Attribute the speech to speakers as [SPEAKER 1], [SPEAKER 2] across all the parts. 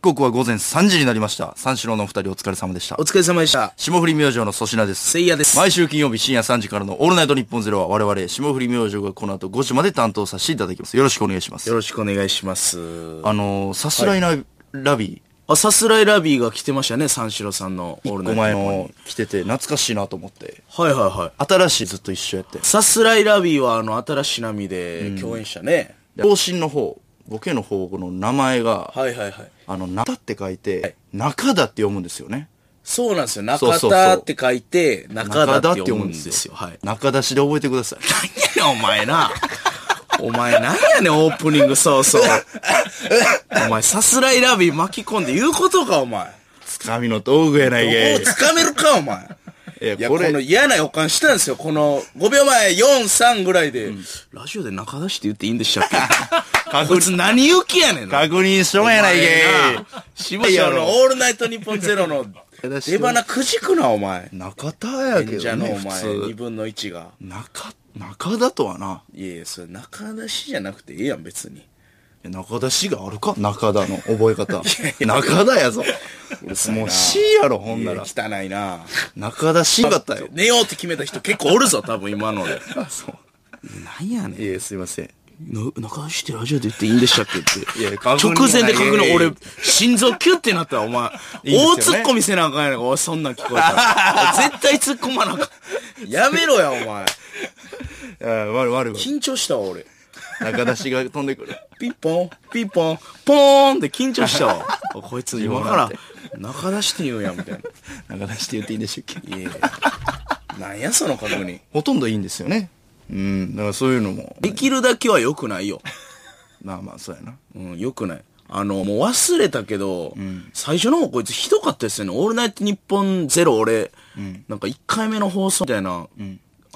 [SPEAKER 1] 刻は午前3時になりました。三四郎のお二人お疲れ様でした
[SPEAKER 2] お。疲れ様でした。
[SPEAKER 1] 霜降り明星の粗品です。
[SPEAKER 2] せいやです。
[SPEAKER 1] 毎週金曜日深夜3時からのオールナイト日本ゼロは我々、霜降り明星がこの後5時まで担当させていただきます。よろしくお願いします
[SPEAKER 2] よ。ろしくお願いします。
[SPEAKER 1] あのー、さすらいな、ラビ
[SPEAKER 2] あ、さすらいラビーが来てましたね、三四郎さんのオー
[SPEAKER 1] ー、
[SPEAKER 2] ルナ
[SPEAKER 1] 5
[SPEAKER 2] イト
[SPEAKER 1] 枚
[SPEAKER 2] ニッポンに
[SPEAKER 1] も来てて懐かしいなと思って。
[SPEAKER 2] はいはいはい。
[SPEAKER 1] 新しいずっと一緒やって。
[SPEAKER 2] さすらいラビーはあの、新しい波で共演したね。
[SPEAKER 1] 方針の方、ボケの方の名前が、
[SPEAKER 2] はいはいはい。
[SPEAKER 1] あの、中田って書いて、中田って読むんですよね。
[SPEAKER 2] そうなんですよ。
[SPEAKER 1] そう
[SPEAKER 2] 中
[SPEAKER 1] そうそう
[SPEAKER 2] 田って書いて、中田
[SPEAKER 1] 中
[SPEAKER 2] って
[SPEAKER 1] 田って
[SPEAKER 2] 読
[SPEAKER 1] 読
[SPEAKER 2] む
[SPEAKER 1] む
[SPEAKER 2] ん
[SPEAKER 1] ん
[SPEAKER 2] で
[SPEAKER 1] ですす
[SPEAKER 2] よ。
[SPEAKER 1] よ。
[SPEAKER 2] はい。
[SPEAKER 1] 中田氏で覚えてください。
[SPEAKER 2] なんやねん、お前な。お前なんやねん、オープニング早々。お前、さすらいラビー巻き込んで言うことか、お前。
[SPEAKER 1] つかみの道具やない
[SPEAKER 2] こ
[SPEAKER 1] け
[SPEAKER 2] こ。つかめるか、お前。
[SPEAKER 1] え
[SPEAKER 2] いや、
[SPEAKER 1] こ
[SPEAKER 2] こ
[SPEAKER 1] れ
[SPEAKER 2] の嫌な予感したんですよ。この5秒前、4、3ぐらいで、ラジオで中出して言っていいんでしたっけ こいつ何行きやねんな。
[SPEAKER 1] 確認しとんやないけ。
[SPEAKER 2] 渋谷のオールナイトニッポンゼロの出花くじくな、お前。
[SPEAKER 1] 中田やけ
[SPEAKER 2] 演者
[SPEAKER 1] ど
[SPEAKER 2] の
[SPEAKER 1] ね、
[SPEAKER 2] お
[SPEAKER 1] 普
[SPEAKER 2] 前、
[SPEAKER 1] 通
[SPEAKER 2] 2。分の1が。
[SPEAKER 1] 中、中田とはな、
[SPEAKER 2] いやいや、それ中出しじゃなくてええやん、別に。
[SPEAKER 1] 中田氏があるか中田の覚え 方。中田やぞ。もう C やろ、ほん
[SPEAKER 2] い
[SPEAKER 1] な
[SPEAKER 2] や
[SPEAKER 1] ら。
[SPEAKER 2] 汚いな
[SPEAKER 1] 中田 C だったよ。
[SPEAKER 2] 寝ようって決めた人結構おるぞ、多分今の で。なんやねん。
[SPEAKER 1] いや、すいません。
[SPEAKER 2] の中出してラジオで言っていいんでしたっけって。
[SPEAKER 1] いや、
[SPEAKER 2] 直前で確認、俺、心臓キュッてなったら、お前、
[SPEAKER 1] いいん
[SPEAKER 2] 大
[SPEAKER 1] ですよね
[SPEAKER 2] 突っ込みせなあかんやないか、おい、そんなん聞こえた ら。絶対突っ込まなあかん。やめろや、お前。
[SPEAKER 1] 俺。悪い悪い悪い。
[SPEAKER 2] 緊張したわ、俺。
[SPEAKER 1] 中田氏が飛んでくる。
[SPEAKER 2] ピンポン、ピンポン、ポーンって緊張した わ。あこいつ今から中出して言うんや、みたい
[SPEAKER 1] 中田氏って言っていいんでしょうっけ
[SPEAKER 2] な。いやいやなんや、その確認。
[SPEAKER 1] ほとんどいいんですよね。うん。だからそういうのも。
[SPEAKER 2] できるだけは良くないよ。
[SPEAKER 1] まあまあ、そうやな。
[SPEAKER 2] うん、良くない。あの、もう忘れたけど、最初の方こいつひどかったですよね。オールナイトニッポンゼロ俺、なんか1回目の放送みたいな、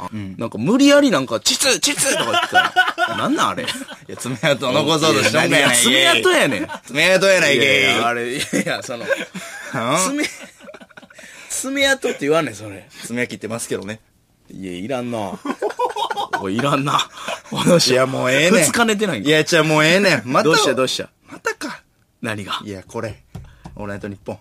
[SPEAKER 2] あなんか無理やりなんか、チツチツとか言ってた。 なんなんあれ。
[SPEAKER 1] いや、爪痕残そうとしとんかやない
[SPEAKER 2] いや爪痕やねん。い
[SPEAKER 1] 爪痕やな
[SPEAKER 2] や
[SPEAKER 1] い
[SPEAKER 2] い
[SPEAKER 1] け
[SPEAKER 2] やいやあれ、いやいや、その、爪、爪痕って言わんねん、それ。
[SPEAKER 1] 爪切ってますけどね。
[SPEAKER 2] いや、いらんな。おい、いらんな。おどうし
[SPEAKER 1] いや、もうええねん。
[SPEAKER 2] 二日寝てないんか
[SPEAKER 1] いや、じゃあもうええねん。また。
[SPEAKER 2] どうしたどうした
[SPEAKER 1] またか。
[SPEAKER 2] 何が
[SPEAKER 1] いや、これ。オールナイトニッポ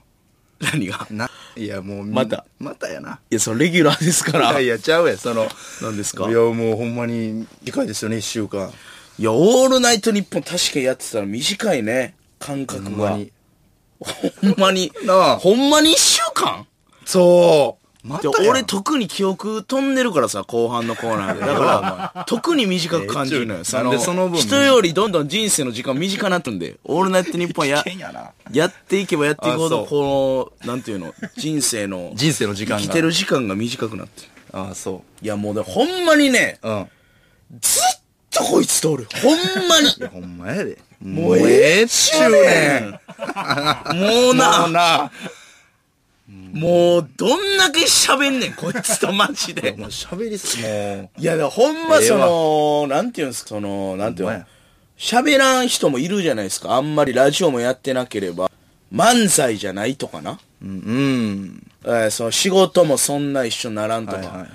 [SPEAKER 2] 何が
[SPEAKER 1] ン。な。いや、もう。
[SPEAKER 2] また。
[SPEAKER 1] またやな。
[SPEAKER 2] いや、それレギュラーですか
[SPEAKER 1] い
[SPEAKER 2] ら。
[SPEAKER 1] やいや、ちゃうや、その。
[SPEAKER 2] 何ですか
[SPEAKER 1] いや、もうほんまに、理解ですよね、一週間。
[SPEAKER 2] いや、オールナイトニッポン確かやってたら短いね。感覚
[SPEAKER 1] ほん
[SPEAKER 2] が。
[SPEAKER 1] まに。
[SPEAKER 2] ほんまに。
[SPEAKER 1] なあ
[SPEAKER 2] ほんまに一週間
[SPEAKER 1] そう。ま
[SPEAKER 2] で
[SPEAKER 1] たや
[SPEAKER 2] 俺特に記憶飛んでるからさ、後半のコーナーで。だから、お前特に短く感じるの
[SPEAKER 1] え
[SPEAKER 2] よ。
[SPEAKER 1] えちょなんでその分
[SPEAKER 2] 人よりどんどん人生の時間短なってんで、オールナイトニッポンや
[SPEAKER 1] 危、険やな
[SPEAKER 2] やっていけばやっていくほど、
[SPEAKER 1] あそう
[SPEAKER 2] この、なんていうの、人生の、
[SPEAKER 1] 人生の時間が
[SPEAKER 2] 生きてる時間が短くなってる。
[SPEAKER 1] ああ、そ
[SPEAKER 2] いや、もうね、ほんまにね、
[SPEAKER 1] う。うん。
[SPEAKER 2] ずっとこいつ通る。ほんまに。
[SPEAKER 1] いや、ほんまやで。
[SPEAKER 2] もうええっちゅうねん。もう
[SPEAKER 1] もう
[SPEAKER 2] な、
[SPEAKER 1] な。
[SPEAKER 2] もうどんだけ喋んねん、こいつとマジで
[SPEAKER 1] も。う喋りす、も
[SPEAKER 2] いや、だからほんま
[SPEAKER 1] ええ
[SPEAKER 2] そ
[SPEAKER 1] わ
[SPEAKER 2] の、なんていうんですか、その、なんていう
[SPEAKER 1] ほんま
[SPEAKER 2] の
[SPEAKER 1] や、
[SPEAKER 2] 喋らん人もいるじゃないですか。あんまりラジオもやってなければ、漫才じゃないとかな。
[SPEAKER 1] う。うん。うん。
[SPEAKER 2] えーその仕事もそんな一緒にならんとか。
[SPEAKER 1] はいはいはい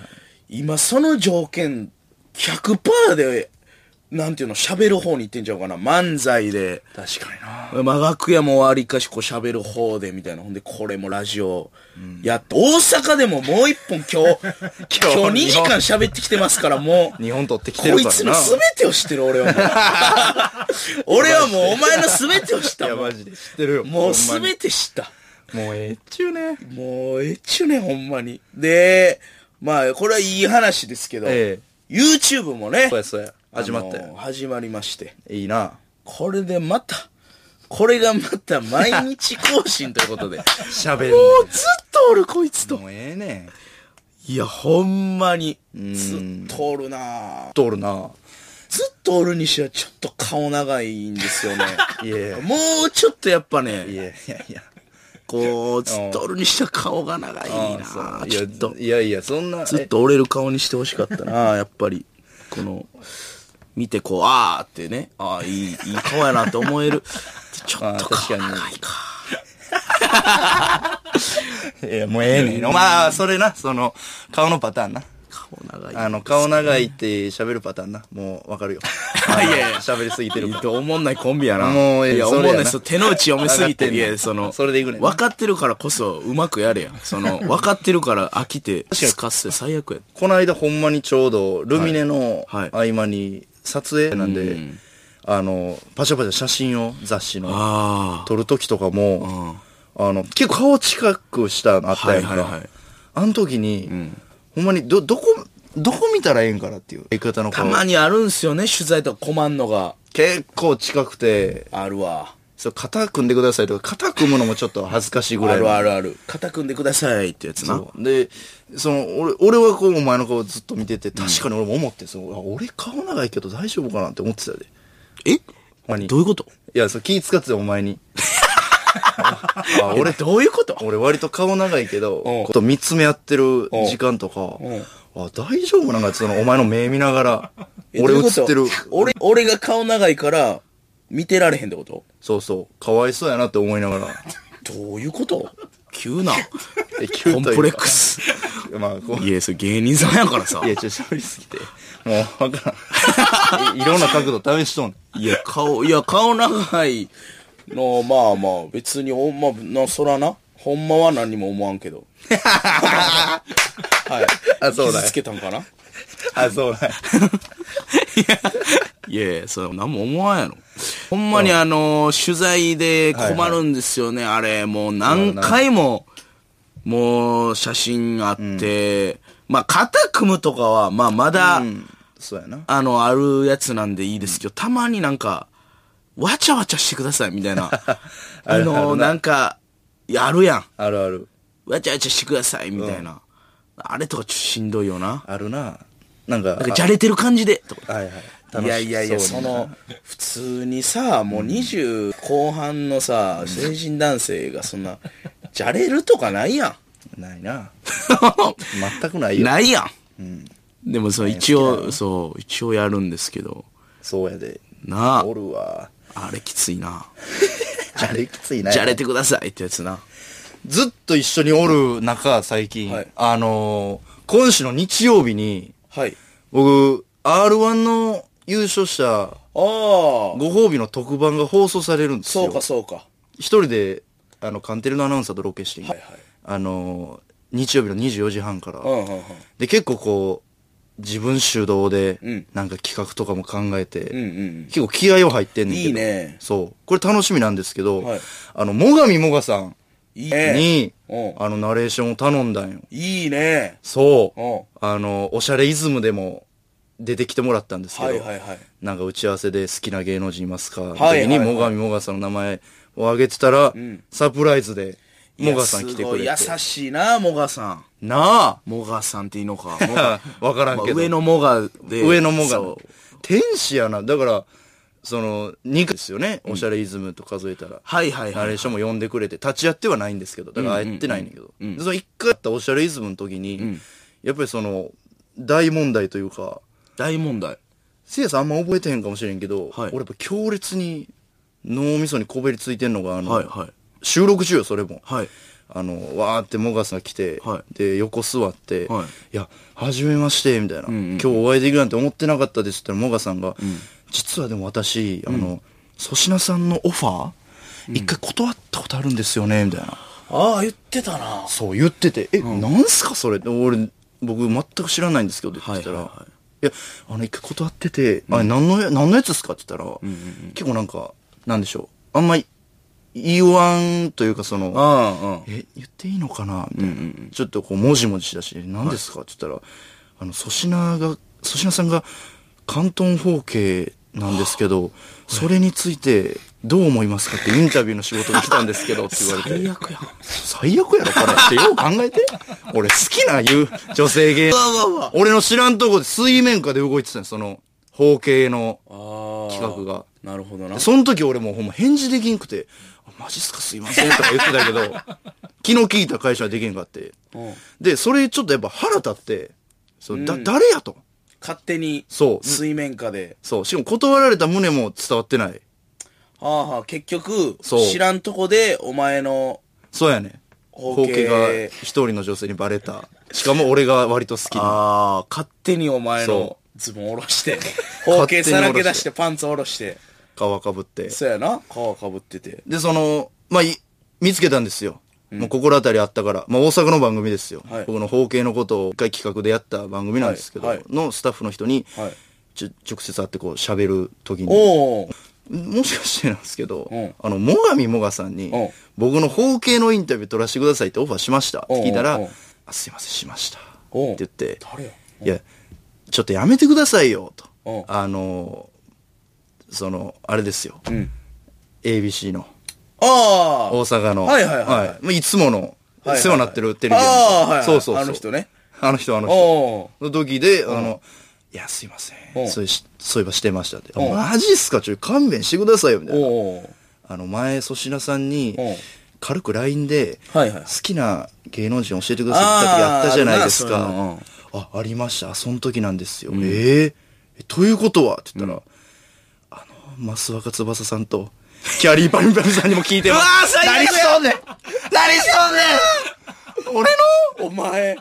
[SPEAKER 2] 今、その条件、100%で、なんていうの、喋る方に行ってんちゃうかな。漫才で。
[SPEAKER 1] 確かにな。
[SPEAKER 2] まあ、楽屋もわりかしこう喋る方でみたいな。ほんで、これもラジオやって、大阪でももう一本今日、
[SPEAKER 1] 今日
[SPEAKER 2] 今日2時間喋ってきてますから、も う。
[SPEAKER 1] 日本取ってきて
[SPEAKER 2] こ
[SPEAKER 1] る
[SPEAKER 2] い
[SPEAKER 1] からな。
[SPEAKER 2] つの全てを知ってる、俺はもう。 俺はもうお前の全てを知っ
[SPEAKER 1] い
[SPEAKER 2] た
[SPEAKER 1] や、
[SPEAKER 2] もん。
[SPEAKER 1] マジで知ってるよ。
[SPEAKER 2] もう
[SPEAKER 1] ほんまに
[SPEAKER 2] 全て知った。
[SPEAKER 1] もうええっちゅうね。
[SPEAKER 2] もうええっちゅね、ほんまに。で、まあ、これはいい話ですけど、
[SPEAKER 1] え
[SPEAKER 2] YouTube もね
[SPEAKER 1] そう、や そうや。始まった
[SPEAKER 2] あの
[SPEAKER 1] よ。
[SPEAKER 2] 始まりまして。
[SPEAKER 1] いいな。
[SPEAKER 2] これでまた、これがまた毎日更新ということで。も
[SPEAKER 1] 喋るね。
[SPEAKER 2] うずっとおるこいつと。
[SPEAKER 1] もうええね
[SPEAKER 2] いや、ほんまに。
[SPEAKER 1] ん
[SPEAKER 2] ずっとおるなぁ
[SPEAKER 1] 通るな。
[SPEAKER 2] ずっとおるにしてはちょっと顔長 いんですよね。
[SPEAKER 1] いえ。
[SPEAKER 2] もうちょっとやっぱ
[SPEAKER 1] い
[SPEAKER 2] ね、
[SPEAKER 1] やいやいや。
[SPEAKER 2] こう、ずっとおるにしては顔が長いな
[SPEAKER 1] あ
[SPEAKER 2] ぁ
[SPEAKER 1] あ
[SPEAKER 2] ちょっ
[SPEAKER 1] そ
[SPEAKER 2] と
[SPEAKER 1] う。いやいやいや、そんな。
[SPEAKER 2] ずっと折れる顔にしてほしかった な、やっぱり。この、見てこう、あーってね、あーいい、いい顔やなって思え る。ちょっと
[SPEAKER 1] あー確か
[SPEAKER 2] 顔
[SPEAKER 1] に
[SPEAKER 2] 長いか。
[SPEAKER 1] え。いや、もうええねん。まあ、それな、その、顔のパターンな。
[SPEAKER 2] 顔長い
[SPEAKER 1] あの、顔長いって喋るパターンな。もう、わかるよ。
[SPEAKER 2] いやいや
[SPEAKER 1] 喋りすぎてるから。
[SPEAKER 2] おもんないコンビやな。
[SPEAKER 1] もうええ
[SPEAKER 2] いや、お
[SPEAKER 1] それ
[SPEAKER 2] も
[SPEAKER 1] や
[SPEAKER 2] ん
[SPEAKER 1] な
[SPEAKER 2] ないですよ。手の内読みすぎて、
[SPEAKER 1] 上がってん
[SPEAKER 2] い
[SPEAKER 1] ねん
[SPEAKER 2] や、その、
[SPEAKER 1] それでいくねんな
[SPEAKER 2] 分かってるからこそ、うまくやれや。その、分かってるから飽 きて、スカッセ最悪や。
[SPEAKER 1] この間ほんまにちょうど、ルミネの
[SPEAKER 2] はい
[SPEAKER 1] 合間に、撮影なんで、
[SPEAKER 2] うん
[SPEAKER 1] あの、パシャパシャ写真を雑誌の
[SPEAKER 2] あ
[SPEAKER 1] 撮る時とか
[SPEAKER 2] あ。
[SPEAKER 1] も、
[SPEAKER 2] うん。
[SPEAKER 1] あの、結構顔近くしたのあったやんか。
[SPEAKER 2] はいはいはい
[SPEAKER 1] あの時に、
[SPEAKER 2] ん
[SPEAKER 1] ほんまに、ど、どこ、どこ見たらええんかなっていう。相方の
[SPEAKER 2] た
[SPEAKER 1] 顔。
[SPEAKER 2] まにあるんすよね、取材とか困んのが。
[SPEAKER 1] 結構近くて、
[SPEAKER 2] あるわ。
[SPEAKER 1] そう、肩組んでくださいとか、肩組むのもちょっと恥ずかしいぐら
[SPEAKER 2] あ
[SPEAKER 1] いの
[SPEAKER 2] るあるある。肩組んでくださいってやつな。
[SPEAKER 1] そうでその俺俺はこうお前の顔ずっと見てて確かに俺も思ってそうあ俺顔長いけど大丈夫かなって思ってたで
[SPEAKER 2] え
[SPEAKER 1] ほんまに
[SPEAKER 2] どういうこと
[SPEAKER 1] いやそう気使ってたよお前にあ
[SPEAKER 2] 俺、
[SPEAKER 1] 俺
[SPEAKER 2] どういうこと
[SPEAKER 1] 俺割と顔長いけど
[SPEAKER 2] うん
[SPEAKER 1] こと見つめ合ってる時間とかあ大丈夫なんかそのお前の目見ながら
[SPEAKER 2] え
[SPEAKER 1] 俺
[SPEAKER 2] ど
[SPEAKER 1] 映
[SPEAKER 2] ういうこと
[SPEAKER 1] ってる
[SPEAKER 2] 俺、俺が顔長いから、見てられへんってこと
[SPEAKER 1] そうそうかわいそうやなって思いながら
[SPEAKER 2] どういうこと急な。
[SPEAKER 1] え 急
[SPEAKER 2] コ
[SPEAKER 1] という
[SPEAKER 2] ン
[SPEAKER 1] か
[SPEAKER 2] プレックス。
[SPEAKER 1] まあこう
[SPEAKER 2] いや、それ芸人さんやからさ
[SPEAKER 1] い。やちょっと喋りすぎてもうわからん いいろんな角度試しとんねん
[SPEAKER 2] いや、顔、いや、顔長いの、まあまあ、別に、おまあ、な、そらな、ほんまは何も思わんけ ど。はい。
[SPEAKER 1] あそうだ
[SPEAKER 2] 傷つけたんかな
[SPEAKER 1] あそうなんや
[SPEAKER 2] いやいや、それ何も思わんやろ。ほんまにあのー取材で困るんですよね、あれ。もう何回も、もう写真あって、まあ、肩組むとかは、まあ、まだ、
[SPEAKER 1] うん、そうやな。
[SPEAKER 2] あの、あるやつなんでいいですけど、たまになんか、わちゃわちゃしてください、みたいな。 あ
[SPEAKER 1] あるあ
[SPEAKER 2] の、
[SPEAKER 1] るな
[SPEAKER 2] なんか、やるやん。
[SPEAKER 1] あるある。
[SPEAKER 2] わちゃわちゃしてください、みたいな。あれとかちょっとしんどいよな。
[SPEAKER 1] あるな。なんか、
[SPEAKER 2] なんか、じゃれてる感じで、とか。
[SPEAKER 1] あはいはい。
[SPEAKER 2] いやいやいや、その、普通にさ、もう20後半のさ、成人男性がそんな、じゃれるとかない やん。
[SPEAKER 1] の。ないな。全くないよ。
[SPEAKER 2] ないやん。でもそう、一応、そう、一応やるんですけど、
[SPEAKER 1] そうやで。
[SPEAKER 2] なあ
[SPEAKER 1] お、るわ。
[SPEAKER 2] あれきついな。
[SPEAKER 1] じゃれきついな。
[SPEAKER 2] じゃれてくださいってやつな。
[SPEAKER 1] ずっと一緒におる中、最近。
[SPEAKER 2] はい
[SPEAKER 1] あのー今週の日曜日に、
[SPEAKER 2] はい。
[SPEAKER 1] 僕、R1 の優勝した
[SPEAKER 2] ああ、
[SPEAKER 1] ご褒美の特番が放送されるんですよ。
[SPEAKER 2] そうかそうか。
[SPEAKER 1] 一人で、あの、カンテレのアナウンサーとロケして、
[SPEAKER 2] はいはい
[SPEAKER 1] あのー日曜日の24時半から、
[SPEAKER 2] うんうんうん。
[SPEAKER 1] で、結構こう、自分主導で
[SPEAKER 2] うん、
[SPEAKER 1] なんか企画とかも考えて、
[SPEAKER 2] うんうん
[SPEAKER 1] 結構気合を入ってん
[SPEAKER 2] うん。
[SPEAKER 1] ねんけ
[SPEAKER 2] い
[SPEAKER 1] ど。
[SPEAKER 2] いね。
[SPEAKER 1] そう。これ楽しみなんですけど、
[SPEAKER 2] はい
[SPEAKER 1] あの、もがみもがさん
[SPEAKER 2] いいね。
[SPEAKER 1] に、
[SPEAKER 2] うん
[SPEAKER 1] あの、ナレーションを頼んだんよ。
[SPEAKER 2] いいね。
[SPEAKER 1] そうう。
[SPEAKER 2] ん。
[SPEAKER 1] あの、おしゃれイズムでも出てきてもらったんですけど、
[SPEAKER 2] はいはいはい。
[SPEAKER 1] なんか打ち合わせで好きな芸能人いますか、
[SPEAKER 2] はいはいはい
[SPEAKER 1] の時に、もがみもがさんの名前を挙げてたら、
[SPEAKER 2] ん
[SPEAKER 1] サプライズで、もがさん来てくれ
[SPEAKER 2] い
[SPEAKER 1] て
[SPEAKER 2] や。すごい優しいな、もがさん。
[SPEAKER 1] なあ
[SPEAKER 2] もがさんっていいの か。
[SPEAKER 1] わからんけど
[SPEAKER 2] まあ上のもがで。
[SPEAKER 1] 上のもが
[SPEAKER 2] そう
[SPEAKER 1] 天使やなだからその2ですよねおしゃれイズムと数えたら、
[SPEAKER 2] はいはい
[SPEAKER 1] ナ
[SPEAKER 2] は
[SPEAKER 1] レ
[SPEAKER 2] い
[SPEAKER 1] ー。ションも呼んでくれて立ち会ってはないんですけどだから会ってないんだけど、でその1回やったおしゃれイズムの時に、やっぱりその大問題というか
[SPEAKER 2] 大問題。
[SPEAKER 1] せいやさんあんま覚えてへんかもしれんけど、
[SPEAKER 2] はい
[SPEAKER 1] 俺やっぱ強烈に脳みそにこべりついてんのがあの、
[SPEAKER 2] はいはい。
[SPEAKER 1] 収録中よそれも、
[SPEAKER 2] はい。
[SPEAKER 1] あのわーってモガさん来て、
[SPEAKER 2] は
[SPEAKER 1] で横座って「
[SPEAKER 2] はい
[SPEAKER 1] い、や初めまして」みたいな、
[SPEAKER 2] んうん
[SPEAKER 1] 今日お会いできるなんて思ってなかったです」って言ったらモガさんが、実はでも私あの粗品さんのオファー一回断ったことあるんですよね」みたいな、
[SPEAKER 2] ああ、言ってたな。
[SPEAKER 1] そう言ってて「え、なんすかそれ」俺僕全く知らないんですけど」って言ってたら「
[SPEAKER 2] はい
[SPEAKER 1] い
[SPEAKER 2] はいはい
[SPEAKER 1] やあの一回断ってて、あれ何のや何のやつですか?」って言ったら、結構なんかなんでしょうあんまり言わんというかその
[SPEAKER 2] うんうん。
[SPEAKER 1] え、言っていいのかなみたいな、ちょっとこう、もじもじしたし、何ですかって言ったら、あの、粗品が、粗品さんが、関東方形なんですけど、それについて、どう思いますかってインタビューの仕事に来たんですけど、って言われ
[SPEAKER 2] 最
[SPEAKER 1] て。
[SPEAKER 2] 悪やん。
[SPEAKER 1] 最悪やろ、これ。ってよう考えて。 俺、好きな言う、女性芸。
[SPEAKER 2] わわわ。
[SPEAKER 1] 俺の知らんとこで水面下で動いてたんよその、方形の
[SPEAKER 2] ああ。
[SPEAKER 1] 企画が。
[SPEAKER 2] なるほどな。
[SPEAKER 1] その時俺もうほんま返事できんくて、あマジっすかすいませんとか言ってたけど、 昨日聞いた会社はできんかって。
[SPEAKER 2] うん
[SPEAKER 1] で、それちょっとやっぱ腹立って、そうだ、誰やと。
[SPEAKER 2] 勝手に、
[SPEAKER 1] そう
[SPEAKER 2] 水面下で。
[SPEAKER 1] そう。しかも断られた胸も伝わってない。
[SPEAKER 2] はあはあ、結局、
[SPEAKER 1] そう
[SPEAKER 2] 知らんとこで、お前の、
[SPEAKER 1] そうやね。
[SPEAKER 2] 包
[SPEAKER 1] 包
[SPEAKER 2] 茎
[SPEAKER 1] 茎が一人の女性にバレた。しかも俺が割と好きな。
[SPEAKER 2] ああ、勝手にお前の
[SPEAKER 1] そ
[SPEAKER 2] ズボン下 ろして、包茎さらけ出してパンツ下ろして。
[SPEAKER 1] 皮かぶって。
[SPEAKER 2] そうやな、皮かぶってて。
[SPEAKER 1] で、その、まあ、い見つけたんですよ。もう心当たりあったから。まあ、大阪の番組ですよ。
[SPEAKER 2] はい
[SPEAKER 1] 僕の包茎のことを一回企画でやった番組なんですけど、
[SPEAKER 2] はいはい
[SPEAKER 1] のスタッフの人に、
[SPEAKER 2] はい
[SPEAKER 1] ちょ直接会ってこう喋る時に、
[SPEAKER 2] おお。
[SPEAKER 1] もしかしてなんですけど、
[SPEAKER 2] うん
[SPEAKER 1] あの、最上もがさんに
[SPEAKER 2] うん、
[SPEAKER 1] 僕の包茎のインタビュー撮らせてくださいってオファーしましたって聞いたら
[SPEAKER 2] うんうんうん、
[SPEAKER 1] あすいません、しました。って
[SPEAKER 2] うん
[SPEAKER 1] 言って、
[SPEAKER 2] 誰や
[SPEAKER 1] いや、ちょっとやめてくださいよ、
[SPEAKER 2] うん
[SPEAKER 1] と。あの、その、あれですよ。
[SPEAKER 2] うん。
[SPEAKER 1] ABC の、
[SPEAKER 2] ああ。
[SPEAKER 1] 大阪の。
[SPEAKER 2] はいはいはいはい
[SPEAKER 1] まあいつもの、
[SPEAKER 2] はい
[SPEAKER 1] 世話になってるテレビの。
[SPEAKER 2] ああはいはい
[SPEAKER 1] そうそうそう。
[SPEAKER 2] あの人ね。
[SPEAKER 1] あの人、あの人。
[SPEAKER 2] お
[SPEAKER 1] の時で、あの、いや、すいませ
[SPEAKER 2] うん
[SPEAKER 1] ん。そういしそういえばしてましたって。
[SPEAKER 2] ん
[SPEAKER 1] マジっすかちょ、勘弁してくださいよ、み
[SPEAKER 2] お。
[SPEAKER 1] たいな。
[SPEAKER 2] おお。
[SPEAKER 1] あの、前、粗品さんに
[SPEAKER 2] うん、
[SPEAKER 1] 軽く LINE で、
[SPEAKER 2] はいはい
[SPEAKER 1] 好きな芸能人教えてくださいって時あったじゃないです
[SPEAKER 2] あーあるなそういう
[SPEAKER 1] か。あ、ありました。あその時なんですよ。えーえということはって言ったら、あの、増若翼さんと、キャリーパミパミさんにも聞いてます。
[SPEAKER 2] うわー最
[SPEAKER 1] 何
[SPEAKER 2] 悪や
[SPEAKER 1] しとんねん何しとんねん
[SPEAKER 2] お前、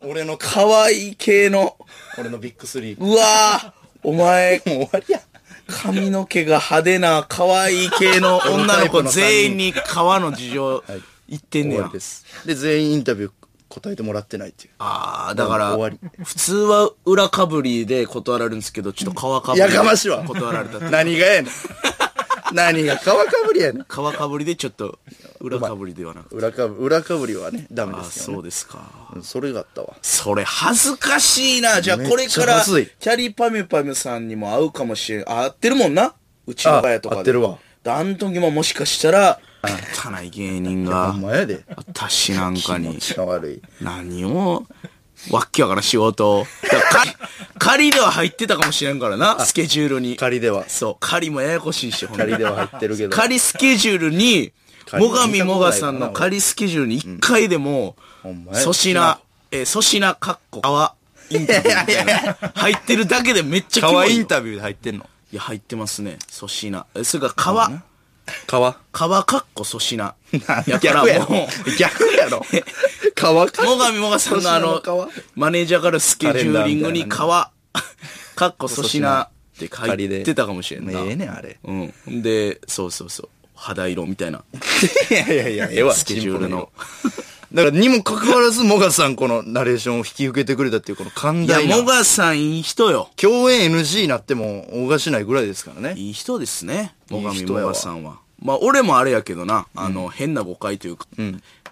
[SPEAKER 1] 俺の俺のか、
[SPEAKER 2] 可愛い系の。
[SPEAKER 1] 俺のビッグスリー。もう
[SPEAKER 2] うわーお前、
[SPEAKER 1] 終わりや。
[SPEAKER 2] 髪の毛が派手な可愛い 系の女の子全員に革の事情言ってんね
[SPEAKER 1] 終
[SPEAKER 2] や。
[SPEAKER 1] わりです。で、全員インタビュー答えてもらってないっていう。
[SPEAKER 2] ああ、だか
[SPEAKER 1] も
[SPEAKER 2] ら
[SPEAKER 1] う終わ、
[SPEAKER 2] 普通は裏かぶりで断られるんですけど、ちょっと革かぶ
[SPEAKER 1] い
[SPEAKER 2] り
[SPEAKER 1] や
[SPEAKER 2] で
[SPEAKER 1] かましいわ。
[SPEAKER 2] 断られたって。
[SPEAKER 1] 何がやねん。何が皮かぶりやねん。
[SPEAKER 2] 革かぶりでちょっと、裏かぶりではなくて。
[SPEAKER 1] 裏かぶ裏かぶりはね、ダメ
[SPEAKER 2] あ
[SPEAKER 1] で
[SPEAKER 2] あ、
[SPEAKER 1] すよ
[SPEAKER 2] そう
[SPEAKER 1] ね。
[SPEAKER 2] ですか。
[SPEAKER 1] そそれがあったわ。
[SPEAKER 2] それ恥ずかしいな。じゃあ
[SPEAKER 1] めっちゃ
[SPEAKER 2] これから、
[SPEAKER 1] 恥ずい
[SPEAKER 2] キャリーパミュパミュさんにも会うかもしれん。あ、会ってるもんな。うちのガヤとか
[SPEAKER 1] あ
[SPEAKER 2] で。
[SPEAKER 1] 会ってるわ
[SPEAKER 2] で。あの時ももしかしたら、汚い芸人
[SPEAKER 1] ほ
[SPEAKER 2] が
[SPEAKER 1] ん、まやで。
[SPEAKER 2] 私なんか
[SPEAKER 1] 気
[SPEAKER 2] に
[SPEAKER 1] 持。ちが悪い。
[SPEAKER 2] 何を、わっきわからん仕事。だからか 仮では入ってたかもしれんからな、スケジュールに。
[SPEAKER 1] 仮では。
[SPEAKER 2] そう、仮もややこしいし、ほんま
[SPEAKER 1] 仮では入ってるけど。
[SPEAKER 2] 仮スケジュールに、
[SPEAKER 1] 仮
[SPEAKER 2] 最上もがさんの仮スケジュールに一回でも、
[SPEAKER 1] ほんまや
[SPEAKER 2] 粗品、えー粗品かっこ、かわ、インタビューみたいな。入ってるだけでめっちゃキモいよ。
[SPEAKER 1] 川イン
[SPEAKER 2] い
[SPEAKER 1] タビューで入ってんの
[SPEAKER 2] や、入ってますね、粗品。えそれから、かわ、
[SPEAKER 1] 川
[SPEAKER 2] かわかっこ粗 品。や
[SPEAKER 1] 逆
[SPEAKER 2] か
[SPEAKER 1] や
[SPEAKER 2] ら
[SPEAKER 1] ろ
[SPEAKER 2] もう、。
[SPEAKER 1] 逆やろ。 川か。
[SPEAKER 2] 最上もがさんのあの
[SPEAKER 1] 粗品の皮、
[SPEAKER 2] マネージャーからスケジューリングに
[SPEAKER 1] カレンダーみたいなね
[SPEAKER 2] 川、かっこ粗品って書
[SPEAKER 1] 仮で
[SPEAKER 2] いてたかもしれんな。
[SPEAKER 1] ねええねん、あれ。
[SPEAKER 2] うん。で、そうそうそう。肌色みたいな。
[SPEAKER 1] いやいやいや、ええわ。
[SPEAKER 2] スケジュールの。
[SPEAKER 1] だから、にもかかわらず、もがさん、このナレーションを引き受けてくれたっていう、この寛
[SPEAKER 2] いや、
[SPEAKER 1] 大
[SPEAKER 2] も
[SPEAKER 1] な。
[SPEAKER 2] がさんいい人よ。
[SPEAKER 1] 共演 NG になっても、おがしないぐらいですからね。
[SPEAKER 2] いい人ですね。もが
[SPEAKER 1] いい
[SPEAKER 2] み
[SPEAKER 1] 人
[SPEAKER 2] も
[SPEAKER 1] やわ
[SPEAKER 2] がさんは。まあ、俺もあれやけどな、あの、変な誤解というか、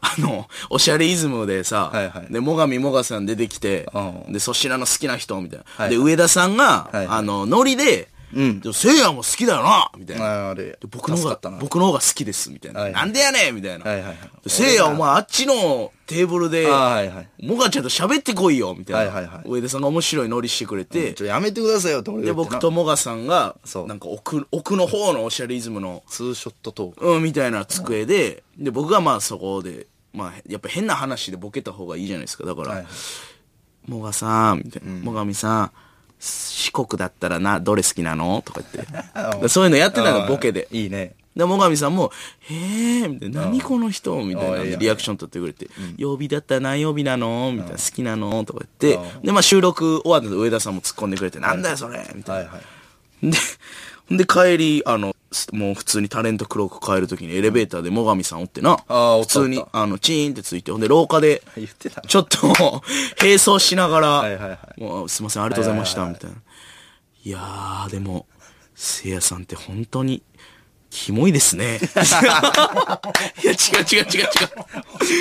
[SPEAKER 2] あの、おしゃれイズムでさ、
[SPEAKER 1] はいはい
[SPEAKER 2] で、もがみもがさん出てきて、
[SPEAKER 1] うん
[SPEAKER 2] で、粗品の好きな人、みたいな。
[SPEAKER 1] はい
[SPEAKER 2] で、上田さんが、
[SPEAKER 1] はいはい
[SPEAKER 2] あの、ノリで、でもせいやも好きだよなみたいな。
[SPEAKER 1] ああれ
[SPEAKER 2] で。僕の方
[SPEAKER 1] 助か
[SPEAKER 2] が
[SPEAKER 1] ったな、
[SPEAKER 2] 僕の方が好きです、みたいな。
[SPEAKER 1] はい
[SPEAKER 2] なんでやねんみたいな。
[SPEAKER 1] はいはいはい
[SPEAKER 2] でせいや、お前あっちのテーブルで、
[SPEAKER 1] あはいはい
[SPEAKER 2] もがちゃんと喋ってこいよ、みたいな。
[SPEAKER 1] はいはいはい
[SPEAKER 2] 上田さんが面白いノリしてくれて、
[SPEAKER 1] ちょ、やめてくださいよって俺
[SPEAKER 2] で、
[SPEAKER 1] が言って
[SPEAKER 2] 僕
[SPEAKER 1] な
[SPEAKER 2] ともがさんが、
[SPEAKER 1] そう
[SPEAKER 2] なんか奥、奥の方のオシャリズムの、
[SPEAKER 1] ツーショットトーク。
[SPEAKER 2] うん、みたいな机で、で、僕がまあそこで、まあ、やっぱ変な話でボケた方がいいじゃないですか。だから、
[SPEAKER 1] はい
[SPEAKER 2] もがさん、みたいな、もがみさん、四国だったらな、どれ好きなのとか言って。だ からそういうのやってたの、ボケで。
[SPEAKER 1] いいね。
[SPEAKER 2] で、最上さんも、へえ、みたいな、何この人みたい
[SPEAKER 1] あ
[SPEAKER 2] な
[SPEAKER 1] あいいや
[SPEAKER 2] リアクション取ってくれて、曜日だったら何曜日なのみたいな、好きなのとか言って、で、まあ収録終わったの上田さんも突っ込んでくれて、なんだよそれみたい
[SPEAKER 1] は
[SPEAKER 2] な。
[SPEAKER 1] いはい。
[SPEAKER 2] で、ほんで 帰り、あの、すもう普通にタレントクローク帰るときにエレベーターで最上さんおってな。
[SPEAKER 1] あーお
[SPEAKER 2] 普
[SPEAKER 1] ったおった
[SPEAKER 2] 通に、あの、チーンってついて、ほんで廊下で、
[SPEAKER 1] 言ってた。
[SPEAKER 2] ちょっと、 並走しながら、
[SPEAKER 1] いはいは
[SPEAKER 2] もうすいません、ありがとうございました、
[SPEAKER 1] はい
[SPEAKER 2] みたいな。いやー、でも、せいやさんって本当に、キモいで すね。いや、違う違う違う違う。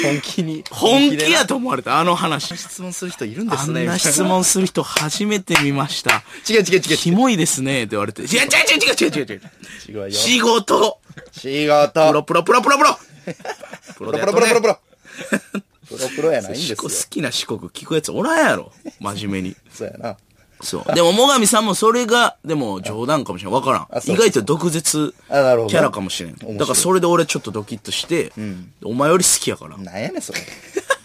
[SPEAKER 1] 本気に。
[SPEAKER 2] 本気
[SPEAKER 1] でな
[SPEAKER 2] やと思われた、あの話。
[SPEAKER 1] 質問する人いるんで
[SPEAKER 2] あ
[SPEAKER 1] す
[SPEAKER 2] ん
[SPEAKER 1] ね。
[SPEAKER 2] な質問する人初めて見ました。
[SPEAKER 1] 違う違う違う
[SPEAKER 2] キモいですね、って言われて。違う違う違う違う違う違う違う。
[SPEAKER 1] 違うよ。
[SPEAKER 2] 仕事
[SPEAKER 1] 仕
[SPEAKER 2] プ
[SPEAKER 1] 事。
[SPEAKER 2] ロプロプロプロプロプ
[SPEAKER 1] プロプロ
[SPEAKER 2] ロ
[SPEAKER 1] プロプ
[SPEAKER 2] ロ
[SPEAKER 1] ロ。プロプロやないんです
[SPEAKER 2] 四
[SPEAKER 1] よ。
[SPEAKER 2] 国好きな四国聞くやつおらんやろ。真面目に。
[SPEAKER 1] そうやな。
[SPEAKER 2] そう。でも、最上さんもそれが、でも冗談かもしれん。わから
[SPEAKER 1] あ
[SPEAKER 2] ん。
[SPEAKER 1] そう
[SPEAKER 2] 意外と毒舌キ
[SPEAKER 1] あなるほど
[SPEAKER 2] ャラかもしれん。
[SPEAKER 1] 面白い
[SPEAKER 2] だからそれで俺ちょっとドキッとして、お前より好きやから。
[SPEAKER 1] なんやねん、それ。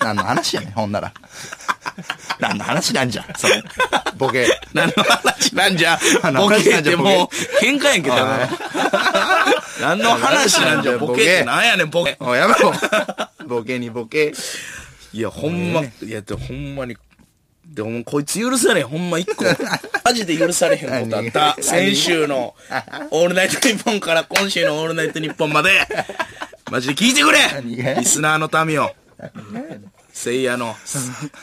[SPEAKER 1] 何の話やねん、ほんなら。何の話なんじゃん、それ。ボケ。
[SPEAKER 2] 何の話なんじゃ、
[SPEAKER 1] 何の
[SPEAKER 2] ボケ
[SPEAKER 1] 話な
[SPEAKER 2] っ
[SPEAKER 1] んじ
[SPEAKER 2] て
[SPEAKER 1] ゃ
[SPEAKER 2] もう、喧嘩やんけ、多分。何の話なんじゃ、ボケってなんやねん、ボケ。
[SPEAKER 1] おいやめろ。ボケにボケ。
[SPEAKER 2] いや、ほんま、いや、でもほんまに、でもこいつ許されへん、ほんま一個。 マジで許されへんことあった。先週の、オールナイトニッポンから今週のオールナイトニッポンまで、マジで聞いてくれ
[SPEAKER 3] 何が
[SPEAKER 2] リスナーの民を。せいやの、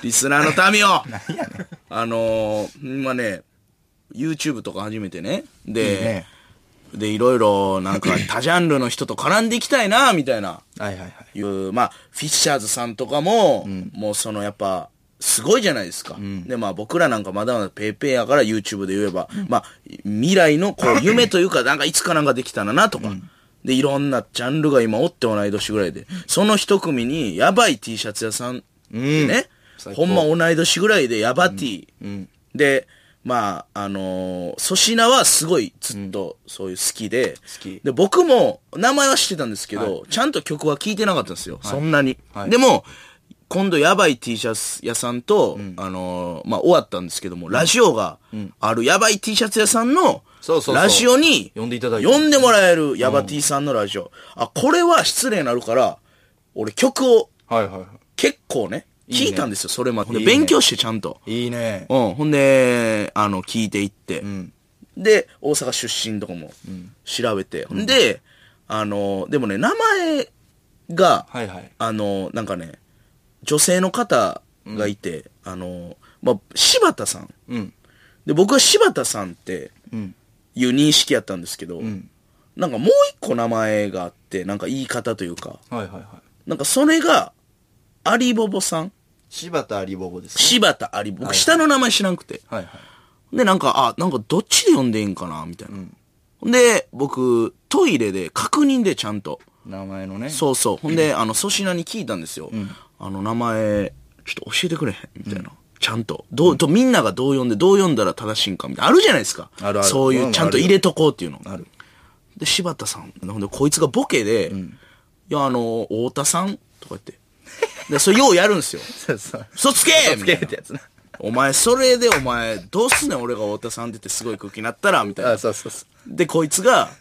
[SPEAKER 2] リスナーの民を。あのー、今ね、YouTube とか初めてね。で、
[SPEAKER 1] ね
[SPEAKER 2] で、いろいろ、なんか、多ジャンルの人と絡んでいきたいな、みたいな。
[SPEAKER 1] はいはいはい。
[SPEAKER 2] いう、まあ、フィッシャーズさんとかも、もうそのやっぱ、すごいじゃないですか。で、まあ僕らなんかまだまだペイペイやから YouTube で言えば、まあ、未来のこう夢というか、なんかいつかなんかできたらなとか、で、いろんなジャンルが今おって同い年ぐらいで、その一組にやばい T シャツ屋さん、ね、ほんま同い年ぐらいでやば T、で、まあ、あのー粗品はすごいずっとそういう好きで、
[SPEAKER 1] き
[SPEAKER 2] で、僕も名前は知ってたんですけど、ちゃんと曲は聴いてなかったんですよ。そんなに。
[SPEAKER 1] はい
[SPEAKER 2] でも、今度やばい T シャツ屋さんと、あのーまあ、終わったんですけども、ラジオがあるやばい T シャツ屋さんの
[SPEAKER 1] そうそうそう、
[SPEAKER 2] ラジオに、
[SPEAKER 1] 呼んでいただいて
[SPEAKER 2] 呼んでもらえるやば T さんのラジオ。あ、これは失礼になるから、俺曲を
[SPEAKER 1] はいはいは
[SPEAKER 2] 結構ね、
[SPEAKER 1] ね
[SPEAKER 2] 聞いたんですよ、それまで。
[SPEAKER 1] いいね
[SPEAKER 2] で勉強してちゃんと。
[SPEAKER 1] い。いいね。
[SPEAKER 2] うん、ほんで、あの、聞いていって、
[SPEAKER 1] ん
[SPEAKER 2] で、大阪出身とかも調べて、ん、で、あの、でもね、名前が、
[SPEAKER 1] はいはい
[SPEAKER 2] あの、なんかね、女性の方がいて、あの、まあ、柴田さん。
[SPEAKER 1] うん。
[SPEAKER 2] で、僕は柴田さんって
[SPEAKER 1] うん。
[SPEAKER 2] いう認識やったんですけど、なんかもう一個名前があって、なんか言い方というか、
[SPEAKER 1] はいはいはい。
[SPEAKER 2] なんかそれが、アリボボさん
[SPEAKER 1] 柴田リボボですね。
[SPEAKER 2] 柴田アリボボ。僕下の名前知らんくて。
[SPEAKER 1] はいはい。
[SPEAKER 2] で、なんか、あ、なんかどっちで読んでいいんかなみたいな。ほんで、僕、トイレで確認でちゃんと。
[SPEAKER 1] 名前のね。
[SPEAKER 2] そうそう。ほんで、あの、粗品に聞いたんですよ。あの、名前、ちょっと教えてくれへんみたいな。ちゃんと。どう、と、みんながどう読んで、どう読んだら正しいんかみたいな。あるじゃないですか。
[SPEAKER 1] あるある
[SPEAKER 2] そう
[SPEAKER 1] うん
[SPEAKER 2] い
[SPEAKER 1] あ
[SPEAKER 2] う、
[SPEAKER 1] る
[SPEAKER 2] ちゃんと入れとこうっていうの。
[SPEAKER 1] ある。
[SPEAKER 2] で、柴田さん。ほんで、こいつがボケで、いや、あの、太田さんとか言って。で、それようやるん ですよ。
[SPEAKER 1] そうそう。
[SPEAKER 2] 嘘つけ
[SPEAKER 1] つ
[SPEAKER 2] み
[SPEAKER 1] けるっ
[SPEAKER 2] たいな
[SPEAKER 1] てやつな。
[SPEAKER 2] お前、それでお前、どうすんねん、俺が太田さんって言ってすごい空気になったら、みたいな
[SPEAKER 1] あ、。そうそうそ
[SPEAKER 2] で、こいつが、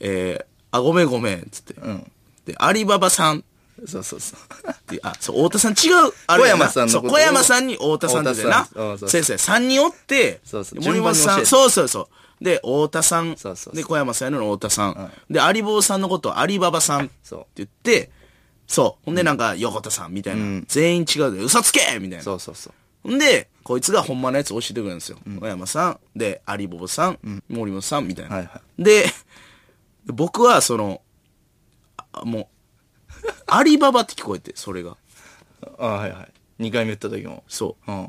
[SPEAKER 2] えー、あ、ごめんごめん、つって。
[SPEAKER 1] ん
[SPEAKER 2] で、アリババさん。
[SPEAKER 1] う。そうそうそう。
[SPEAKER 2] ってあ、そう、太田さん違う、あれやな
[SPEAKER 1] 小山さんの
[SPEAKER 2] そう
[SPEAKER 1] ことを
[SPEAKER 2] 小山さんに太田さんってな
[SPEAKER 1] 太田さんうん。そうそう
[SPEAKER 2] 先生、3人おって、
[SPEAKER 1] そうそう
[SPEAKER 2] 森本
[SPEAKER 1] 順番に教え
[SPEAKER 2] さ
[SPEAKER 1] て
[SPEAKER 2] ん、そうそうそう。で、太田さん。
[SPEAKER 1] そうそうそう
[SPEAKER 2] で、小山さんやのに太田さん。で、アリボーさんのことをアリババさんって
[SPEAKER 1] そう
[SPEAKER 2] 言って、そう。ほんで、なんか、横田さんみたいな。全員違うで、嘘つけみたいな。
[SPEAKER 1] そうそうそう。
[SPEAKER 2] んで、こいつがほんまのやつ教えてくれるんですよ。小山さん、で、有ボボさん、森本さん、みたいな。
[SPEAKER 1] はいは
[SPEAKER 2] で、僕はその、あもう、アリババって聞こえて、それが。
[SPEAKER 1] あ、はいはい。二回目言った時も。
[SPEAKER 2] そう。
[SPEAKER 1] うん。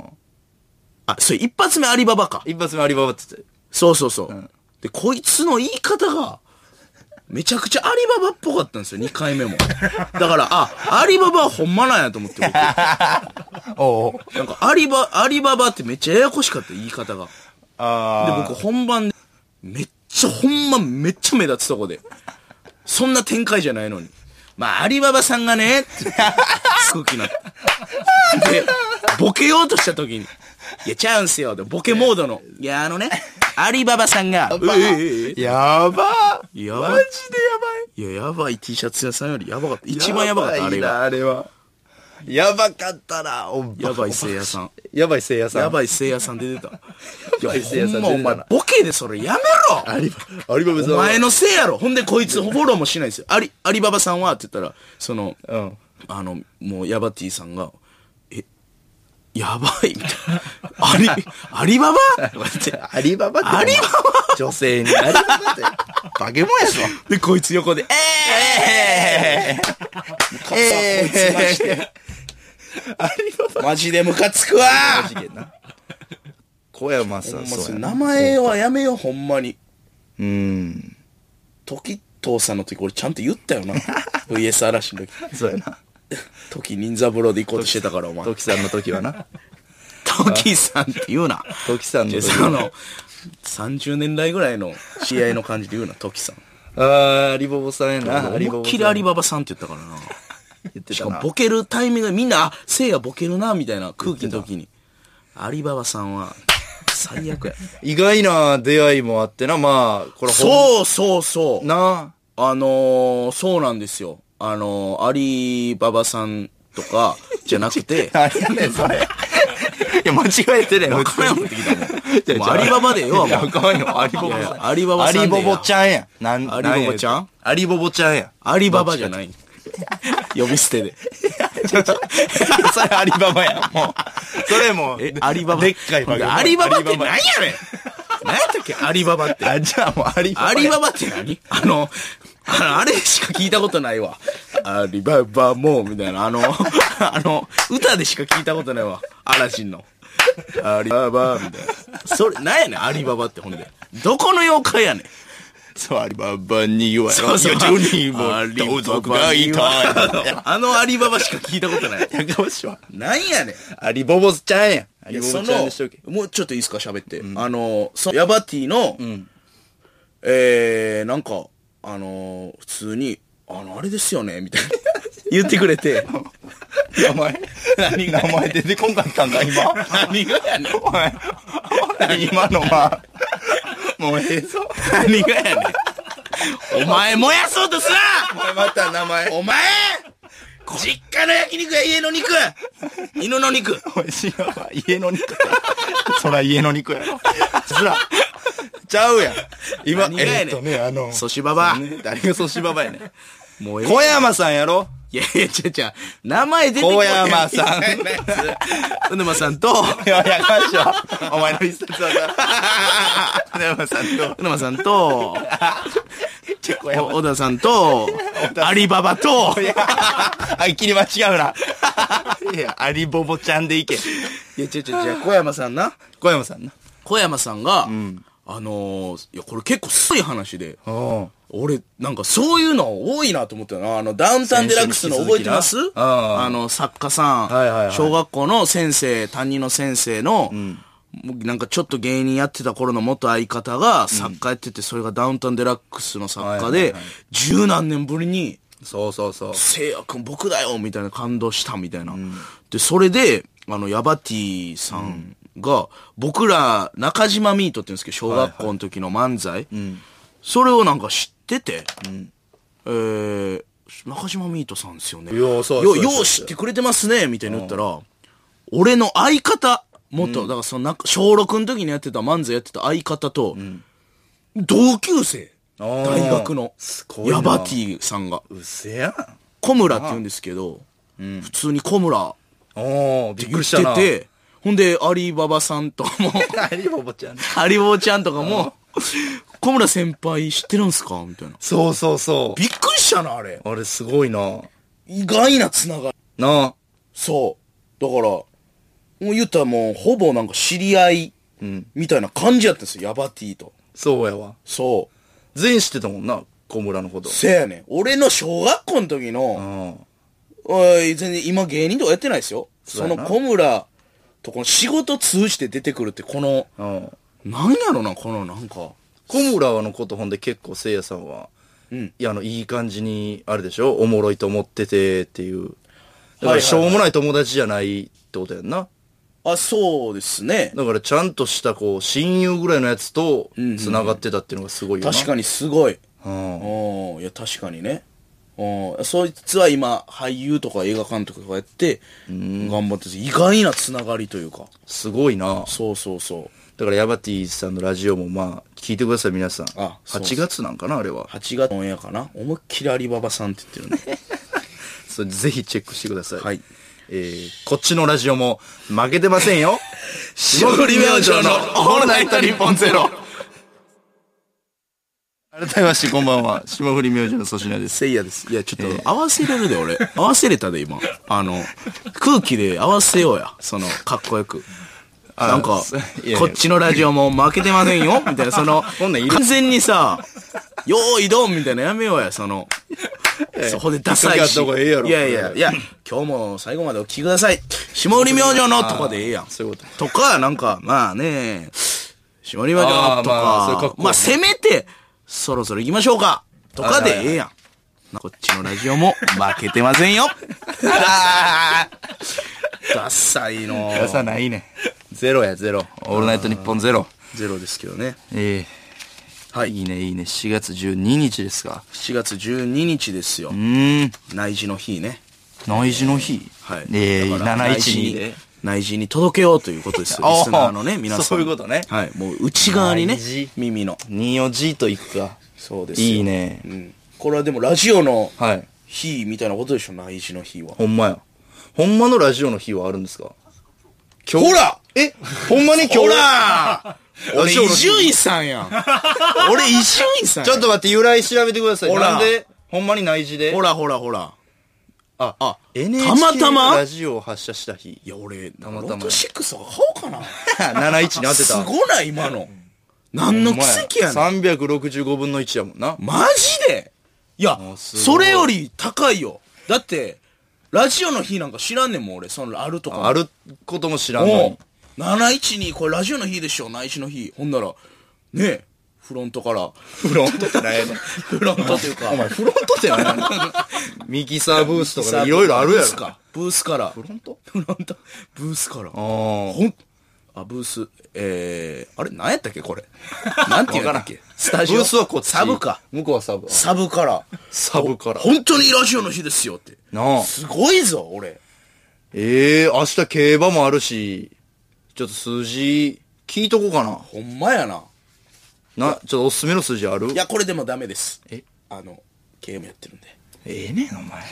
[SPEAKER 2] あ、それ一発目アリババか。
[SPEAKER 1] 一発目アリババって言って。
[SPEAKER 2] そうそうそう。
[SPEAKER 1] ん
[SPEAKER 2] で、こいつの言い方が、めちゃくちゃアリババっぽかったんですよ、2回目も。だから、あ、アリババはほんまなんやと思って、僕
[SPEAKER 1] おお。
[SPEAKER 2] なんか、アリバ、アリババってめっちゃややこしかった、言い方が。で、
[SPEAKER 1] ああ。
[SPEAKER 2] 僕本番で、めっちゃ、ほんまめっちゃ目立つとこで。そんな展開じゃないのに。まあ、アリババさんがね、って言って空気になった。で、ボケようとした時に、いや、ちゃうんすよ。でボケモードの。いや、あのね、アリババさんが、うえええ
[SPEAKER 1] やば
[SPEAKER 2] えやば
[SPEAKER 1] マ
[SPEAKER 2] い。
[SPEAKER 1] ジでやばい。
[SPEAKER 2] いや、やばい T シャツ屋さんよりやばかった。一番やばかった、あ
[SPEAKER 1] やば
[SPEAKER 2] れ
[SPEAKER 1] い
[SPEAKER 2] が。
[SPEAKER 1] なあれは。やばかったな、おば
[SPEAKER 2] やばいせいやさん。
[SPEAKER 1] やばいせいやさん。
[SPEAKER 2] やばいせいやさん出てた。
[SPEAKER 1] ばいせいやさん出てたな
[SPEAKER 2] ほんまお前、ボケでそれやめろ
[SPEAKER 1] アリバアリババさん
[SPEAKER 2] お
[SPEAKER 1] は。
[SPEAKER 2] 前のせいやろほんでこいつフォローもしないんですよ。アリ、アリババさんはって言ったら、その、
[SPEAKER 1] うん。
[SPEAKER 2] あの、もうヤバティさんが、え、やばいみ たいな。アリ、アリババとか言って。
[SPEAKER 1] アリババって。
[SPEAKER 2] アリバ
[SPEAKER 1] バ女性にアリババ って。バケモンや ぞ。
[SPEAKER 2] で、こいつ横で、ええー、えー、えー、えー、えー、え
[SPEAKER 1] アリバ
[SPEAKER 2] マジでムカつくわ
[SPEAKER 1] バ事件な。小山さん、そうやな。
[SPEAKER 2] 名前はやめよう、ほんまに。
[SPEAKER 1] うん。
[SPEAKER 2] 時藤さんの時、俺ちゃんと言った よな。VS 嵐の時。
[SPEAKER 1] そうやな。
[SPEAKER 2] 時忍三郎で行こうとしてたから、お前。
[SPEAKER 1] 時さんの時はな。
[SPEAKER 2] 時さんって言うな。
[SPEAKER 1] 時さんの時
[SPEAKER 2] その、30年来ぐらいの知り合いの感じで言うな、トキさん。
[SPEAKER 1] あー、アリボボさんやな。アリボ
[SPEAKER 2] 思い
[SPEAKER 1] ボ
[SPEAKER 2] っきりア
[SPEAKER 1] さん
[SPEAKER 2] リババさんって言ったからな。
[SPEAKER 1] 言って
[SPEAKER 2] したかも
[SPEAKER 1] な。
[SPEAKER 2] ボケるタイミングでみんな、あ、せいやボケるな、みたいな空気の時に。アリババさんは、最悪 や。
[SPEAKER 1] 意外な出会いもあってな、まあ、これほん
[SPEAKER 2] そうそうそう。
[SPEAKER 1] な。
[SPEAKER 2] あのー、そうなんですよ。あのー、アリババさんとか、じゃなくて、
[SPEAKER 1] 何やねん、それ。いや、間違えてね
[SPEAKER 2] わからんようになってきたもん。もうアリババでよ、もう。
[SPEAKER 1] かわいいの。アリボボ
[SPEAKER 2] いやい
[SPEAKER 1] さん。
[SPEAKER 2] やアリババさんでや
[SPEAKER 1] アリボボちゃんや。なん
[SPEAKER 2] アリボボちゃん
[SPEAKER 1] アリボボちゃん や。
[SPEAKER 2] アリババじゃない。呼び捨てで。
[SPEAKER 1] それアリババや。もう。それもう。
[SPEAKER 2] え、アリババ。
[SPEAKER 1] でっかいバカ
[SPEAKER 2] アリババって何やねん何やったっけアリババって。
[SPEAKER 1] あ、じゃあもうアリババ
[SPEAKER 2] ア
[SPEAKER 1] や。
[SPEAKER 2] リババって何あの、あの、あれしか聞いたことないわ。アリババも、みたいな。あの、 あの、歌でしか聞いたことないわ。アラジンの。アリババ、みたいな。それ、なんやねん、アリババってほんで。どこの妖怪やねん。
[SPEAKER 1] そう、アリババには、
[SPEAKER 2] そうそう
[SPEAKER 1] 40人も同族がいた。
[SPEAKER 2] あのアリババしか聞いたことない。
[SPEAKER 1] やかましいわ。
[SPEAKER 2] なんやねん。
[SPEAKER 1] アリボボちゃんや。ア
[SPEAKER 2] い
[SPEAKER 1] リ
[SPEAKER 2] や
[SPEAKER 1] ボ
[SPEAKER 2] そ
[SPEAKER 1] ボちゃんにしとけ。
[SPEAKER 2] の、もうちょっといいですか、喋って。あの、そヤバティの、えー、なんか、あの、普通に、あの、あれですよね、みた いな。言ってくれて。
[SPEAKER 1] 名前何名前出てこんかったんだ、今。
[SPEAKER 2] 何がやねん。
[SPEAKER 1] お前、今のまあ、もうええぞ。
[SPEAKER 2] 何がやねん。お前燃やそうとすな
[SPEAKER 1] また名前。
[SPEAKER 2] お前実家の焼肉や家の肉犬の肉
[SPEAKER 1] おいしいわ。家の肉。そら家の肉やろ。そら、ちゃうやん。今、
[SPEAKER 2] 何がやね
[SPEAKER 1] え
[SPEAKER 2] ん
[SPEAKER 1] っとね、あの、
[SPEAKER 2] ソシババ
[SPEAKER 1] ね誰がソシババやねん。
[SPEAKER 2] もうええ
[SPEAKER 1] 小山さんやろ
[SPEAKER 2] いやいや、ちゃちゃ、名前出てこない
[SPEAKER 1] 小山さん
[SPEAKER 2] みたいなやつ。うぬまさんと、
[SPEAKER 1] いや、やかましいわ。お前の一冊はさ、 小山さんと、
[SPEAKER 2] うぬまさんと、
[SPEAKER 1] ちょ、小
[SPEAKER 2] お小田さ んと、アリババと、
[SPEAKER 1] いや、はっきり間違うな。 いや、アリボボちゃんでいけ。
[SPEAKER 2] いや、ちゃちゃちゃ、小山さんな。
[SPEAKER 1] 小山さんな。
[SPEAKER 2] 小山さんが、あのー、いや、これ結構すごい話で、
[SPEAKER 1] お
[SPEAKER 2] 俺、なんかそういうの多いなと思ったよな。あの、ダウンタウンデラックスの
[SPEAKER 1] 先週
[SPEAKER 2] 覚
[SPEAKER 1] に引き
[SPEAKER 2] え
[SPEAKER 1] 続き
[SPEAKER 2] て
[SPEAKER 1] な
[SPEAKER 2] ます
[SPEAKER 1] あ
[SPEAKER 2] あの、作家さん、
[SPEAKER 1] はいはいはい
[SPEAKER 2] 小学校の先生、担任の先生の、もうなんかちょっと芸人やってた頃の元相方が作家やってて、それがダウンタウンデラックスの作家
[SPEAKER 1] はいはい
[SPEAKER 2] で
[SPEAKER 1] はい、
[SPEAKER 2] 十何年ぶりに、
[SPEAKER 1] そうそうそう。
[SPEAKER 2] せいやくん僕だよみたいな感動したみたいな。で、それで、あの、ヤバティさんが、僕ら、中島ミートって言うんですけど、小学校の時の漫才。それをなんか知ってて、えー、中島ミートさんですよね。
[SPEAKER 1] ようそうそうそう
[SPEAKER 2] よよう知ってくれてますね、みたいに言ったら、俺の相方、元、だからそのなんか、小6の時にやってた漫才やってた相方と、同級生。
[SPEAKER 1] あー
[SPEAKER 2] 大学の
[SPEAKER 1] すごい、な
[SPEAKER 2] ヤバティさんが。
[SPEAKER 1] うせやん。
[SPEAKER 2] 小村って言うんですけど、普通に小村っ
[SPEAKER 1] おおびっく
[SPEAKER 2] て言
[SPEAKER 1] り
[SPEAKER 2] っ
[SPEAKER 1] したな。
[SPEAKER 2] てて、ほんで、アリババさんとかも、
[SPEAKER 1] アリボボちゃん。
[SPEAKER 2] アリボーちゃんとかも、小村先輩知ってるんすかみたいな。
[SPEAKER 1] そうそうそ
[SPEAKER 2] びっくりしたな、あれ。
[SPEAKER 1] う。あれすごいな。
[SPEAKER 2] 意外なつながり。
[SPEAKER 1] な
[SPEAKER 2] そう。だから、もう言ったらもう、ほぼなんか知り合い、みたいな感じやったんですよ、ヤバティと。
[SPEAKER 1] そうやわ。
[SPEAKER 2] そう。
[SPEAKER 1] 全員知ってたもんな、小村のこと。
[SPEAKER 2] せやねん。俺の小学校の時の、
[SPEAKER 1] うん。
[SPEAKER 2] おい、全然今芸人とかやってないですよ。
[SPEAKER 1] そう
[SPEAKER 2] そ
[SPEAKER 1] や
[SPEAKER 2] の
[SPEAKER 1] な
[SPEAKER 2] 小村とこの仕事通じて出てくるって、この、
[SPEAKER 1] うん。
[SPEAKER 2] なんやろな、このなんか。
[SPEAKER 1] 小村のことほんで結構せいやさんは、
[SPEAKER 2] うん
[SPEAKER 1] いや、あの、いい感じに、あれでしょおもろいと思っててっていう。だ
[SPEAKER 2] はいはい
[SPEAKER 1] か
[SPEAKER 2] は
[SPEAKER 1] ら、
[SPEAKER 2] い
[SPEAKER 1] しょうもない友達じゃないってことやんな。
[SPEAKER 2] あ、そうですね。
[SPEAKER 1] だから、ちゃんとした、こう、親友ぐらいのやつと、繋がってたっていうのがすごいよな。
[SPEAKER 2] 確かにすごい。
[SPEAKER 1] うん。
[SPEAKER 2] うん、いや、確かにね。うん、そいつは今、俳優とか映画監督とかやって、頑張ってて、意外なつながりというか。
[SPEAKER 1] すごいな。
[SPEAKER 2] そうそうそう。
[SPEAKER 1] だから、ヤバティさんのラジオも、まあ、聞いてください、皆さん。
[SPEAKER 2] あそう
[SPEAKER 1] 8月なんかな、あれは。
[SPEAKER 2] 8月のオンエアかな思いっきりアリババさんって言ってるね。
[SPEAKER 1] それぜひチェックしてください。
[SPEAKER 2] はい。
[SPEAKER 1] えー、こっちのラジオも負けてません よ。
[SPEAKER 2] 霜降り明星のオールナイトニッポンゼロ。
[SPEAKER 1] 改めまして、こんばんは。霜降り明星の粗品です。
[SPEAKER 2] せいやです。いや、ちょっと、合わせれる で、俺。合わせれたで、今。あの、空気で合わせようや。その、かっこよく。
[SPEAKER 1] あ
[SPEAKER 2] なんか
[SPEAKER 1] そいやいや、
[SPEAKER 2] こっちのラジオも負けてませ んよみたいな、その、
[SPEAKER 1] こんなんいる
[SPEAKER 2] 完全にさ、よーいどんみたいなやめようや、その、そこでダサ
[SPEAKER 1] 引
[SPEAKER 2] いし。
[SPEAKER 1] っ掛けあった方がええやろ
[SPEAKER 2] いやいや、いや、今日も最後までお聞きください。霜降り明星のとかでええやん。
[SPEAKER 1] そういうこと。
[SPEAKER 2] とか、なんか、まあね、絞りましょ
[SPEAKER 1] あ
[SPEAKER 2] う
[SPEAKER 1] ー
[SPEAKER 2] と
[SPEAKER 1] まあそういう
[SPEAKER 2] か
[SPEAKER 1] 格、好
[SPEAKER 2] まあせめて、そろそろ行きましょうかとかで
[SPEAKER 1] はいはいはい
[SPEAKER 2] ええやん。こっちのラジオも負けてませんよあーダサいの
[SPEAKER 1] 出さないね。ゼロや、ゼロ。オールナイトニッポンゼロ。
[SPEAKER 2] ゼロですけどね。
[SPEAKER 1] えー、はい。いいね、いいね。7月12日ですか。
[SPEAKER 2] 7月12日ですよ
[SPEAKER 1] う。ーん。
[SPEAKER 2] 内示の日ね。
[SPEAKER 1] 内示の日
[SPEAKER 2] はい。
[SPEAKER 1] えー、
[SPEAKER 2] だから内示
[SPEAKER 1] 712
[SPEAKER 2] に。内示に届けようということですよ。
[SPEAKER 1] あー
[SPEAKER 2] リスナーのね、皆さん。
[SPEAKER 1] そういうことね
[SPEAKER 2] はい。もう内側にね
[SPEAKER 1] 内示、
[SPEAKER 2] 耳の。
[SPEAKER 1] 2を G といくか。
[SPEAKER 2] そうですよ
[SPEAKER 1] いいね
[SPEAKER 2] う。ん。これはでもラジオの
[SPEAKER 1] はい。
[SPEAKER 2] 日みたいなことでしょ、内示の日は。
[SPEAKER 1] ほんまや。ほんまのラジオの日はあるんですか今
[SPEAKER 2] ほら
[SPEAKER 1] えほんまに今日
[SPEAKER 2] ほら
[SPEAKER 1] ラ
[SPEAKER 2] 俺、
[SPEAKER 1] ジオ
[SPEAKER 2] 伊
[SPEAKER 1] の日
[SPEAKER 2] 集院さんやん。 俺、伊 集院さん
[SPEAKER 1] ちょっ
[SPEAKER 2] と、
[SPEAKER 1] と待って、由来調べてください。
[SPEAKER 2] ほら
[SPEAKER 1] なんで、ほんまに内示で。
[SPEAKER 2] ほらほらほら。
[SPEAKER 1] あ、
[SPEAKER 2] あ
[SPEAKER 1] NHK
[SPEAKER 2] たまたま
[SPEAKER 1] ラジオを発射した日
[SPEAKER 2] い。や、俺、た
[SPEAKER 1] ま
[SPEAKER 2] ま
[SPEAKER 1] たま
[SPEAKER 2] ロト6とか買おうかな。
[SPEAKER 1] 71に当てた。
[SPEAKER 2] すごない、今の。何の奇跡やね
[SPEAKER 1] ん。
[SPEAKER 2] ん。
[SPEAKER 1] 365分の1やもんな。
[SPEAKER 2] マジでいや
[SPEAKER 1] もうすごい
[SPEAKER 2] それより高いよだってラジオの日なんか知らんねんもん俺そのあるとか
[SPEAKER 1] あることも知らんの
[SPEAKER 2] も
[SPEAKER 1] に。
[SPEAKER 2] う712これラジオの日でしょ内視の日ほんならねえフロントから
[SPEAKER 1] フロントって何やねん。
[SPEAKER 2] フロントというか
[SPEAKER 1] お前、フロントって何やねん。 ミキサーブースとか
[SPEAKER 2] さ
[SPEAKER 1] でいろいろあるや
[SPEAKER 2] ブー
[SPEAKER 1] ろ。
[SPEAKER 2] スかブースから
[SPEAKER 1] フロント
[SPEAKER 2] フロントブースから
[SPEAKER 1] あ
[SPEAKER 2] ほ
[SPEAKER 1] ー
[SPEAKER 2] んあブースえー、あれ何やったっけ これなんていうんだっけスタジオ
[SPEAKER 1] ブースはこっち。
[SPEAKER 2] サブか
[SPEAKER 1] 向こうはサブ。
[SPEAKER 2] サブから
[SPEAKER 1] サブから。
[SPEAKER 2] 本当にラジオの日ですよって
[SPEAKER 1] なあ。
[SPEAKER 2] すごいぞ俺
[SPEAKER 1] ええ明日競馬もあるし、ちょっと数字、聞いとこうかな。
[SPEAKER 2] ほんまやな。
[SPEAKER 1] な、ちょっとおすすめの数字ある
[SPEAKER 2] いや、これでもダメです。
[SPEAKER 1] え
[SPEAKER 2] あの、ゲームやってるんで。
[SPEAKER 1] ええねん、お前。なんや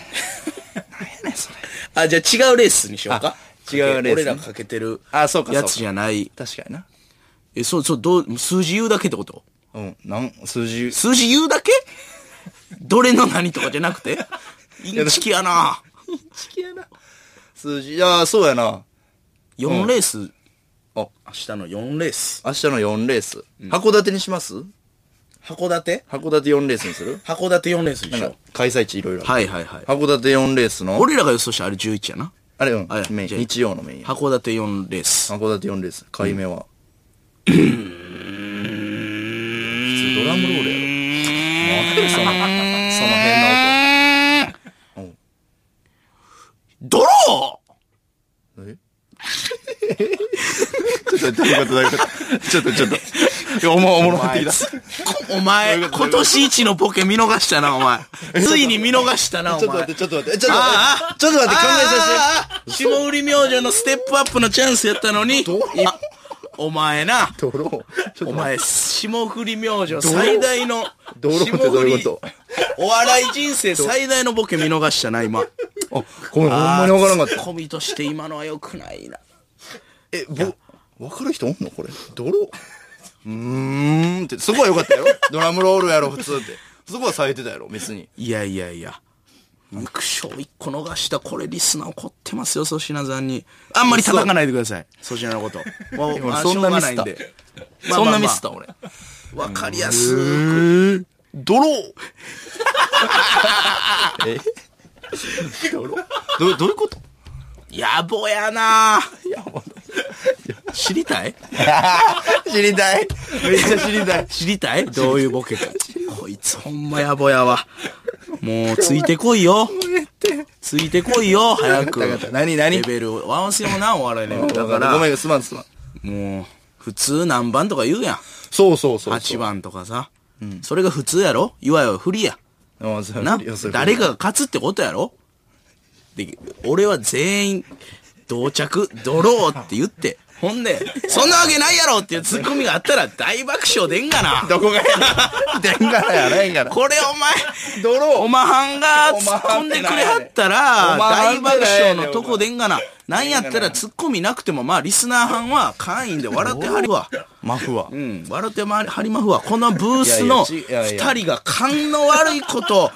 [SPEAKER 1] ねん、それ。
[SPEAKER 2] あ、じゃあ違うレースにしようか。
[SPEAKER 1] あ違うレースね
[SPEAKER 2] 俺らがかけてる。
[SPEAKER 1] あそうか
[SPEAKER 2] や
[SPEAKER 1] そ
[SPEAKER 2] つ
[SPEAKER 1] うか
[SPEAKER 2] じゃない。
[SPEAKER 1] 確かにな。
[SPEAKER 2] え、そう、そう、どう、数字言うだけってこと
[SPEAKER 1] うん、なん、数字、
[SPEAKER 2] 数字言うだけどれの何とかじゃなくてインチキやな。
[SPEAKER 1] 数字、いやー、そうやな。
[SPEAKER 2] 4レース、
[SPEAKER 1] あ、
[SPEAKER 2] 明日の4レース。
[SPEAKER 1] 明日の4レース。函館にします
[SPEAKER 2] 函館
[SPEAKER 1] 函館4レースにする
[SPEAKER 2] 函館4レースにし
[SPEAKER 1] な
[SPEAKER 2] よ
[SPEAKER 1] ん
[SPEAKER 2] う
[SPEAKER 1] か。開催地いろいろある。
[SPEAKER 2] はいはいはい。
[SPEAKER 1] 函館4レースの、
[SPEAKER 2] 俺らが予想したあれ11やな。
[SPEAKER 1] あれ、うん
[SPEAKER 2] はい、
[SPEAKER 1] メイン
[SPEAKER 2] じゃあ
[SPEAKER 1] 日曜のメイン。
[SPEAKER 2] 函館4レース。
[SPEAKER 1] 函館4レース、買い目は。普通ドラムロールやろ。なんでその、その変な
[SPEAKER 2] ドロ
[SPEAKER 1] 音。え ちょっと、どういうことどういうことちょっと、ちょっと。いや、おも、おもろなってきた。
[SPEAKER 2] ー お前、
[SPEAKER 1] どういうこと
[SPEAKER 2] 今年一のボケ見逃したな、お 前。ついに見逃したな、お
[SPEAKER 1] ち
[SPEAKER 2] 前。
[SPEAKER 1] ょっと待って、ちょっと待って、ちょっと待
[SPEAKER 2] あ
[SPEAKER 1] って、ちょっと待って、考えさ
[SPEAKER 2] あー霜降り明星のステップアップのチャンスやったのに、あお前な、
[SPEAKER 1] せて。ドロー。ちょっと待
[SPEAKER 2] お
[SPEAKER 1] って
[SPEAKER 2] 前、 霜降り明星最大の、
[SPEAKER 1] ドローってどういうこと
[SPEAKER 2] 霜降りお笑い人生最大のボケ見逃した な、今。
[SPEAKER 1] あ、ごめん、ほんまにわからんかった。
[SPEAKER 2] コミとして今のは良くないな。
[SPEAKER 1] え、ぼ、わかる人おんのこれ。泥うーんって、そこは良か ったよ。ドラムロールやろ、普通って。そこは咲いてたやろ、別に。
[SPEAKER 2] いやいやいや。肉賞一個逃した、これリスナー怒ってますよ、粗品さんに。あんまり叩かないでください、粗品のこと。 もう、
[SPEAKER 1] そんなミス
[SPEAKER 2] しょ
[SPEAKER 1] った
[SPEAKER 2] うがないんで。
[SPEAKER 1] そんなミスった、
[SPEAKER 2] まあま
[SPEAKER 1] 俺。
[SPEAKER 2] あまあわかりやすい。
[SPEAKER 1] 泥 え泥ど、どういうこと
[SPEAKER 2] 野暮やな知りたい
[SPEAKER 1] 知りたい。めっちゃ知りたい。
[SPEAKER 2] 知りたいどういうボケか。こいつほんま野暮やわ。もう、ついてこいよ。ついてこいよ、早く。
[SPEAKER 1] わかったわかった何何
[SPEAKER 2] レベルを合わせような、お笑いレベル。だ
[SPEAKER 1] だ
[SPEAKER 2] か
[SPEAKER 1] から、ごめ
[SPEAKER 2] ら、
[SPEAKER 1] ん、すまん、すまん。
[SPEAKER 2] もう、普通何番とか言うやん。
[SPEAKER 1] そうそうそう。
[SPEAKER 2] 8。番とかさ。それが普通やろいわゆる不利や。
[SPEAKER 1] あそう
[SPEAKER 2] な誰
[SPEAKER 1] が
[SPEAKER 2] かが勝つってことやろで、俺は全員、同着、ドローって言って、ほんで、そんなわけないやろっていうツッコミがあったら大爆笑でんがな。
[SPEAKER 1] どこが やねん。でんがらやないんから。
[SPEAKER 2] これお前、
[SPEAKER 1] 泥
[SPEAKER 2] おまはんが突っ込んでくれはったら、
[SPEAKER 1] おまはん
[SPEAKER 2] 大
[SPEAKER 1] って
[SPEAKER 2] 爆
[SPEAKER 1] なんやねん
[SPEAKER 2] 笑のとこでんがな。なんやったらツッコミなくても、まあリスナーはんは会員で笑ってはるわ。
[SPEAKER 1] マフは
[SPEAKER 2] う。ん、笑ってまはりまふわ。このブースの
[SPEAKER 1] いやいやちいやいや
[SPEAKER 2] 二人が勘の悪いこと、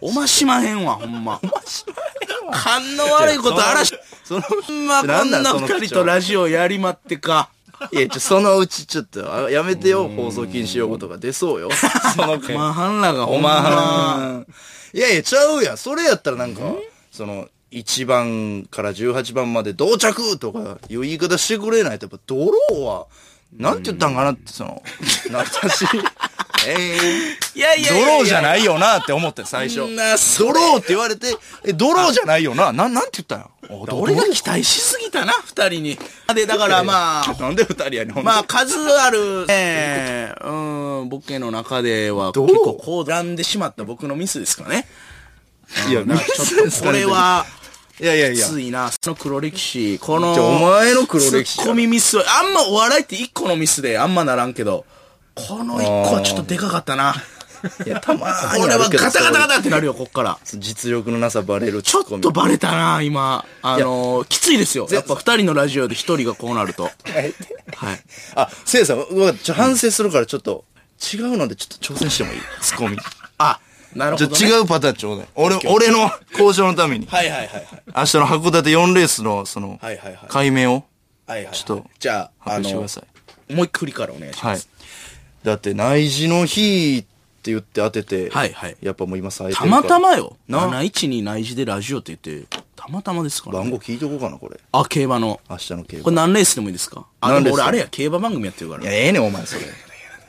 [SPEAKER 2] おましまへんわ、ほんま。勘の悪いことあらし、
[SPEAKER 1] その、
[SPEAKER 2] ほんまこん
[SPEAKER 1] なんなん
[SPEAKER 2] な
[SPEAKER 1] その口調
[SPEAKER 2] 二人とラジオやりまってか。
[SPEAKER 1] いや、ちょ、そのうち、ちょっと、あやめてよ、放送禁止用語とか出そうよ。 その
[SPEAKER 2] まあ、ハンラがほ
[SPEAKER 1] お
[SPEAKER 2] んま、
[SPEAKER 1] まいやいや、ちゃうやん。それやったらなんか、その、1番から18番まで到着とかいう言い方してくれないと、やっぱ、ドローは、なんて言ったんかなって、その、懐か しい。え
[SPEAKER 2] いやい
[SPEAKER 1] ー、
[SPEAKER 2] やいや
[SPEAKER 1] ドローじゃ
[SPEAKER 2] い
[SPEAKER 1] ないよなって思ってん最初。
[SPEAKER 2] そんなそ
[SPEAKER 1] ドローって言われて、え、ドローじゃないよな。な、なんて言ったんや。
[SPEAKER 2] 俺が期待しすぎたな、二人に。で、だからまあ、
[SPEAKER 1] なんで二人やねん、ほんま
[SPEAKER 2] まあ数ある、ええうん、ボケの中では
[SPEAKER 1] ど
[SPEAKER 2] 結
[SPEAKER 1] う
[SPEAKER 2] 構こうらんでしまった僕のミスですかね。
[SPEAKER 1] いや、
[SPEAKER 2] ちょっとこれは、
[SPEAKER 1] いやいやい
[SPEAKER 2] き
[SPEAKER 1] や。
[SPEAKER 2] ついな。その黒歴史、この、
[SPEAKER 1] じゃあお前の黒歴史
[SPEAKER 2] ツッコミミスは、あんまお笑いって一個のミスであんまならんけど、この一個はちょっとでかかったな。
[SPEAKER 1] いや、たまーに
[SPEAKER 2] 俺
[SPEAKER 1] あ
[SPEAKER 2] は
[SPEAKER 1] るけど。
[SPEAKER 2] ガタガタガ
[SPEAKER 1] タ
[SPEAKER 2] タってなるよ、こっから。
[SPEAKER 1] 実力のなさバレる
[SPEAKER 2] ちょっとバレたな、今。あのー、きついですよ。やっぱ二人のラジオで一人がこうなると。はい。
[SPEAKER 1] あ、せいさん、わかったちょ反省するからちょっと、違うのでちょっと挑戦してもいいツッコミ。
[SPEAKER 2] あ、なる
[SPEAKER 1] ち
[SPEAKER 2] ほ
[SPEAKER 1] ょ
[SPEAKER 2] ど、
[SPEAKER 1] っ
[SPEAKER 2] ね。
[SPEAKER 1] と違うパターンちょうだい。俺、俺の交渉のために。
[SPEAKER 2] はいはいはいはい。
[SPEAKER 1] 明日の函館4レースの、その
[SPEAKER 2] はいはいはい、
[SPEAKER 1] 解明を。
[SPEAKER 2] はいはいはい
[SPEAKER 1] ちょっと
[SPEAKER 2] じゃあ、あ
[SPEAKER 1] 発表してく
[SPEAKER 2] の
[SPEAKER 1] ださい、
[SPEAKER 2] もう一回りからお願いし
[SPEAKER 1] は
[SPEAKER 2] ま
[SPEAKER 1] い
[SPEAKER 2] す。。
[SPEAKER 1] だって、内示の日って言って当てて、
[SPEAKER 2] はいはい
[SPEAKER 1] やっぱもう今冴えて
[SPEAKER 2] た
[SPEAKER 1] るから
[SPEAKER 2] またまよ。
[SPEAKER 1] な
[SPEAKER 2] 71に内示でラジオって言って、たまたまですから、
[SPEAKER 1] 番
[SPEAKER 2] ね。
[SPEAKER 1] 号聞いとこうかな、これ。
[SPEAKER 2] あ、競馬の。
[SPEAKER 1] 明日の競
[SPEAKER 2] こ
[SPEAKER 1] 馬。
[SPEAKER 2] れ何レースでもいいですかあ、で
[SPEAKER 1] 何レー
[SPEAKER 2] も
[SPEAKER 1] ス
[SPEAKER 2] 俺あれや、競馬番組やってるか
[SPEAKER 1] い
[SPEAKER 2] ら。
[SPEAKER 1] や、ええねん、お前、それ。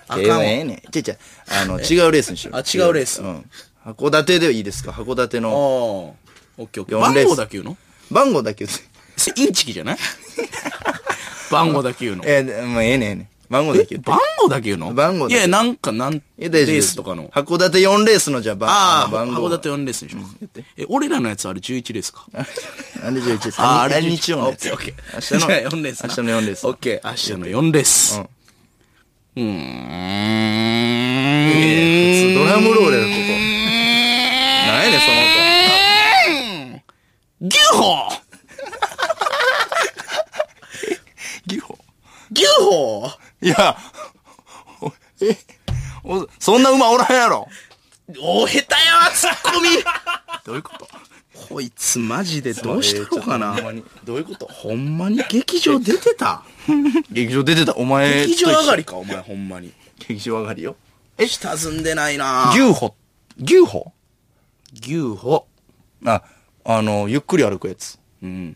[SPEAKER 2] あかん
[SPEAKER 1] ええわええねん。ちゃちゃ、あの、違うレースにしよう。
[SPEAKER 2] あ違うレース
[SPEAKER 1] うん。函館でいいですか函館
[SPEAKER 2] ああ。
[SPEAKER 1] の。
[SPEAKER 2] オッケーオッケー。
[SPEAKER 1] 四レー
[SPEAKER 2] 番
[SPEAKER 1] ス
[SPEAKER 2] 号だけ言うの
[SPEAKER 1] 番号だけ言って。
[SPEAKER 2] それインチキじゃ ない番号だけ言うの。
[SPEAKER 1] えー、もうええねんええねん。番号だけ言って。
[SPEAKER 2] 番号だけ言うの
[SPEAKER 1] 番号だ
[SPEAKER 2] い
[SPEAKER 1] け
[SPEAKER 2] や、なんか、なん、
[SPEAKER 1] え
[SPEAKER 2] レ
[SPEAKER 1] 大丈夫
[SPEAKER 2] ースとかの。
[SPEAKER 1] 函館4レースのじゃあば
[SPEAKER 2] ああ、
[SPEAKER 1] の番号
[SPEAKER 2] 函館4レースにします
[SPEAKER 1] 言って。
[SPEAKER 2] え、俺らのやつあれ11レースか。
[SPEAKER 1] なんで11です
[SPEAKER 2] ああ、
[SPEAKER 1] あ
[SPEAKER 2] あれ
[SPEAKER 1] れ日曜のやつ
[SPEAKER 2] オッケーオッケー。
[SPEAKER 1] 明日の
[SPEAKER 2] じゃあ4レースな。
[SPEAKER 1] 明日の4レースな
[SPEAKER 2] オッケー。明日の4レース。
[SPEAKER 1] うん
[SPEAKER 2] うー
[SPEAKER 1] いやいや普
[SPEAKER 2] ん。
[SPEAKER 1] 通ドラムロールやろここ何やねんその
[SPEAKER 2] 牛歩
[SPEAKER 1] 音ギホ
[SPEAKER 2] 牛歩
[SPEAKER 1] いやおえおそんな馬おらんやろ
[SPEAKER 2] お、下手やわ、ツッコ ミ
[SPEAKER 1] どういうこと
[SPEAKER 2] こいつマジでどうしたのかな
[SPEAKER 1] えーちょっとほんまにどういうこと
[SPEAKER 2] ほんまに劇場出てた
[SPEAKER 1] 劇場出てたお前
[SPEAKER 2] 劇場上が
[SPEAKER 1] り
[SPEAKER 2] りか、お前ほんまに。
[SPEAKER 1] 劇場上がりよ
[SPEAKER 2] え、下積んでないな
[SPEAKER 1] 牛歩牛歩
[SPEAKER 2] 牛歩。
[SPEAKER 1] ああのゆっくり歩くやつ
[SPEAKER 2] うん。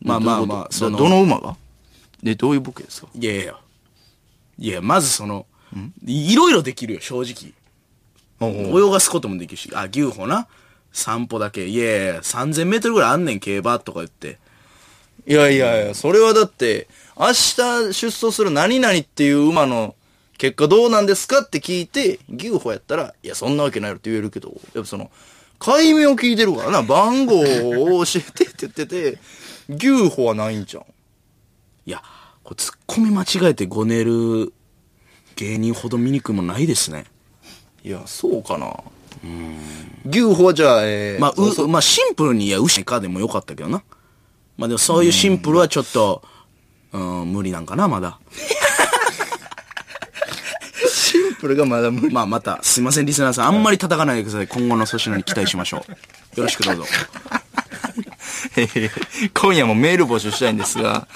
[SPEAKER 2] まあまあまあ、
[SPEAKER 1] ど
[SPEAKER 2] そう
[SPEAKER 1] いう
[SPEAKER 2] の。
[SPEAKER 1] ことどの馬がでどういうボケですか
[SPEAKER 2] いやいや。いや、まずその、いろいろできるよ、正直。泳がすこともできるし、あ、牛歩な。散歩だけ。いやいや、3000メートルぐらいあんねん、競馬とか言って。
[SPEAKER 1] いやいやいや、それはだって、明日出走する何々っていう馬の結果どうなんですかって聞いて、牛歩やったら、いや、そんなわけないよって言えるけど、やっぱその、解明を聞いてるからな、番号を教えてって言ってて、牛歩はないんじゃん。
[SPEAKER 2] いや、これツッコミ間違えてごねる芸人ほど醜いもんないですね。
[SPEAKER 1] いや、そうかな。牛歩はじゃあ、えー、
[SPEAKER 2] まあ、う、まあ、シンプルに、いや、牛かでもよかったけどな。まあでもそういうシンプルはちょっと、うん、無理なんかな、まだ。
[SPEAKER 1] シンプルがまだ無理。
[SPEAKER 2] まあまた、すいません、リスナーさん、あんまり叩かないでください。今後の粗品に期待しましょう。よろしくどうぞ。
[SPEAKER 1] 今夜もメール募集したいんですが、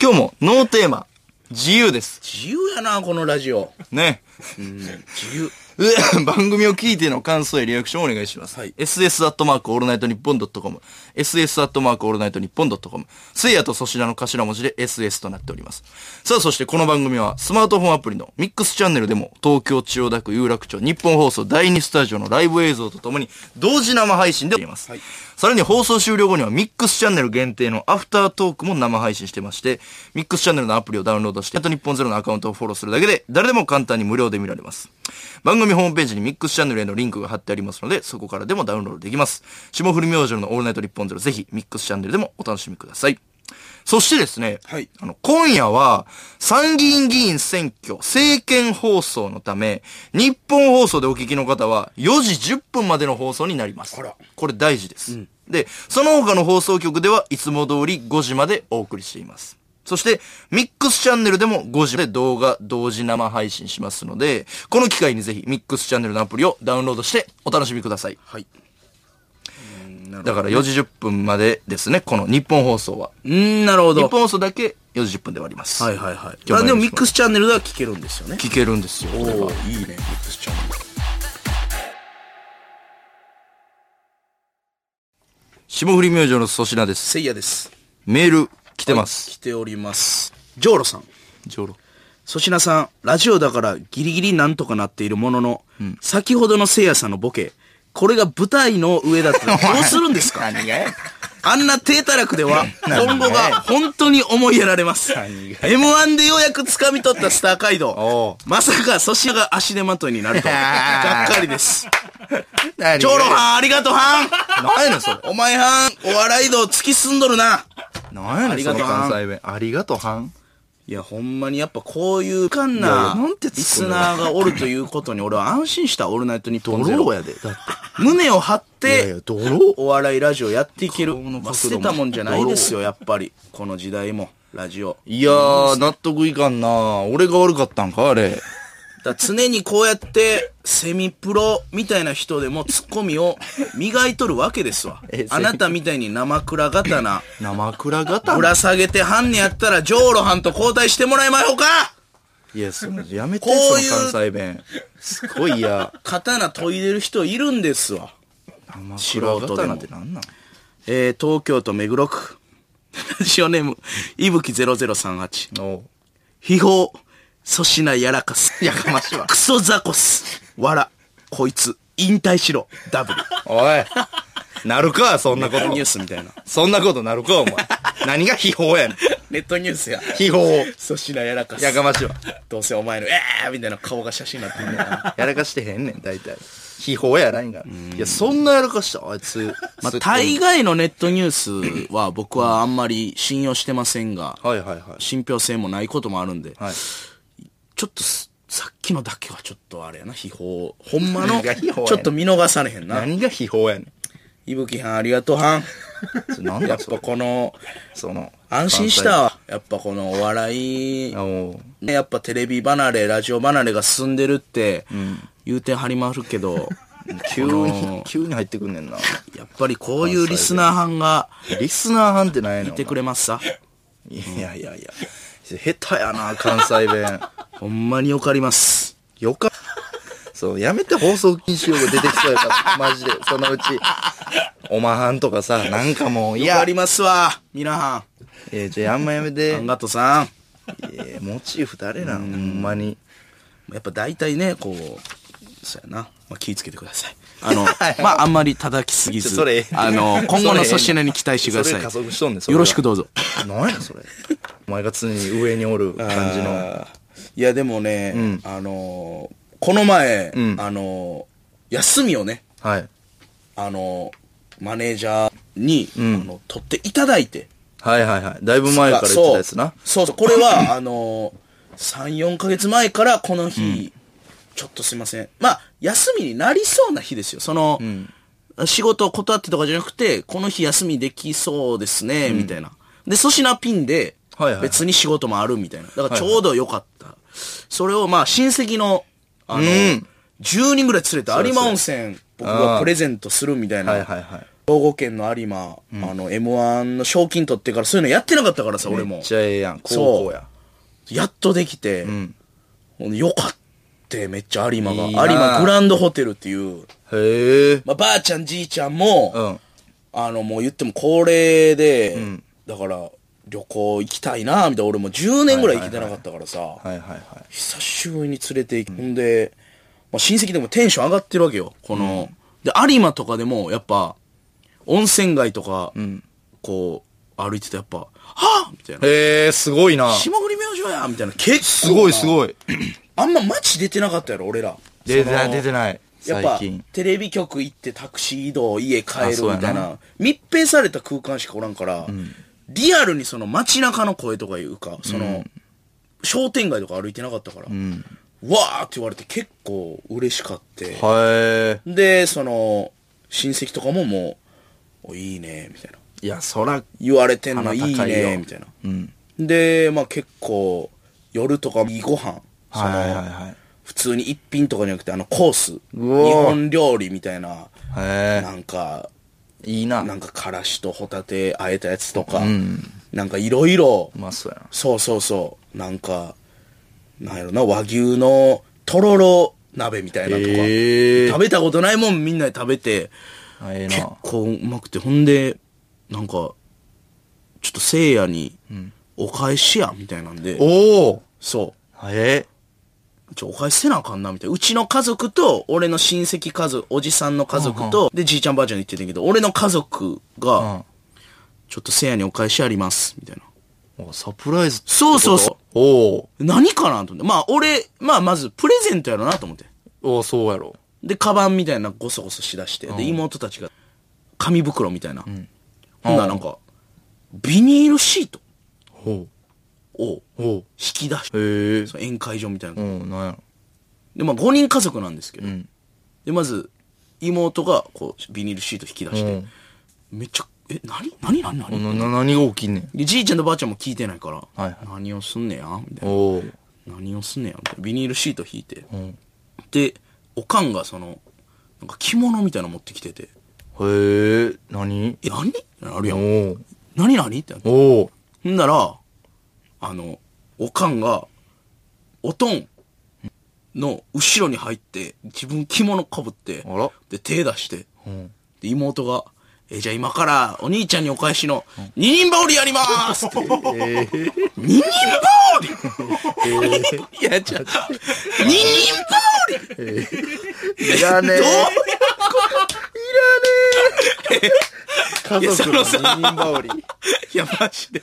[SPEAKER 1] 今日もノーテーマ、自由です。
[SPEAKER 2] 自由やな、このラジオ。
[SPEAKER 1] ね。
[SPEAKER 2] 自由。
[SPEAKER 1] 番組を聞いての感想やリアクションをお願いします。
[SPEAKER 2] はい
[SPEAKER 1] ss アットマークオールナイトニッポンドットコム。ss アットマークオールナイトニッポンドットコム。せいやと粗品の頭文字で ss となっております。さあ、そしてこの番組はスマートフォンアプリのミックスチャンネルでも東京千代田区有楽町日本放送第2スタジオのライブ映像とともに同時生配信でおります。さらに放送終了後にはミックスチャンネル限定のアフタートークも生配信してまして、ミックスチャンネルのアプリをダウンロードして、あと日本ゼロのアカウントをフォローするだけで、誰でも簡単に無料で見られます。番組ホームページにミックスチャンネルへのリンクが貼ってありますので、そこからでもダウンロードできます。霜降り明星のオールナイト日本ゼロ、ぜひミックスチャンネルでもお楽しみください。そしてですね、
[SPEAKER 2] はい
[SPEAKER 1] あの、今夜は、参議院議員選挙、政見放送のため、日本放送でお聞きの方は、4時10分までの放送になります。
[SPEAKER 2] あら
[SPEAKER 1] これ大事です。で、その他の放送局ではいつも通り5時までお送りしています。そして、ミックスチャンネルでも5時まで動画同時生配信しますので、この機会にぜひミックスチャンネルのアプリをダウンロードしてお楽しみください。
[SPEAKER 2] はい。
[SPEAKER 1] だから4時10分までですね、この日本放送は。
[SPEAKER 2] うん、なるほ
[SPEAKER 1] 日
[SPEAKER 2] ど。
[SPEAKER 1] 本放送だけ4時10分で終わります。
[SPEAKER 2] はいはいはい。
[SPEAKER 1] 今日もよろしく
[SPEAKER 2] あでもミックスチャンネルでは聞けるんですよね。
[SPEAKER 1] 聞けるんですよ。これが
[SPEAKER 2] ーいいね、ミックスチャンネル。
[SPEAKER 1] 霜降り明星の粗品です。
[SPEAKER 2] せいやです。
[SPEAKER 1] メール来てます。
[SPEAKER 2] 来ております。ジョーロさん。
[SPEAKER 1] ジョロ。
[SPEAKER 2] 粗品さん、ラジオだからギリギリなんとかなっているものの、先ほどのせいやさんのボケ、これが舞台の上だったらどうするんですか
[SPEAKER 1] 何がや
[SPEAKER 2] あんな低たらく では、今後が本当に思いやられます。
[SPEAKER 1] 何
[SPEAKER 2] M1 でようやく掴み取ったスター街
[SPEAKER 1] お
[SPEAKER 2] 道。まさか粗品が足手まといになるとは、がっかりです。
[SPEAKER 1] 何
[SPEAKER 2] 長老はん、ありがとうはん。
[SPEAKER 1] 何やねん、それ。
[SPEAKER 2] お前はん、お笑い道突き進んどるな。
[SPEAKER 1] 何やね
[SPEAKER 2] あ
[SPEAKER 1] ん、
[SPEAKER 2] り
[SPEAKER 1] その
[SPEAKER 2] がとうはん
[SPEAKER 1] 関西弁。ありがとう、はん。
[SPEAKER 2] いや、ほんまにやっぱこういうかん
[SPEAKER 1] いやいやな
[SPEAKER 2] な、
[SPEAKER 1] んて突っ込んだ
[SPEAKER 2] リスナーがおるということに俺は安心した、オールナイトニッポンゼロ。
[SPEAKER 1] 泥やで。だっ。
[SPEAKER 2] 胸を張って
[SPEAKER 1] いやい
[SPEAKER 2] て
[SPEAKER 1] や、、泥
[SPEAKER 2] お笑いラジオやっていける。
[SPEAKER 1] 顔の角度も
[SPEAKER 2] 忘れたもんじゃないですよ、やっぱり。この時代も、ラジオ。
[SPEAKER 1] いやー、納得いかんな俺が悪かったんか、あれ。
[SPEAKER 2] だから常にこうやって、セミプロみたいな人でもツッコミを磨いとるわけですわ
[SPEAKER 1] えセミ。
[SPEAKER 2] あなたみたいに生倉刀、
[SPEAKER 1] 生倉型
[SPEAKER 2] ぶら下げて犯人やったら、ジョーロハンと交代してもらいましょうか
[SPEAKER 1] いや、そのやめて、
[SPEAKER 2] こういう
[SPEAKER 1] その関西弁。すごい嫌。
[SPEAKER 2] 刀研いでる人いるんですわ。
[SPEAKER 1] 生
[SPEAKER 2] 素
[SPEAKER 1] 倉
[SPEAKER 2] 人で
[SPEAKER 1] 型
[SPEAKER 2] も
[SPEAKER 1] なんてなんなん
[SPEAKER 2] えー、東京都目黒区。ラジオネーム、いぶき0038。
[SPEAKER 1] お
[SPEAKER 2] 秘宝、粗品やらかす。
[SPEAKER 1] やかましいわ
[SPEAKER 2] クソザコス。わら、こいつ、引退しろ。ダブル。
[SPEAKER 1] おい。なるか、そんなこ
[SPEAKER 2] ニュー
[SPEAKER 1] と。
[SPEAKER 2] スみたいな。
[SPEAKER 1] そんなことなるか、お前。何が秘宝やねん。
[SPEAKER 2] ネットニュースや。
[SPEAKER 1] 秘宝。
[SPEAKER 2] 粗品やらかす。
[SPEAKER 1] やかましいわ。
[SPEAKER 2] どうせお前の、えーみたいな顔が写真になってん だよな。
[SPEAKER 1] やらかしてへんねん、大体。秘宝やないんが。いや、そんなやらかした、あいつ。
[SPEAKER 2] まあ、
[SPEAKER 1] ずっと
[SPEAKER 2] 大概のネットニュースは僕はあんまり信用してませんが、
[SPEAKER 1] はいはいはい。
[SPEAKER 2] 信憑性もないこともあるんで、
[SPEAKER 1] はい。
[SPEAKER 2] ちょっとすさっきのだけはちょっとあれやな、秘宝。ほんまの、
[SPEAKER 1] 何が秘
[SPEAKER 2] ち
[SPEAKER 1] 宝やねん
[SPEAKER 2] ょっと見逃されへんな。
[SPEAKER 1] 何が秘宝やね
[SPEAKER 2] いぶきはんありがとうはん。
[SPEAKER 1] ん。それなん
[SPEAKER 2] や
[SPEAKER 1] だ
[SPEAKER 2] っ
[SPEAKER 1] そ
[SPEAKER 2] ぱ
[SPEAKER 1] れ。
[SPEAKER 2] この、
[SPEAKER 1] その。
[SPEAKER 2] 安心したわ。やっぱこのお笑い
[SPEAKER 1] あ、おう
[SPEAKER 2] ね、やっぱテレビ離れ、ラジオ離れが進んでるって、言うてはりまるけど、
[SPEAKER 1] 急
[SPEAKER 2] こ
[SPEAKER 1] に
[SPEAKER 2] の、
[SPEAKER 1] 急に入ってくんねんな。
[SPEAKER 2] やっぱりこういうリスナーはんが、
[SPEAKER 1] リスナーはんってないの
[SPEAKER 2] 見てくれますさ。
[SPEAKER 1] いやいやいや。下手やな、関西弁。
[SPEAKER 2] ほんまにわかります。
[SPEAKER 1] よかそう、やめて放送禁止用語出てきそうやから、 マジで。そのうち、おまはんとかさ、なんかもう、い
[SPEAKER 2] わ
[SPEAKER 1] や
[SPEAKER 2] かり、ますわ、皆は
[SPEAKER 1] えー、じゃああんまやめて
[SPEAKER 2] ん。アン。ガトさん。
[SPEAKER 1] えー、モチーフ誰なん、ほんまに。
[SPEAKER 2] やっぱ大体ね、こう、そうやな。まあ、気ぃつけてください。あ の、まあ、あんまり叩きすぎ
[SPEAKER 1] ち
[SPEAKER 2] ず
[SPEAKER 1] ょそれえ、え
[SPEAKER 2] あの、今後の粗品に期待してくだ
[SPEAKER 1] そ
[SPEAKER 2] さ
[SPEAKER 1] れ加
[SPEAKER 2] い。
[SPEAKER 1] 速しとんねんそれは
[SPEAKER 2] よろしくどうぞ。
[SPEAKER 1] 何やねん、それ。お前が常に上におる感じの。
[SPEAKER 2] あーいや、でもね、あのー、この前、
[SPEAKER 1] ん
[SPEAKER 2] あのー、休みをね、
[SPEAKER 1] はい。
[SPEAKER 2] あのー、マネージャーに、
[SPEAKER 1] ん
[SPEAKER 2] あの、取っていただいて。
[SPEAKER 1] はいはいはい。だいぶ前から言ってたやつな。
[SPEAKER 2] そうそう、これ は、あのー、3、4ヶ月前からこの日、ちょっとすいません。まあ、休みになりそうな日ですよ。その、仕事を断ってとかじゃなくて、この日休みできそうですね、みたいな。で、粗品ピンで
[SPEAKER 1] はいはいは、い
[SPEAKER 2] 別に仕事もあるみたいな。だからちょうど良かった。それを、まあ、親戚の、あの、
[SPEAKER 1] うん
[SPEAKER 2] 10人ぐらい連れて有馬温泉、僕がプレゼントするみたいな。
[SPEAKER 1] はいはいはい。
[SPEAKER 2] 兵庫県の有馬、あの、M1 の賞金取ってからそういうのやってなかったからさ、俺
[SPEAKER 1] め
[SPEAKER 2] も
[SPEAKER 1] っ。ちゃええやん、高校や。
[SPEAKER 2] やっとできて、
[SPEAKER 1] ん
[SPEAKER 2] ほんでよかっためっちゃ有馬が。
[SPEAKER 1] いいな
[SPEAKER 2] 有馬グランドホテルっていう、
[SPEAKER 1] へえ。
[SPEAKER 2] まあ、ばあちゃんじいちゃんも、
[SPEAKER 1] うん。
[SPEAKER 2] あの、もう言っても高齢で、だから、旅行行きたいな、みたいな。俺も10年ぐらい行けてなかったからさ、
[SPEAKER 1] はいはいはい。
[SPEAKER 2] 久しぶりに連れて行く。ほんで、まあ、親戚でもテンション上がってるわけよ。この、で、有馬とかでも、やっぱ、温泉街とか、こう、歩いててやっぱ、はぁみたいな。
[SPEAKER 1] へえ、すごいな。
[SPEAKER 2] 霜降り明星やみたいな。結構
[SPEAKER 1] すごいす
[SPEAKER 2] い。
[SPEAKER 1] ごい。
[SPEAKER 2] あんま街出てなかったやろ、俺ら。
[SPEAKER 1] 出てな
[SPEAKER 2] そ
[SPEAKER 1] い、
[SPEAKER 2] の
[SPEAKER 1] 出てない。
[SPEAKER 2] やっ
[SPEAKER 1] 最
[SPEAKER 2] ぱ
[SPEAKER 1] 近。、
[SPEAKER 2] テレビ局行ってタクシー移動、家帰る
[SPEAKER 1] あ
[SPEAKER 2] み
[SPEAKER 1] そうやな
[SPEAKER 2] たいな、密閉された空間しかおらんから、リアルにその街中の声とかいうか、その、商店街とか歩いてなかったから、わーって言われて結構嬉しかって、
[SPEAKER 1] は
[SPEAKER 2] で、その、親戚とかももう、おいいね、みたいな。
[SPEAKER 1] い。いや、そら、
[SPEAKER 2] 言われてんの
[SPEAKER 1] 鼻
[SPEAKER 2] い
[SPEAKER 1] 高い
[SPEAKER 2] い
[SPEAKER 1] よ
[SPEAKER 2] ね、みたいな。
[SPEAKER 1] うん。
[SPEAKER 2] で、まあ結構、夜とかいいご飯、その、
[SPEAKER 1] はいはいはい。
[SPEAKER 2] 普通に一品とかじゃなくて、あのコース、日
[SPEAKER 1] うわー
[SPEAKER 2] 本料理みたいな、
[SPEAKER 1] へ
[SPEAKER 2] なんか、
[SPEAKER 1] え。いいな。
[SPEAKER 2] なんかからしとホタテあえたやつとか、
[SPEAKER 1] ん
[SPEAKER 2] なんかいろいろ
[SPEAKER 1] う、まそうやな。
[SPEAKER 2] そうそうそう、なんか、なんやろな、和牛のとろろ鍋みたいなとか、
[SPEAKER 1] へえ
[SPEAKER 2] 食べたことないもんみんなで食べて、
[SPEAKER 1] あええ
[SPEAKER 2] 結
[SPEAKER 1] な。
[SPEAKER 2] 構うまくて、ほんで、なんか、ちょっとせいやに、お返しや、みたいなんで、
[SPEAKER 1] おお
[SPEAKER 2] そう。
[SPEAKER 1] え
[SPEAKER 2] ちょ、お返しせなあかんな、みたいな。うちの家族と、俺の親戚家族、おじさんの家族と、で、じいちゃんばあちゃんに言ってたけど、俺の家族が、
[SPEAKER 1] うん
[SPEAKER 2] ちょっとせやにお返しあります、みたいな。
[SPEAKER 1] え。おサプライズってこと
[SPEAKER 2] そうそうそ
[SPEAKER 1] お
[SPEAKER 2] う。何かなと思って。まあ、俺、まあ、まず、プレゼントやろなと思って。
[SPEAKER 1] おおそうやろ。
[SPEAKER 2] で、カバンみたいなゴソゴソしだして、で、妹たちが、紙袋みたいな。ほんならなんか、ビニールシート
[SPEAKER 1] ほ
[SPEAKER 2] を
[SPEAKER 1] う。ほ
[SPEAKER 2] 引き出し
[SPEAKER 1] う。へえ。
[SPEAKER 2] その宴会場みたいな。
[SPEAKER 1] うん、なんやろ。
[SPEAKER 2] で、まあ5人家族なんですけど、
[SPEAKER 1] ん
[SPEAKER 2] で、まず、妹が、こう、ビニールシート引き出し
[SPEAKER 1] う
[SPEAKER 2] て
[SPEAKER 1] ん、
[SPEAKER 2] めっちゃ、え、何何何何
[SPEAKER 1] な、な、何が起きんねん。
[SPEAKER 2] で、じいちゃんとばあちゃんも聞いてないから、
[SPEAKER 1] いはい
[SPEAKER 2] 何をすんねやみたいな。
[SPEAKER 1] おう。
[SPEAKER 2] 何をすんねやみたいな。ビニールシート引いて。
[SPEAKER 1] うん。
[SPEAKER 2] で、おかんがその、なんか着物みたいなの持ってきてて、
[SPEAKER 1] へえ、何
[SPEAKER 2] え、何ってなるやん。
[SPEAKER 1] おう。
[SPEAKER 2] 何何ってなって。
[SPEAKER 1] おう。
[SPEAKER 2] ほんなら、あの、おかんが、おとんの後ろに入って、自分着物かぶって、
[SPEAKER 1] あら
[SPEAKER 2] で、手出して、
[SPEAKER 1] うん。
[SPEAKER 2] で、妹が、え、じゃあ今からお兄ちゃんにお返しの二人羽織やりますって。
[SPEAKER 1] ええ。
[SPEAKER 2] 二人羽織いや、じゃあ二人羽織
[SPEAKER 1] いらね
[SPEAKER 2] どうや
[SPEAKER 1] 家
[SPEAKER 2] いやそ
[SPEAKER 1] 族の
[SPEAKER 2] の
[SPEAKER 1] 二
[SPEAKER 2] さ
[SPEAKER 1] 人羽織。
[SPEAKER 2] いや、マジで。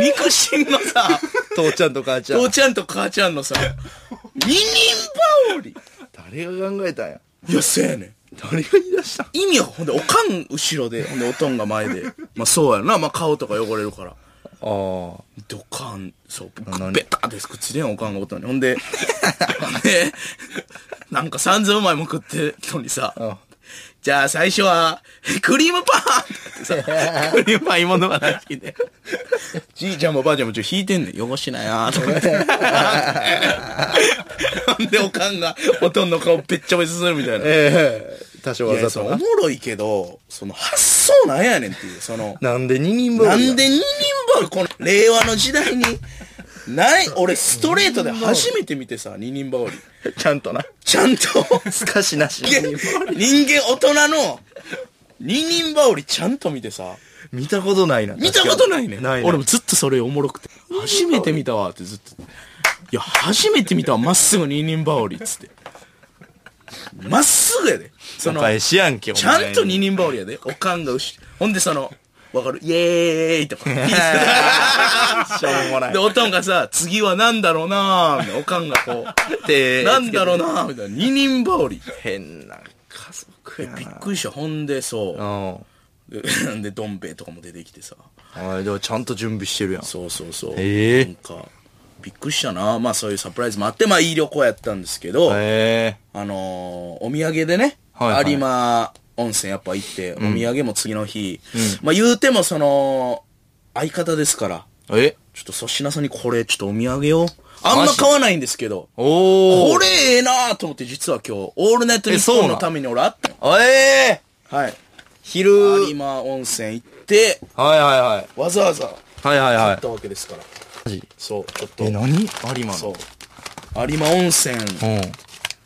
[SPEAKER 2] 肉親のさ、
[SPEAKER 1] 父ちゃんと母ちゃ
[SPEAKER 2] 父
[SPEAKER 1] ん。
[SPEAKER 2] ちゃんと母ちゃんのさ、二人羽織
[SPEAKER 1] 誰が考えたんや。
[SPEAKER 2] いや、そうやねん。
[SPEAKER 1] 誰が言い出したん
[SPEAKER 2] 意味は、ほんで、おかん後ろで、ほんで、おとんが前で。まあ、そうやろな。まあ、顔とか汚れるから。
[SPEAKER 1] ああ。
[SPEAKER 2] で、おかん、そう、
[SPEAKER 1] 何
[SPEAKER 2] ベタですくっついてんおかんがおとんに。ほんで、でなんか三千枚も食ってるのにさ、
[SPEAKER 1] ん
[SPEAKER 2] じゃあ最初は、クリームパンってさ、クリームパン芋の話で。 じいちゃんもばあちゃんもちょ、引いてんねん。汚しなやとか って。ほんで、おかんが、おとんの顔べっちゃべちするみたいな。
[SPEAKER 1] ええ。多少わ
[SPEAKER 2] いや、
[SPEAKER 1] ざ
[SPEAKER 2] そ
[SPEAKER 1] と
[SPEAKER 2] う
[SPEAKER 1] な
[SPEAKER 2] おもろいけど、その発想なんやねんっていう、その、
[SPEAKER 1] なんで二人羽
[SPEAKER 2] な
[SPEAKER 1] 織
[SPEAKER 2] んで二人羽織この令和の時代に、ない、俺ストレートで初めて見てさ、二人羽織。
[SPEAKER 1] ちゃんとな。
[SPEAKER 2] ちゃん と、
[SPEAKER 1] すかしなし。
[SPEAKER 2] 人間大人の、二人羽織ちゃんと見てさ、
[SPEAKER 1] 見たことないな。
[SPEAKER 2] 見たことないね。
[SPEAKER 1] ないね
[SPEAKER 2] 俺もずっとそれおもろくて、初めて見たわってずっと。いや、初めて見たわ、まっすぐ二人羽織っつって。まっすぐやで。そ
[SPEAKER 1] そ
[SPEAKER 2] の
[SPEAKER 1] の、、返しやんけ、
[SPEAKER 2] ちゃんと
[SPEAKER 1] に。
[SPEAKER 2] 二人羽織やで。おかんが牛。ほんでその、わかるイエー イとか。
[SPEAKER 1] しょうもない
[SPEAKER 2] で、。おとんがさ、次は何だろうなぁ、みたいなおかんがこ う、
[SPEAKER 1] で
[SPEAKER 2] なんだろうなぁ、みたいな、二人羽織。
[SPEAKER 1] 変な家族や
[SPEAKER 2] びっくりした。ほんで、
[SPEAKER 1] う
[SPEAKER 2] そ
[SPEAKER 1] ん。
[SPEAKER 2] う。で、で どん兵衛とかも出てきてさ。
[SPEAKER 1] あれ、でもちゃんと準備してるやん。
[SPEAKER 2] そうそうそう。
[SPEAKER 1] へえ
[SPEAKER 2] なんか、びっくりしたなまあそういうサプライズもあって、まあいい旅行やったんですけど、
[SPEAKER 1] へえ。
[SPEAKER 2] あのーお土産でね、
[SPEAKER 1] はいはい
[SPEAKER 2] 有馬温泉やっぱ行って、お土産も次の日、まあ言うてもその、相方ですから、
[SPEAKER 1] え
[SPEAKER 2] ちょっと粗品さんにこれちょっとお土産を、あんま買わないんですけど、
[SPEAKER 1] お
[SPEAKER 2] こ
[SPEAKER 1] ー。
[SPEAKER 2] れええなぁと思って実は今日、オールナイトニッポンのために俺あったよ。
[SPEAKER 1] れえ
[SPEAKER 2] はい。
[SPEAKER 1] 昼。
[SPEAKER 2] 有馬温泉行って、
[SPEAKER 1] はいはいはい。
[SPEAKER 2] わざわざ
[SPEAKER 1] はいはい
[SPEAKER 2] 行
[SPEAKER 1] は
[SPEAKER 2] ったわけですから。
[SPEAKER 1] い。
[SPEAKER 2] そう、ちょっと
[SPEAKER 1] え、。何有馬の。
[SPEAKER 2] そう。有馬温泉、
[SPEAKER 1] うん。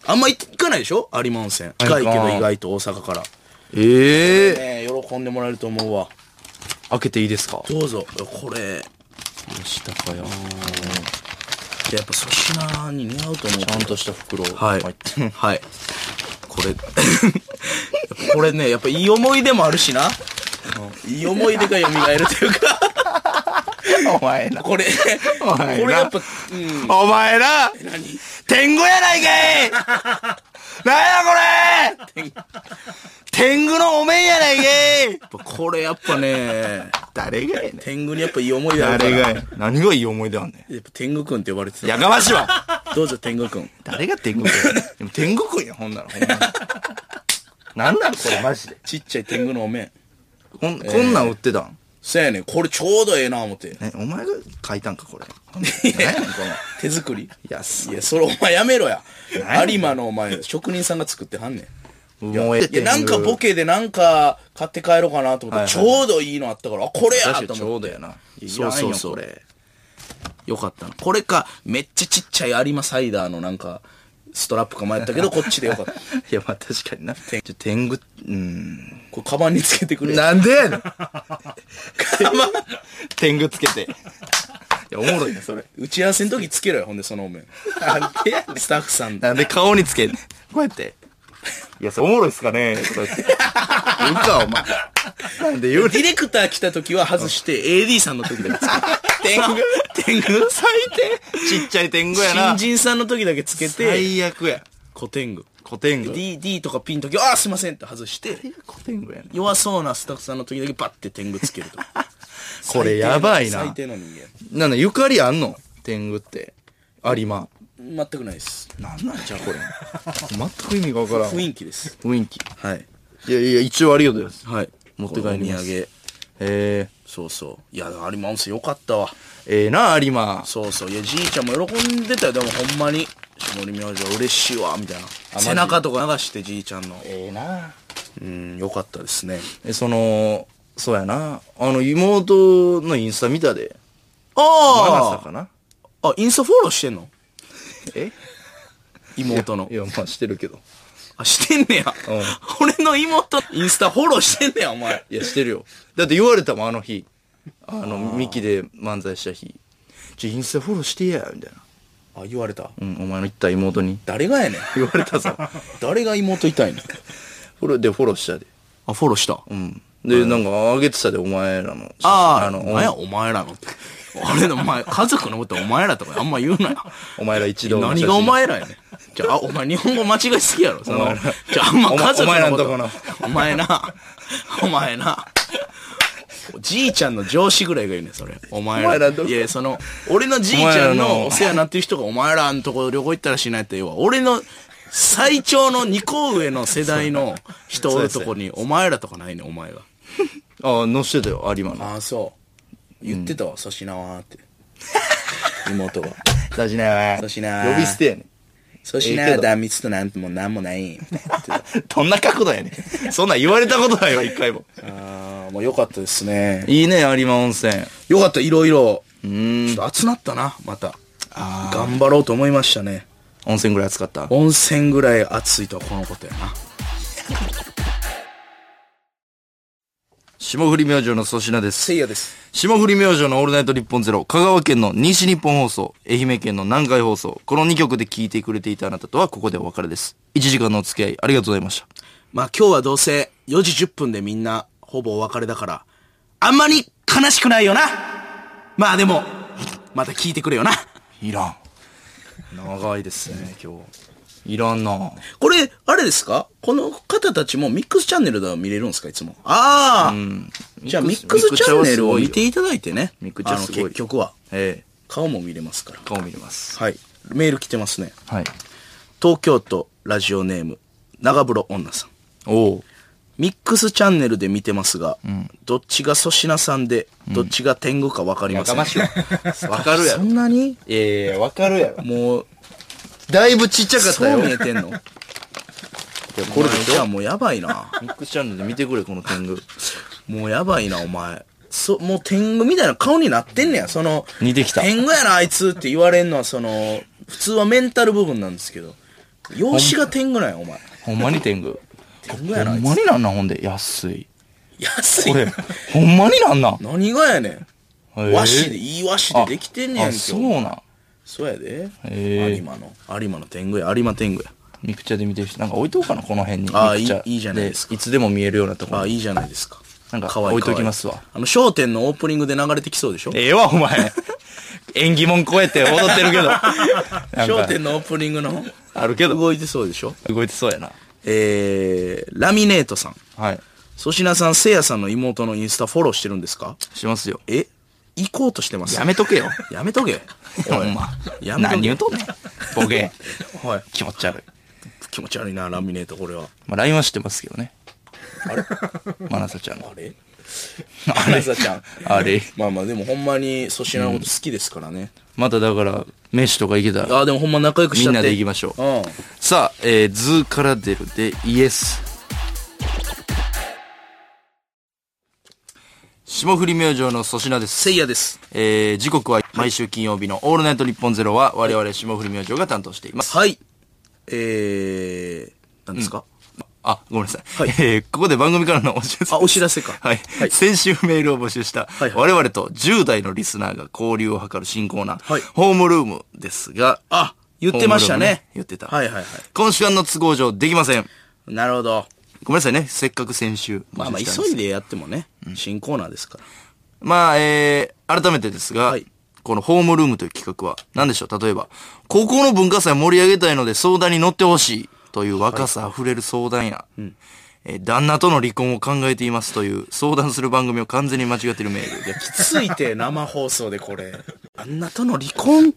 [SPEAKER 2] あんま行かないでしょ有馬温泉。近いけど意外と大阪から。
[SPEAKER 1] ええ。
[SPEAKER 2] ねえ、喜んでもらえると思うわ。
[SPEAKER 1] 開けていいですか
[SPEAKER 2] どうぞ。これ、
[SPEAKER 1] したかよ。
[SPEAKER 2] やっぱ粗品に似合うと思う。
[SPEAKER 1] ちゃんとした袋。
[SPEAKER 2] はい。
[SPEAKER 1] 入って
[SPEAKER 2] はい。こ れ、これね、やっぱいい思い出もあるしな。いい思い出が蘇るというか、
[SPEAKER 1] お前な。
[SPEAKER 2] これ、
[SPEAKER 1] お
[SPEAKER 2] こ
[SPEAKER 1] 前な
[SPEAKER 2] れやっぱ、うん。
[SPEAKER 1] お前な
[SPEAKER 2] 何
[SPEAKER 1] 天狗やない かいなんやこれ天狗のお面やないかい
[SPEAKER 2] これやっぱね、
[SPEAKER 1] 誰がやねん。
[SPEAKER 2] 天狗にやっぱいい思い出あるか
[SPEAKER 1] 誰
[SPEAKER 2] ら。
[SPEAKER 1] がや何がいい思い出あんねん。
[SPEAKER 2] やっぱ天狗くんって呼ばれてた。
[SPEAKER 1] やかましいわ
[SPEAKER 2] どうぞ天狗くん。
[SPEAKER 1] 誰が天狗くんやでも天狗くんや、ほんなら。ほんまになんなんこれ、マジで。
[SPEAKER 2] ちっちゃい天狗のお面。
[SPEAKER 1] こん、こんなん売ってたん
[SPEAKER 2] そやねん、これちょうどええな思って。
[SPEAKER 1] え、お前が書いたんか、こ れ。何やねん、こ
[SPEAKER 2] 手作り
[SPEAKER 1] の。安
[SPEAKER 2] いや、それお前やめろや
[SPEAKER 1] 何や。ねん
[SPEAKER 2] 有馬のお前、職人さんが作ってはんねん。
[SPEAKER 1] もうええ
[SPEAKER 2] いや、なんかボケでなんか買って帰ろうかなと思って、ち
[SPEAKER 1] はい
[SPEAKER 2] ょうどいいのあったから、あ、これや
[SPEAKER 1] 確か
[SPEAKER 2] と
[SPEAKER 1] にちょ
[SPEAKER 2] 思
[SPEAKER 1] う
[SPEAKER 2] っ
[SPEAKER 1] ど
[SPEAKER 2] て。
[SPEAKER 1] やな。
[SPEAKER 2] そうそうそう
[SPEAKER 1] いらんよこれ
[SPEAKER 2] よかったな。これか、めっちゃちっちゃい有馬サイダーのなんか、ストラップか迷 ったけど、こっちでよかった。こ
[SPEAKER 1] いや、まあ確かにな。ちょ天狗、 うん。
[SPEAKER 2] れ、カバンにつけてくれ。
[SPEAKER 1] なんでやねん
[SPEAKER 2] カバン
[SPEAKER 1] 天狗つけて。いや、おもろいな、それ。
[SPEAKER 2] 打ち合わせの時つけろよ、ほんで、そのお面。スタッフさん。
[SPEAKER 1] なんで顔につけんねん。こうやって。いや、それお もろいっすかねそうやって。言うか、お前。なんで言うねん
[SPEAKER 2] ディレクター来た時は外して、AD さんの時 だけつけて。天狗天狗最低
[SPEAKER 1] ちっちゃい天狗やな。
[SPEAKER 2] 新人さんの時だけつけて、
[SPEAKER 1] 最悪や。
[SPEAKER 2] 小天狗。
[SPEAKER 1] 古典語。
[SPEAKER 2] D、D とかピンとき、ああ、すいませんって外して、
[SPEAKER 1] 古典語やね
[SPEAKER 2] 弱そうなスタッフさんの時だけバッて天狗つけるとか。
[SPEAKER 1] これやばいな
[SPEAKER 2] 最低の人間。
[SPEAKER 1] なんだ、ゆかりあんの天狗って。有馬。
[SPEAKER 2] 全くないです。
[SPEAKER 1] なんなんじゃ、これ。全く意味がわからん。
[SPEAKER 2] 雰囲気です。
[SPEAKER 1] 雰囲気。
[SPEAKER 2] はい。
[SPEAKER 1] いやいや、一応ありがとうございます。
[SPEAKER 2] はい。
[SPEAKER 1] 持って帰ります
[SPEAKER 2] お土産。
[SPEAKER 1] え
[SPEAKER 2] そうそう。いや、有馬温泉よかったわ。
[SPEAKER 1] ー、ええな、有馬。
[SPEAKER 2] そうそう。いや、じいちゃんも喜んでたよ。でもほんまに、下り明星は嬉しいわ、みたいな。
[SPEAKER 1] ジ
[SPEAKER 2] 背中とか流してじいちゃんの。
[SPEAKER 1] ええな。
[SPEAKER 2] うん、よかったですね。
[SPEAKER 1] え、その、そうやな。あの、妹のインスタ見たで。長さ
[SPEAKER 2] あ
[SPEAKER 1] かな
[SPEAKER 2] ああ、インスタフォローしてんの
[SPEAKER 1] え
[SPEAKER 2] 妹の
[SPEAKER 1] い。や、まあしてるけど。
[SPEAKER 2] あ、してんねや。俺の妹、インスタフォローしてんねや、お前。
[SPEAKER 1] いや、してるよ。だって言われたもん、あの日。あの、ミキで漫才した日。ちょ、インスタフォローしてや、みたいな。
[SPEAKER 2] あ、言われた。
[SPEAKER 1] うん、お前の言った妹に。
[SPEAKER 2] 誰がやねん。
[SPEAKER 1] 言われたさ。
[SPEAKER 2] 誰が妹いたいの
[SPEAKER 1] フォローで、フォローしたで。
[SPEAKER 2] あ、フォローした。
[SPEAKER 1] うん。で、なんか、あげてたで、お前らの。
[SPEAKER 2] ああ、
[SPEAKER 1] の、
[SPEAKER 2] なんや、お前らのって。俺の前、家族のことお前らとかあんま言うなよ。
[SPEAKER 1] お前ら一同の写
[SPEAKER 2] 何
[SPEAKER 1] 真
[SPEAKER 2] がお前らやねん。じゃあ、お前日本語間違いすぎやろ。その、じゃあ、あんま家族
[SPEAKER 1] お前らん
[SPEAKER 2] のことと。
[SPEAKER 1] この
[SPEAKER 2] お前な、お前な。おじいちゃんの上司ぐらいが言うねんそれ。お前ら。
[SPEAKER 1] お前らどこ
[SPEAKER 2] いや、その、俺のじいち
[SPEAKER 1] お
[SPEAKER 2] ゃ
[SPEAKER 1] 前ら
[SPEAKER 2] ん
[SPEAKER 1] の
[SPEAKER 2] のお世話になってる人がお前らのとこ旅行行ったらしないって言うわ。俺の最長の2個上の世代の人おるとこに、お前らとかないねんお前が。
[SPEAKER 1] ああ、載せてたよ、有馬の。
[SPEAKER 2] ああ、そう。言ってたわ、粗品はって。妹 が。
[SPEAKER 1] 大事なや
[SPEAKER 2] 粗品
[SPEAKER 1] 呼び捨てやねん。
[SPEAKER 2] 粗
[SPEAKER 1] 品
[SPEAKER 2] 品
[SPEAKER 1] は
[SPEAKER 2] は断密となんてもなんもない。
[SPEAKER 1] どんな角度やねん。 そんなん言われたことないわ、一回も。
[SPEAKER 2] ああ、もう良かったですね。
[SPEAKER 1] いいね、有馬温泉。
[SPEAKER 2] 良かった、いろいろ。
[SPEAKER 1] う
[SPEAKER 2] ち
[SPEAKER 1] ー
[SPEAKER 2] ょ
[SPEAKER 1] ん
[SPEAKER 2] っ。と熱なったな、また。頑張ろうと思いましたね。
[SPEAKER 1] 温泉ぐらい暑かった。
[SPEAKER 2] 温泉ぐらい熱いとはこのことやな。
[SPEAKER 1] 霜降り明星の粗品です。
[SPEAKER 2] せいやです。
[SPEAKER 1] 霜降り明星のオールナイト日本ゼロ、香川県の西日本放送、愛媛県の南海放送、この2曲で聴いてくれていたあなたとはここでお別れです。1時間のお付き合いありがとうございました。
[SPEAKER 2] まあ今日はどうせ4時10分でみんなほぼお別れだから、あんまり悲しくないよなまあでも、また聞いてくれよな。
[SPEAKER 1] いらん。長いです ね、今日。いらんな
[SPEAKER 2] これ、あれですかこの方たちもミックスチャンネルでは見れるんですかいつも。ああ、じゃあミ
[SPEAKER 1] ミ
[SPEAKER 2] ッ
[SPEAKER 1] ック
[SPEAKER 2] ク
[SPEAKER 1] ス
[SPEAKER 2] スチャンネルを見ていただいてね。
[SPEAKER 1] ミックスチャ
[SPEAKER 2] あ
[SPEAKER 1] は
[SPEAKER 2] の
[SPEAKER 1] すごい
[SPEAKER 2] 結局は。
[SPEAKER 1] え
[SPEAKER 2] 顔も見れますから
[SPEAKER 1] え。顔見れます。
[SPEAKER 2] はい。メール来てますね。
[SPEAKER 1] はい。
[SPEAKER 2] 東京都ラジオネーム、長風呂女さん。
[SPEAKER 1] おう。
[SPEAKER 2] ミックスチャンネルで見てますが、どっちが粗品さんで、どっちが天狗か分かりません。
[SPEAKER 1] いわ。 わかるや
[SPEAKER 2] そ
[SPEAKER 1] ろ。
[SPEAKER 2] んなに
[SPEAKER 1] ええわかるやろ。
[SPEAKER 2] もう、
[SPEAKER 1] だいぶちっちゃかった
[SPEAKER 2] そう
[SPEAKER 1] よ。
[SPEAKER 2] 見えてんの
[SPEAKER 1] こ
[SPEAKER 2] こ
[SPEAKER 1] れ
[SPEAKER 2] れ
[SPEAKER 1] でし
[SPEAKER 2] じゃ
[SPEAKER 1] ょ
[SPEAKER 2] あもうやばいな。
[SPEAKER 1] ミックスチャンネルで見てくれ、この天狗。
[SPEAKER 2] もうやばいな、お前。そ、もう天狗みたいな顔になってんねや。その、
[SPEAKER 1] 似てきた
[SPEAKER 2] 天狗やな、あいつって言われんのは、その、普通はメンタル部分なんですけど、容姿が天狗なんや、お前。
[SPEAKER 1] ほんまに天狗。
[SPEAKER 2] 天狗
[SPEAKER 1] ほ
[SPEAKER 2] やな、あい
[SPEAKER 1] んまになんなん、ほんで。安 い。
[SPEAKER 2] つ。安い
[SPEAKER 1] こ。れ、ほんまになんなん
[SPEAKER 2] 何がやね
[SPEAKER 1] へえ
[SPEAKER 2] ん。和紙で、いい和紙でできてんねやん
[SPEAKER 1] あ、
[SPEAKER 2] け。
[SPEAKER 1] そうなん。
[SPEAKER 2] そうやで。
[SPEAKER 1] へえ
[SPEAKER 2] 有馬の、有馬の天狗や、有馬天狗や。
[SPEAKER 1] ミクチャで見てる人、なんか置いとこうかな、この辺に。
[SPEAKER 2] あー
[SPEAKER 1] ミクチャ
[SPEAKER 2] いいいいじゃないです
[SPEAKER 1] いつでも見えるようなとこ
[SPEAKER 2] あ
[SPEAKER 1] ろ
[SPEAKER 2] あ、
[SPEAKER 1] に。
[SPEAKER 2] いいじゃないですか。
[SPEAKER 1] なんか
[SPEAKER 2] 可愛い
[SPEAKER 1] 置いときますわ。
[SPEAKER 2] 可愛いあの、商店のオープニングで流れてきそうでしょ
[SPEAKER 1] ええわ、お前。演技もん超えて踊ってるけ ど。
[SPEAKER 2] 商
[SPEAKER 1] なんか
[SPEAKER 2] 店のオープニングの
[SPEAKER 1] あるけど、
[SPEAKER 2] 動いてそうでしょ
[SPEAKER 1] 動いてそうやな。
[SPEAKER 2] えー、ラミネートさん。
[SPEAKER 1] はい。
[SPEAKER 2] 粗品さん、せいやさんの妹のインスタフォローしてるんですか
[SPEAKER 1] しますよ。
[SPEAKER 2] え行こうとしてます。
[SPEAKER 1] やめと けよ。
[SPEAKER 2] やめとけ。
[SPEAKER 1] ほんま。
[SPEAKER 2] やめとけ
[SPEAKER 1] 何言うとんねん。ボ ケ。
[SPEAKER 2] はい。
[SPEAKER 1] 気持ち悪い。
[SPEAKER 2] 気持ち悪いな、ラミネート、これは。
[SPEAKER 1] まあ、LINE は知ってますけどね。 まなさちゃんの
[SPEAKER 2] あ。れ
[SPEAKER 1] あ
[SPEAKER 2] 花さちゃん。
[SPEAKER 1] あれ。
[SPEAKER 2] まあまあ、でもほんまに粗品のこと好きですからね。
[SPEAKER 1] まただから、飯とか行けたら。
[SPEAKER 2] ああ、でもほんま仲良くしちゃ
[SPEAKER 1] み
[SPEAKER 2] って。
[SPEAKER 1] んなで行きましょう
[SPEAKER 2] うん。
[SPEAKER 1] さあ、えー、ズーから出るでイエス。霜降り明星の粗品です。
[SPEAKER 2] せいやです。
[SPEAKER 1] えー、時刻は毎週金曜日のオールナイト日本ゼロは我々霜降り明星が担当しています。
[SPEAKER 2] はい。えー、何ですか、
[SPEAKER 1] あ、ごめんなさい。
[SPEAKER 2] はい
[SPEAKER 1] えー、ここで番組からのお知らせ。
[SPEAKER 2] あ、お知らせか。
[SPEAKER 1] はい。
[SPEAKER 2] はい
[SPEAKER 1] 先週メールを募集した、
[SPEAKER 2] いはい
[SPEAKER 1] 我々と10代のリスナーが交流を図る新コーナー、
[SPEAKER 2] はい
[SPEAKER 1] ホームルームですが、
[SPEAKER 2] あ、言ってました
[SPEAKER 1] ホーム
[SPEAKER 2] ね。
[SPEAKER 1] ルーム言ってた。
[SPEAKER 2] はいはいはい。
[SPEAKER 1] 今週間の都合上できません。
[SPEAKER 2] なるほど。
[SPEAKER 1] ごめんなさいね。せっかく先週。
[SPEAKER 2] まあまあ、急いでやってもね、新コーナー ですから。
[SPEAKER 1] まあ、えー、改めてですが、
[SPEAKER 2] はい
[SPEAKER 1] このホームルームという企画は、何でしょう例えば、高校の文化祭盛り上げたいので相談に乗ってほしい。という若さあふれる相談や、えー旦那との離婚を考えていますという相談する番組を完全に間違ってるメール。
[SPEAKER 2] いや、 きついて、生放送でこれ。あんなとの離婚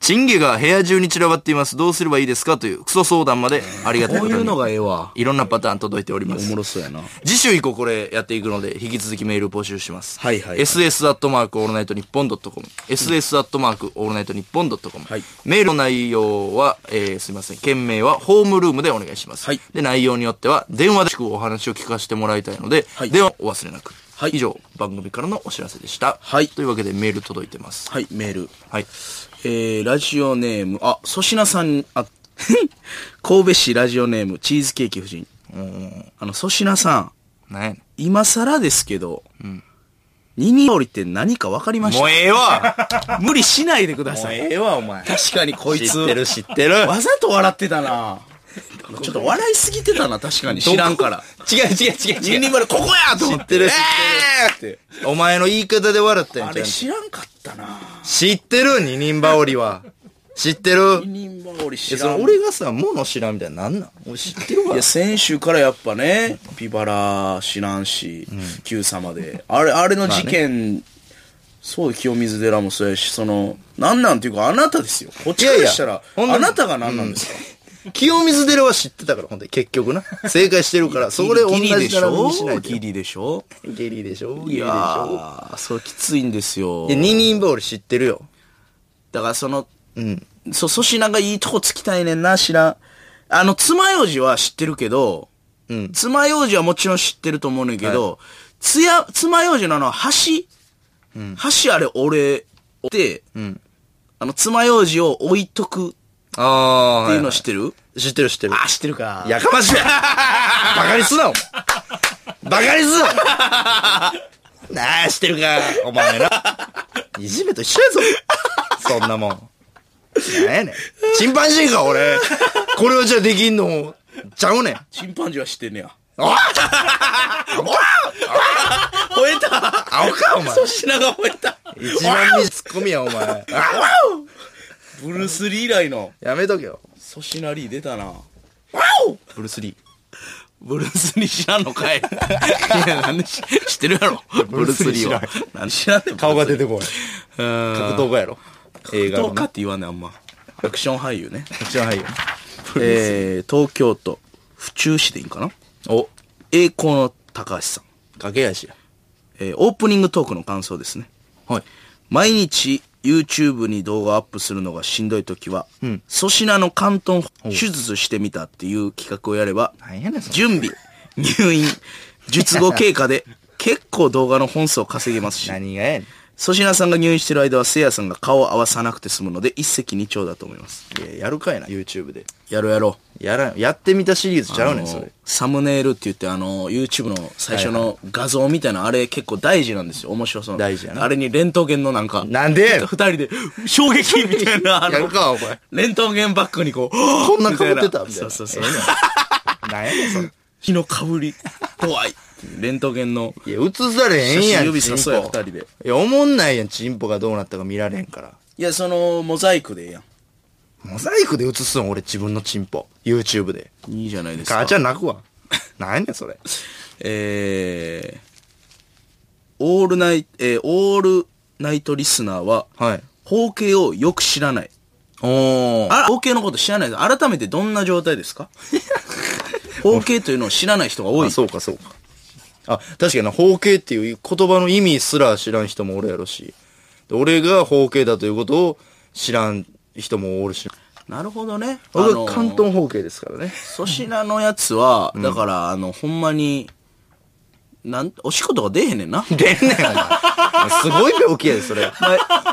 [SPEAKER 1] チンゲが部屋中に散らばっています。どうすればいいですかというクソ相談までありがたいこ
[SPEAKER 2] こうい
[SPEAKER 1] と
[SPEAKER 2] う
[SPEAKER 1] に
[SPEAKER 2] の。がええわ。
[SPEAKER 1] いろんなパターン届いておりま
[SPEAKER 2] お
[SPEAKER 1] す
[SPEAKER 2] も。ろそうやな。
[SPEAKER 1] 次週以降これやっていくので、引き続きメール募集します。
[SPEAKER 2] はいはいはい
[SPEAKER 1] ss アットマークオールナイトニッポンドットコム。ss アットマークオールナイトニッポンドットコム
[SPEAKER 2] はい。
[SPEAKER 1] メールの内容は、えーすいません。件名はホームルームでお願いします。
[SPEAKER 2] はい
[SPEAKER 1] で、内容によっては、電話でお話を聞かせてもらいたいので、
[SPEAKER 2] はい
[SPEAKER 1] 電話をお忘れなく。
[SPEAKER 2] はい
[SPEAKER 1] 以上、番組からのお知らせでした。
[SPEAKER 2] はい
[SPEAKER 1] というわけでメール届いてます。
[SPEAKER 2] はい、メール。
[SPEAKER 1] はい。
[SPEAKER 2] えー、ラジオネーム、あ、粗品さん、あ、 神戸市ラジオネーム、チーズケーキ夫人。あの、粗品さん、
[SPEAKER 1] なんやねん
[SPEAKER 2] 今更ですけど、二人羽織って何か分かりまし
[SPEAKER 1] もう
[SPEAKER 2] た
[SPEAKER 1] ええわ
[SPEAKER 2] 無理しないでください。
[SPEAKER 1] えわ、お前。
[SPEAKER 2] 確かにこいつ。
[SPEAKER 1] 知ってる知ってる
[SPEAKER 2] わざと笑ってたな。ちょっと笑いすぎてたな、確かに。知らんから。。
[SPEAKER 1] 違う違う違う
[SPEAKER 2] ニンニンバルここやと思
[SPEAKER 1] 知っ
[SPEAKER 2] って。
[SPEAKER 1] てる知
[SPEAKER 2] ってる。
[SPEAKER 1] お前の言い方で笑ったや
[SPEAKER 2] あ
[SPEAKER 1] んち
[SPEAKER 2] れ
[SPEAKER 1] ゃんと。
[SPEAKER 2] 知らんかったな。
[SPEAKER 1] 知ってる二人羽織は。知ってる
[SPEAKER 2] ニンニンバル
[SPEAKER 1] い
[SPEAKER 2] 知
[SPEAKER 1] や、そ
[SPEAKER 2] ら
[SPEAKER 1] の
[SPEAKER 2] ん。
[SPEAKER 1] 俺がさ、物知らんみたいな、なんなん俺知ってるわ
[SPEAKER 2] いや、。先週からやっぱね、ピバラ知らんし、Q 様で。あれ、あれの事件、そう、清水寺もそうやし、その、なんなんていうか、あなたですよ。こっちからしたら、
[SPEAKER 1] いやいや
[SPEAKER 2] あなたがなんなんですか、
[SPEAKER 1] 清水寺は知ってたから、ほんで、結局な。正解してるから、それ同じ
[SPEAKER 2] ギリでし
[SPEAKER 1] 並び
[SPEAKER 2] ょ
[SPEAKER 1] にしないでよ
[SPEAKER 2] ギ。リでしょ
[SPEAKER 1] ギリでしょギリ
[SPEAKER 2] い
[SPEAKER 1] でし
[SPEAKER 2] や
[SPEAKER 1] ょ
[SPEAKER 2] ー、それきついんですよ
[SPEAKER 1] いや、。二人羽織知ってるよ。
[SPEAKER 2] だからその、
[SPEAKER 1] うん。
[SPEAKER 2] そ、粗品がいいとこつきたいねんな、知らん。あの、爪楊枝は知ってるけど、
[SPEAKER 1] うん
[SPEAKER 2] 爪楊枝はもちろん知ってると思うねんけど、つや、爪楊枝のあの、箸、箸あれ俺、で、
[SPEAKER 1] ん
[SPEAKER 2] あの、爪楊枝を置いとくっ
[SPEAKER 1] ああ。
[SPEAKER 2] ていう
[SPEAKER 1] は
[SPEAKER 2] の
[SPEAKER 1] い
[SPEAKER 2] 知ってる、
[SPEAKER 1] 知ってる知ってる。
[SPEAKER 2] あ、知ってるか。
[SPEAKER 1] やかましいわバカにすな、お前。バカにすななあ、知ってるか、お前な。いじめと一緒やぞ。そんなもん。なんやねん。チンパンジーか、俺。これはじゃあできんの、ちゃうねん。
[SPEAKER 2] チンパンジーは知ってんねや。
[SPEAKER 1] おい
[SPEAKER 2] 吠えた
[SPEAKER 1] 青か、お前。
[SPEAKER 2] 粗品が吠えた
[SPEAKER 1] 一番みツッコミや、お前。あ
[SPEAKER 2] ブルース・リー以来の、
[SPEAKER 1] やめとけよ。
[SPEAKER 2] 粗品リー出たな。
[SPEAKER 1] ブルースリー。
[SPEAKER 2] ブルース・リー知らん のかいいや、なんで知知ってるやろ。ブ
[SPEAKER 1] ブ
[SPEAKER 2] ル
[SPEAKER 1] ルー
[SPEAKER 2] ース・
[SPEAKER 1] ス
[SPEAKER 2] リ
[SPEAKER 1] リ
[SPEAKER 2] ー
[SPEAKER 1] ー
[SPEAKER 2] は。なんで知らんねん。
[SPEAKER 1] 顔が出てこない。
[SPEAKER 2] うーん。
[SPEAKER 1] 格闘家やろ。映画
[SPEAKER 2] ど
[SPEAKER 1] の
[SPEAKER 2] う
[SPEAKER 1] ね。
[SPEAKER 2] かって言わんねんあんま。アクション俳優ね。
[SPEAKER 1] こっちははいよ。
[SPEAKER 2] えー、東京都、府中市でいいんかな
[SPEAKER 1] お、
[SPEAKER 2] 栄光の高橋さん。
[SPEAKER 1] 駆け足や。
[SPEAKER 2] えー、オープニングトークの感想ですね。
[SPEAKER 1] はい。
[SPEAKER 2] 毎日 YouTube に動画アップするのがしんどい時は、粗品の関東手術してみたっていう企画をやれば、
[SPEAKER 1] なんやねん、それ
[SPEAKER 2] 準備、入院、術後経過で、結構動画の本数を稼げますし、
[SPEAKER 1] 何がやねん。
[SPEAKER 2] 粗品さんが入院してる間はせいやさんが顔を合わさなくて済むので一石二鳥だと思います。
[SPEAKER 1] いや、やるかいな、YouTube で。
[SPEAKER 2] やろうやろう。
[SPEAKER 1] やらん、やってみたシリーズちゃうねん、そ
[SPEAKER 2] あ
[SPEAKER 1] れ
[SPEAKER 2] の。サムネイルって言って、あの、YouTube の最初の画像みたいな、あれ結構大事なんですよ。面白そうな。
[SPEAKER 1] 大事やな
[SPEAKER 2] あれにレントゲンのなんか、
[SPEAKER 1] なんで
[SPEAKER 2] 二人で、衝撃みたいな、あの
[SPEAKER 1] やるかお前
[SPEAKER 2] レントゲンバックにこう、
[SPEAKER 1] こんな被
[SPEAKER 2] 顔
[SPEAKER 1] ってたみたい
[SPEAKER 2] そう
[SPEAKER 1] な。
[SPEAKER 2] そうそう
[SPEAKER 1] え。えねんなんやねん、それ。
[SPEAKER 2] 日のかぶり、怖い。レントゲンの、
[SPEAKER 1] いや、映されへんやん。
[SPEAKER 2] 写真指さそうや
[SPEAKER 1] チン
[SPEAKER 2] 二
[SPEAKER 1] ポ
[SPEAKER 2] 人で。
[SPEAKER 1] いや、おもんないやん、チンポがどうなったか見られへんから。
[SPEAKER 2] いや、その、モザイクでええや
[SPEAKER 1] モザイクで映すん、俺、自分のチンポ。YouTube で。
[SPEAKER 2] ん。いいじゃないですか。
[SPEAKER 1] 母ちゃん泣く わ。なんやねん、それ。
[SPEAKER 2] えー、オールナイト、えーオールナイトリスナーは、
[SPEAKER 1] はい。
[SPEAKER 2] 包茎をよく知らない。
[SPEAKER 1] おー。
[SPEAKER 2] あ、包茎のこと知らないです。改めてどんな状 態ですか包茎というのを知らない人が多い
[SPEAKER 1] あ、。そうか、そうか。あ、確かにな、包茎っていう言葉の意味すら知らん人もおるやろし。で俺が包茎だということを知らん人もおるし。
[SPEAKER 2] なるほどね。あ
[SPEAKER 1] 僕
[SPEAKER 2] の
[SPEAKER 1] は関東包茎ですからね。
[SPEAKER 2] 粗品のやつは、だから、あの、ほんまに、なん、お仕事が出えへんねんな。
[SPEAKER 1] 出んねん、お前。すごい病気やで、そ れ。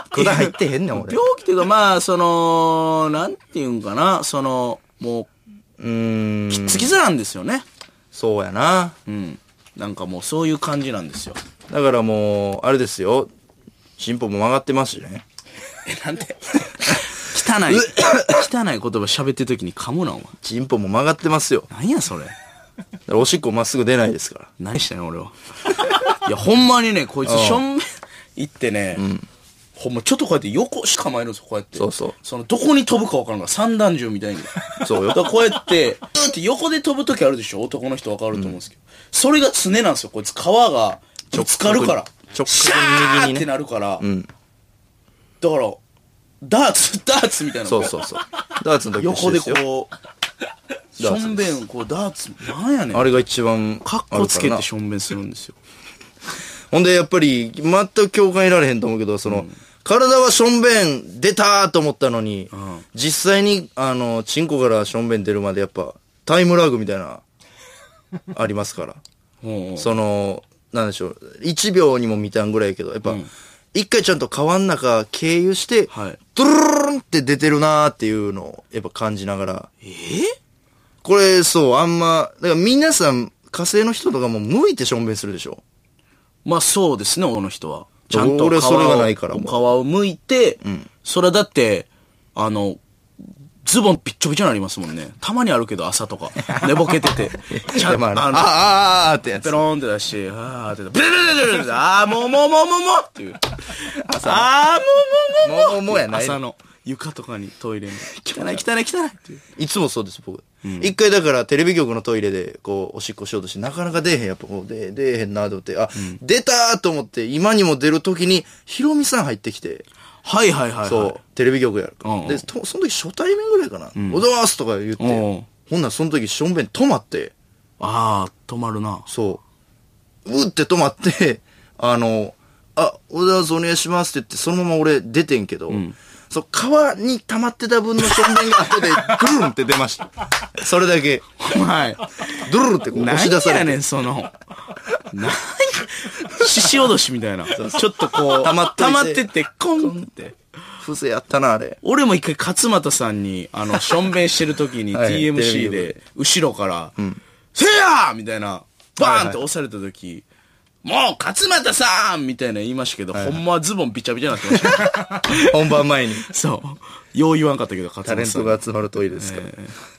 [SPEAKER 1] 管入ってへんねん、俺。
[SPEAKER 2] 病気っていうか、まあ、その、なんていうんかな、その、も
[SPEAKER 1] うー
[SPEAKER 2] う、
[SPEAKER 1] ん。
[SPEAKER 2] 月座なんですよね。
[SPEAKER 1] そうやな。
[SPEAKER 2] うん。なんかもう、そういう感じなんですよ。
[SPEAKER 1] だからもう、あれですよ。進歩も曲がってますしね。
[SPEAKER 2] え、なんで 汚 い、汚い言葉喋ってる時に噛むな、お前。
[SPEAKER 1] チンポも曲がってますよ。
[SPEAKER 2] なんや、それ。
[SPEAKER 1] だからおしっこまっすぐ出ないですから。
[SPEAKER 2] 何したんや、俺は。いや、ほんまにね、こいつ、しょんべん行ってね、ほんま、ちょっとこうやって横しか構えるんですよ、こうやって。
[SPEAKER 1] そうそう
[SPEAKER 2] その、どこに飛ぶかわからんから、三段銃みたいに。
[SPEAKER 1] そうよ
[SPEAKER 2] だからこうやって、ずーって横で飛ぶ時あるでしょ男の人わかると思うんですけど。それが常なんですよ、こいつ。皮が、ぶつかるから。
[SPEAKER 1] 直角に
[SPEAKER 2] シャ
[SPEAKER 1] 直角に右
[SPEAKER 2] ー
[SPEAKER 1] に
[SPEAKER 2] っ
[SPEAKER 1] ね
[SPEAKER 2] てなるから。
[SPEAKER 1] ん
[SPEAKER 2] だから、ダーツ、 ダーツみたいな。
[SPEAKER 1] そうそうそう。ダーツの時と一緒
[SPEAKER 2] 横です
[SPEAKER 1] よ
[SPEAKER 2] こう、し
[SPEAKER 1] ダー
[SPEAKER 2] ょ
[SPEAKER 1] ツです
[SPEAKER 2] んべん、こう、ダーツ、なんやねん。
[SPEAKER 1] あれが一番
[SPEAKER 2] かっこつけ
[SPEAKER 1] あるから
[SPEAKER 2] て
[SPEAKER 1] な
[SPEAKER 2] しょんべんするんですよ。
[SPEAKER 1] ほんでやっぱり全く共感得られへんと思うけどその、体はしょんべん出たーと思ったのに、
[SPEAKER 2] ん
[SPEAKER 1] 実際にあのチンコからしょんべん出るまでやっぱタイムラグみたいなあります から
[SPEAKER 2] うんうん
[SPEAKER 1] そのなんでしょう1秒にも満たんぐらいやけどやっぱ、一回ちゃんと川ん中経由して、
[SPEAKER 2] はい
[SPEAKER 1] ドゥルルルンって出てるなーっていうのをやっぱ感じながら
[SPEAKER 2] え
[SPEAKER 1] これそうあんまだから皆さん火星の人とかも向いてしょんべんするでしょ
[SPEAKER 2] まあそうですね、この人は。ちゃんと
[SPEAKER 1] 俺
[SPEAKER 2] 皮
[SPEAKER 1] はそれがないから
[SPEAKER 2] を
[SPEAKER 1] もう
[SPEAKER 2] 皮を剥いて、それはだって、あの、ズボンびっちょびちょになりますもんね。たまにあるけど、朝 とか。寝ぼけてて。ちゃん
[SPEAKER 1] ま
[SPEAKER 2] と、
[SPEAKER 1] あ、あ
[SPEAKER 2] あ
[SPEAKER 1] あ
[SPEAKER 2] の、
[SPEAKER 1] ああーってやつ
[SPEAKER 2] ペローンって出して、あーって、ブルルルルルルあー、もうもうもうもうもうっていう。あー、もうもうもうもう
[SPEAKER 1] もうもうやない
[SPEAKER 2] 朝の床とかにトイレに。汚い汚い汚いっていう。
[SPEAKER 1] いつもそうです、僕。一回だからテレビ局のトイレで、こう、おしっこしようとして、なかなか出えへん、やっぱ、こう、出え、出えへんなと思って、あ、出たーと思って、今にも出るときに、ヒロミさん入ってきて、
[SPEAKER 2] はいはいはい、はい。
[SPEAKER 1] そう、テレビ局やるから
[SPEAKER 2] うんうん
[SPEAKER 1] で、とその時初対面ぐらいかな、おざわすとか言って、
[SPEAKER 2] うんうん
[SPEAKER 1] ほんならその時、しょんべん止まって、
[SPEAKER 2] あー、止まるな。
[SPEAKER 1] そう、うって止まって、 あの、あ、おざわすお願いしますって言って、そのまま俺出てんけど、そう、川に溜まってた分のしょんべんが後で、 グルンって出ました。それだけ。
[SPEAKER 2] はい。
[SPEAKER 1] ドゥルルってこう押し出され
[SPEAKER 2] 何
[SPEAKER 1] て、
[SPEAKER 2] やねん、そ の。何獅子おどしみたいな。ちょっとこう、
[SPEAKER 1] 溜まっといて
[SPEAKER 2] 溜まってって、コンって。
[SPEAKER 1] 風情やったな、あれ。
[SPEAKER 2] 俺も一回勝俣さんに、あ の、しょんべんしてる時に
[SPEAKER 1] はい
[SPEAKER 2] TMC
[SPEAKER 1] テレビ
[SPEAKER 2] で、後ろから、せやーみたいな、バーンって押された時、もう勝俣さんみたいな言いましたけど、ほんまはズボンびちゃびちゃになってました。
[SPEAKER 1] 本番前に。
[SPEAKER 2] そう。よう言わんかったけど、勝
[SPEAKER 1] タレ
[SPEAKER 2] 俣
[SPEAKER 1] ン
[SPEAKER 2] さ
[SPEAKER 1] ト
[SPEAKER 2] ん。
[SPEAKER 1] が集まるといいですから。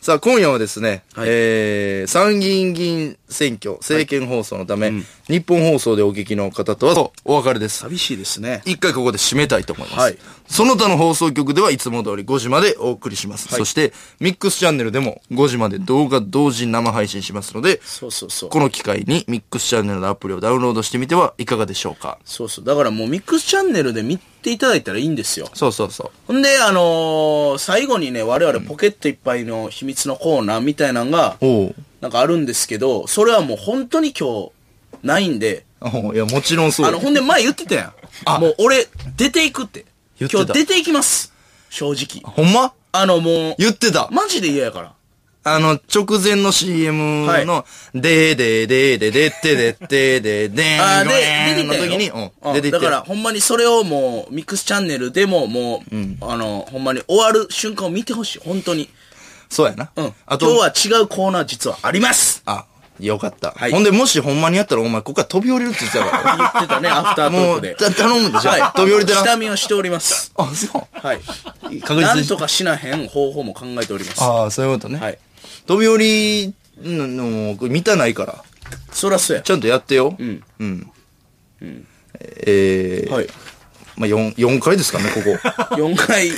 [SPEAKER 1] さあ、今夜はですね、
[SPEAKER 2] はい
[SPEAKER 1] えー、参議院議員選挙、政見放送のため、日本放送でお聞きの方とはお別れです。
[SPEAKER 2] 寂しいですね。
[SPEAKER 1] 一回ここで締めたいと思います。
[SPEAKER 2] はい
[SPEAKER 1] その他の放送局ではいつも通り5時までお送りします。そして、ミックスチャンネルでも5時まで動画同時生配信しますので、
[SPEAKER 2] そうそうそう。
[SPEAKER 1] この機会にミックスチャンネルのアプリをダウンロードしてみてはいかがでしょうか。
[SPEAKER 2] そうそう。だからもうミックスチャンネルで見ていただいたらいいんですよ。
[SPEAKER 1] そうそうそう。
[SPEAKER 2] ほんで、あのー最後にね、我々ポケットいっぱいの秘密のコーナーみたいなのが、
[SPEAKER 1] おう
[SPEAKER 2] なんかあるんですけど、それはもう本当に今日、ないんで、
[SPEAKER 1] お ういや、もちろんそう
[SPEAKER 2] あ
[SPEAKER 1] よ
[SPEAKER 2] の、ほんで前言ってたやん。もう俺、出ていくって。
[SPEAKER 1] 言ってた
[SPEAKER 2] 今日出ていきます。正直。
[SPEAKER 1] ほんま
[SPEAKER 2] あの、もう、
[SPEAKER 1] 言ってた。
[SPEAKER 2] マジで嫌やから。
[SPEAKER 1] あの、直前の CM
[SPEAKER 2] はい
[SPEAKER 1] の、でーでーでーでーでーってでーでーでーでーん
[SPEAKER 2] あー
[SPEAKER 1] ごめ
[SPEAKER 2] で、
[SPEAKER 1] ん
[SPEAKER 2] 出て
[SPEAKER 1] の時
[SPEAKER 2] い
[SPEAKER 1] に、
[SPEAKER 2] ったよ
[SPEAKER 1] うん、出てい
[SPEAKER 2] だ
[SPEAKER 1] って
[SPEAKER 2] か
[SPEAKER 1] る
[SPEAKER 2] ら、ほんまにそれをもう、ミックスチャンネルでも、もう、あの、ほんまに終わる瞬間を見てほしい。本当に。
[SPEAKER 1] そうやな。
[SPEAKER 2] うん。
[SPEAKER 1] あ
[SPEAKER 2] 今
[SPEAKER 1] と、
[SPEAKER 2] 日は違うコーナー実はあります
[SPEAKER 1] あ、よかった。
[SPEAKER 2] はい
[SPEAKER 1] ほんで、もしほんまにやったら、お前、ここから飛び降りるって言ってたか
[SPEAKER 2] 言ってたね、アフタ
[SPEAKER 1] ら。
[SPEAKER 2] ートー
[SPEAKER 1] も
[SPEAKER 2] ク
[SPEAKER 1] う、
[SPEAKER 2] で。
[SPEAKER 1] た頼むでしょ。飛び降りてな。
[SPEAKER 2] 下見をしております。
[SPEAKER 1] あ、そう。
[SPEAKER 2] はい。
[SPEAKER 1] 確
[SPEAKER 2] な
[SPEAKER 1] 実
[SPEAKER 2] ん
[SPEAKER 1] に。
[SPEAKER 2] とかしなへん方法も考えております。
[SPEAKER 1] ああ、そういうことね。
[SPEAKER 2] はい。
[SPEAKER 1] 飛び降りの、の、これ満たないから、
[SPEAKER 2] そらそうや。。
[SPEAKER 1] ちゃんとやってよ。うんうん。えー、
[SPEAKER 2] はい。
[SPEAKER 1] まあ、4、四回ですかね、ここ。
[SPEAKER 2] 4回、だ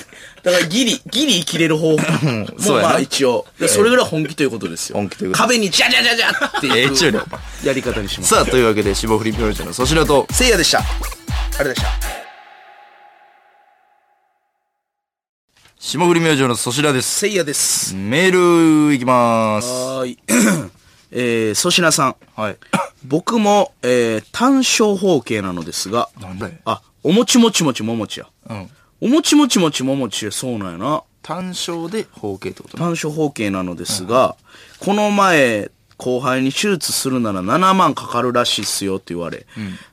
[SPEAKER 2] からギリ、ギリ生きれる方法も
[SPEAKER 1] そうやな
[SPEAKER 2] まあ一応。でそれぐらい本気ということですよ。
[SPEAKER 1] 本気ということ
[SPEAKER 2] 壁にジャジャジャジャって
[SPEAKER 1] ええちゅう
[SPEAKER 2] い
[SPEAKER 1] ね
[SPEAKER 2] うん
[SPEAKER 1] お前
[SPEAKER 2] やり方にします。
[SPEAKER 1] さあ、というわけで、霜降り明星の粗品と、
[SPEAKER 2] せいやでした。ありがとうございました。
[SPEAKER 1] 霜降り明星の粗品です。
[SPEAKER 2] せいやです。
[SPEAKER 1] メールいきます。
[SPEAKER 2] はーい。 えー、粗品さん。
[SPEAKER 1] はい。
[SPEAKER 2] 僕も、えー、単小方形なのですが、
[SPEAKER 1] なんだよ
[SPEAKER 2] あ、おもちもちもちももちや。
[SPEAKER 1] うん。
[SPEAKER 2] おもちもちもちももちや、そうなんやな。
[SPEAKER 1] 単勝で包茎ってことね。
[SPEAKER 2] 短所包茎なのですが、この前、後輩に手術するなら7万かかるらしいっすよって言われ、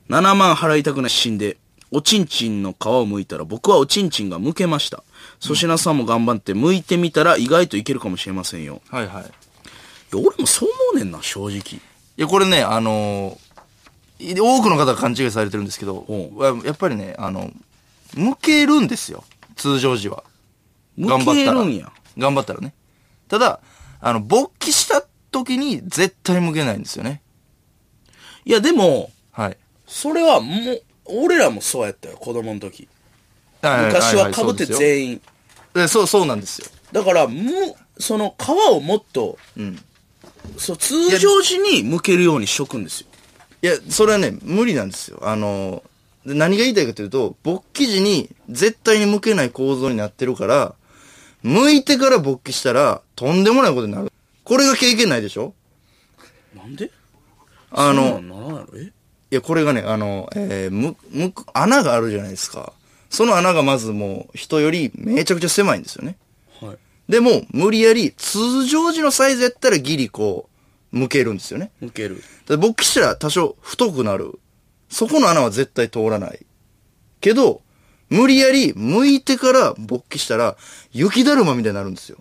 [SPEAKER 2] 7万払いたくない死んで、おちんちんの皮を剥いたら僕はおちんちんが剥けました。粗品さんも頑張って剥いてみたら意外といけるかもしれませんよ。
[SPEAKER 1] はいはい。い
[SPEAKER 2] いや、俺もそう思うねんな、正直。
[SPEAKER 1] や、これね、あのーい多くの方が勘違いされてるんですけど
[SPEAKER 2] ほ、
[SPEAKER 1] ややっぱりね、あの、向けるんですよ。通常時は。頑張
[SPEAKER 2] 剥
[SPEAKER 1] っ
[SPEAKER 2] け
[SPEAKER 1] たら。
[SPEAKER 2] るんや。
[SPEAKER 1] 頑張ったらね。ただ、あの、勃起した時に絶対向けないんですよね。
[SPEAKER 2] いや、でも、
[SPEAKER 1] はい。
[SPEAKER 2] それはもう、俺らもそうやったよ、子供の時。
[SPEAKER 1] はい
[SPEAKER 2] 昔はかぶって
[SPEAKER 1] はいはいそうですよ
[SPEAKER 2] 全員。
[SPEAKER 1] でそうそうなんですよ
[SPEAKER 2] だから、む、その皮をもっと、そう、通常時に剥けるようにしとくんですよ。
[SPEAKER 1] いやそれはね無理なんですよあので何が言いたいかというと勃起時に絶対に向けない構造になってるから向いてから勃起したらとんでもないことになるこれが経験ないでしょ
[SPEAKER 2] なんで
[SPEAKER 1] あの
[SPEAKER 2] そうなんならんやろえ
[SPEAKER 1] いや、これがね、あの、えー、む、むく、穴があるじゃないですか。その穴がまずもう人よりめちゃくちゃ狭いんですよね。
[SPEAKER 2] はい。
[SPEAKER 1] でも、無理やり通常時のサイズやったらギリこう、向けるんですよね。
[SPEAKER 2] 剥ける。
[SPEAKER 1] だから勃起したら多少太くなる。そこの穴は絶対通らない。けど、無理やり向いてから勃起したら、雪だるまみたいになるんですよ。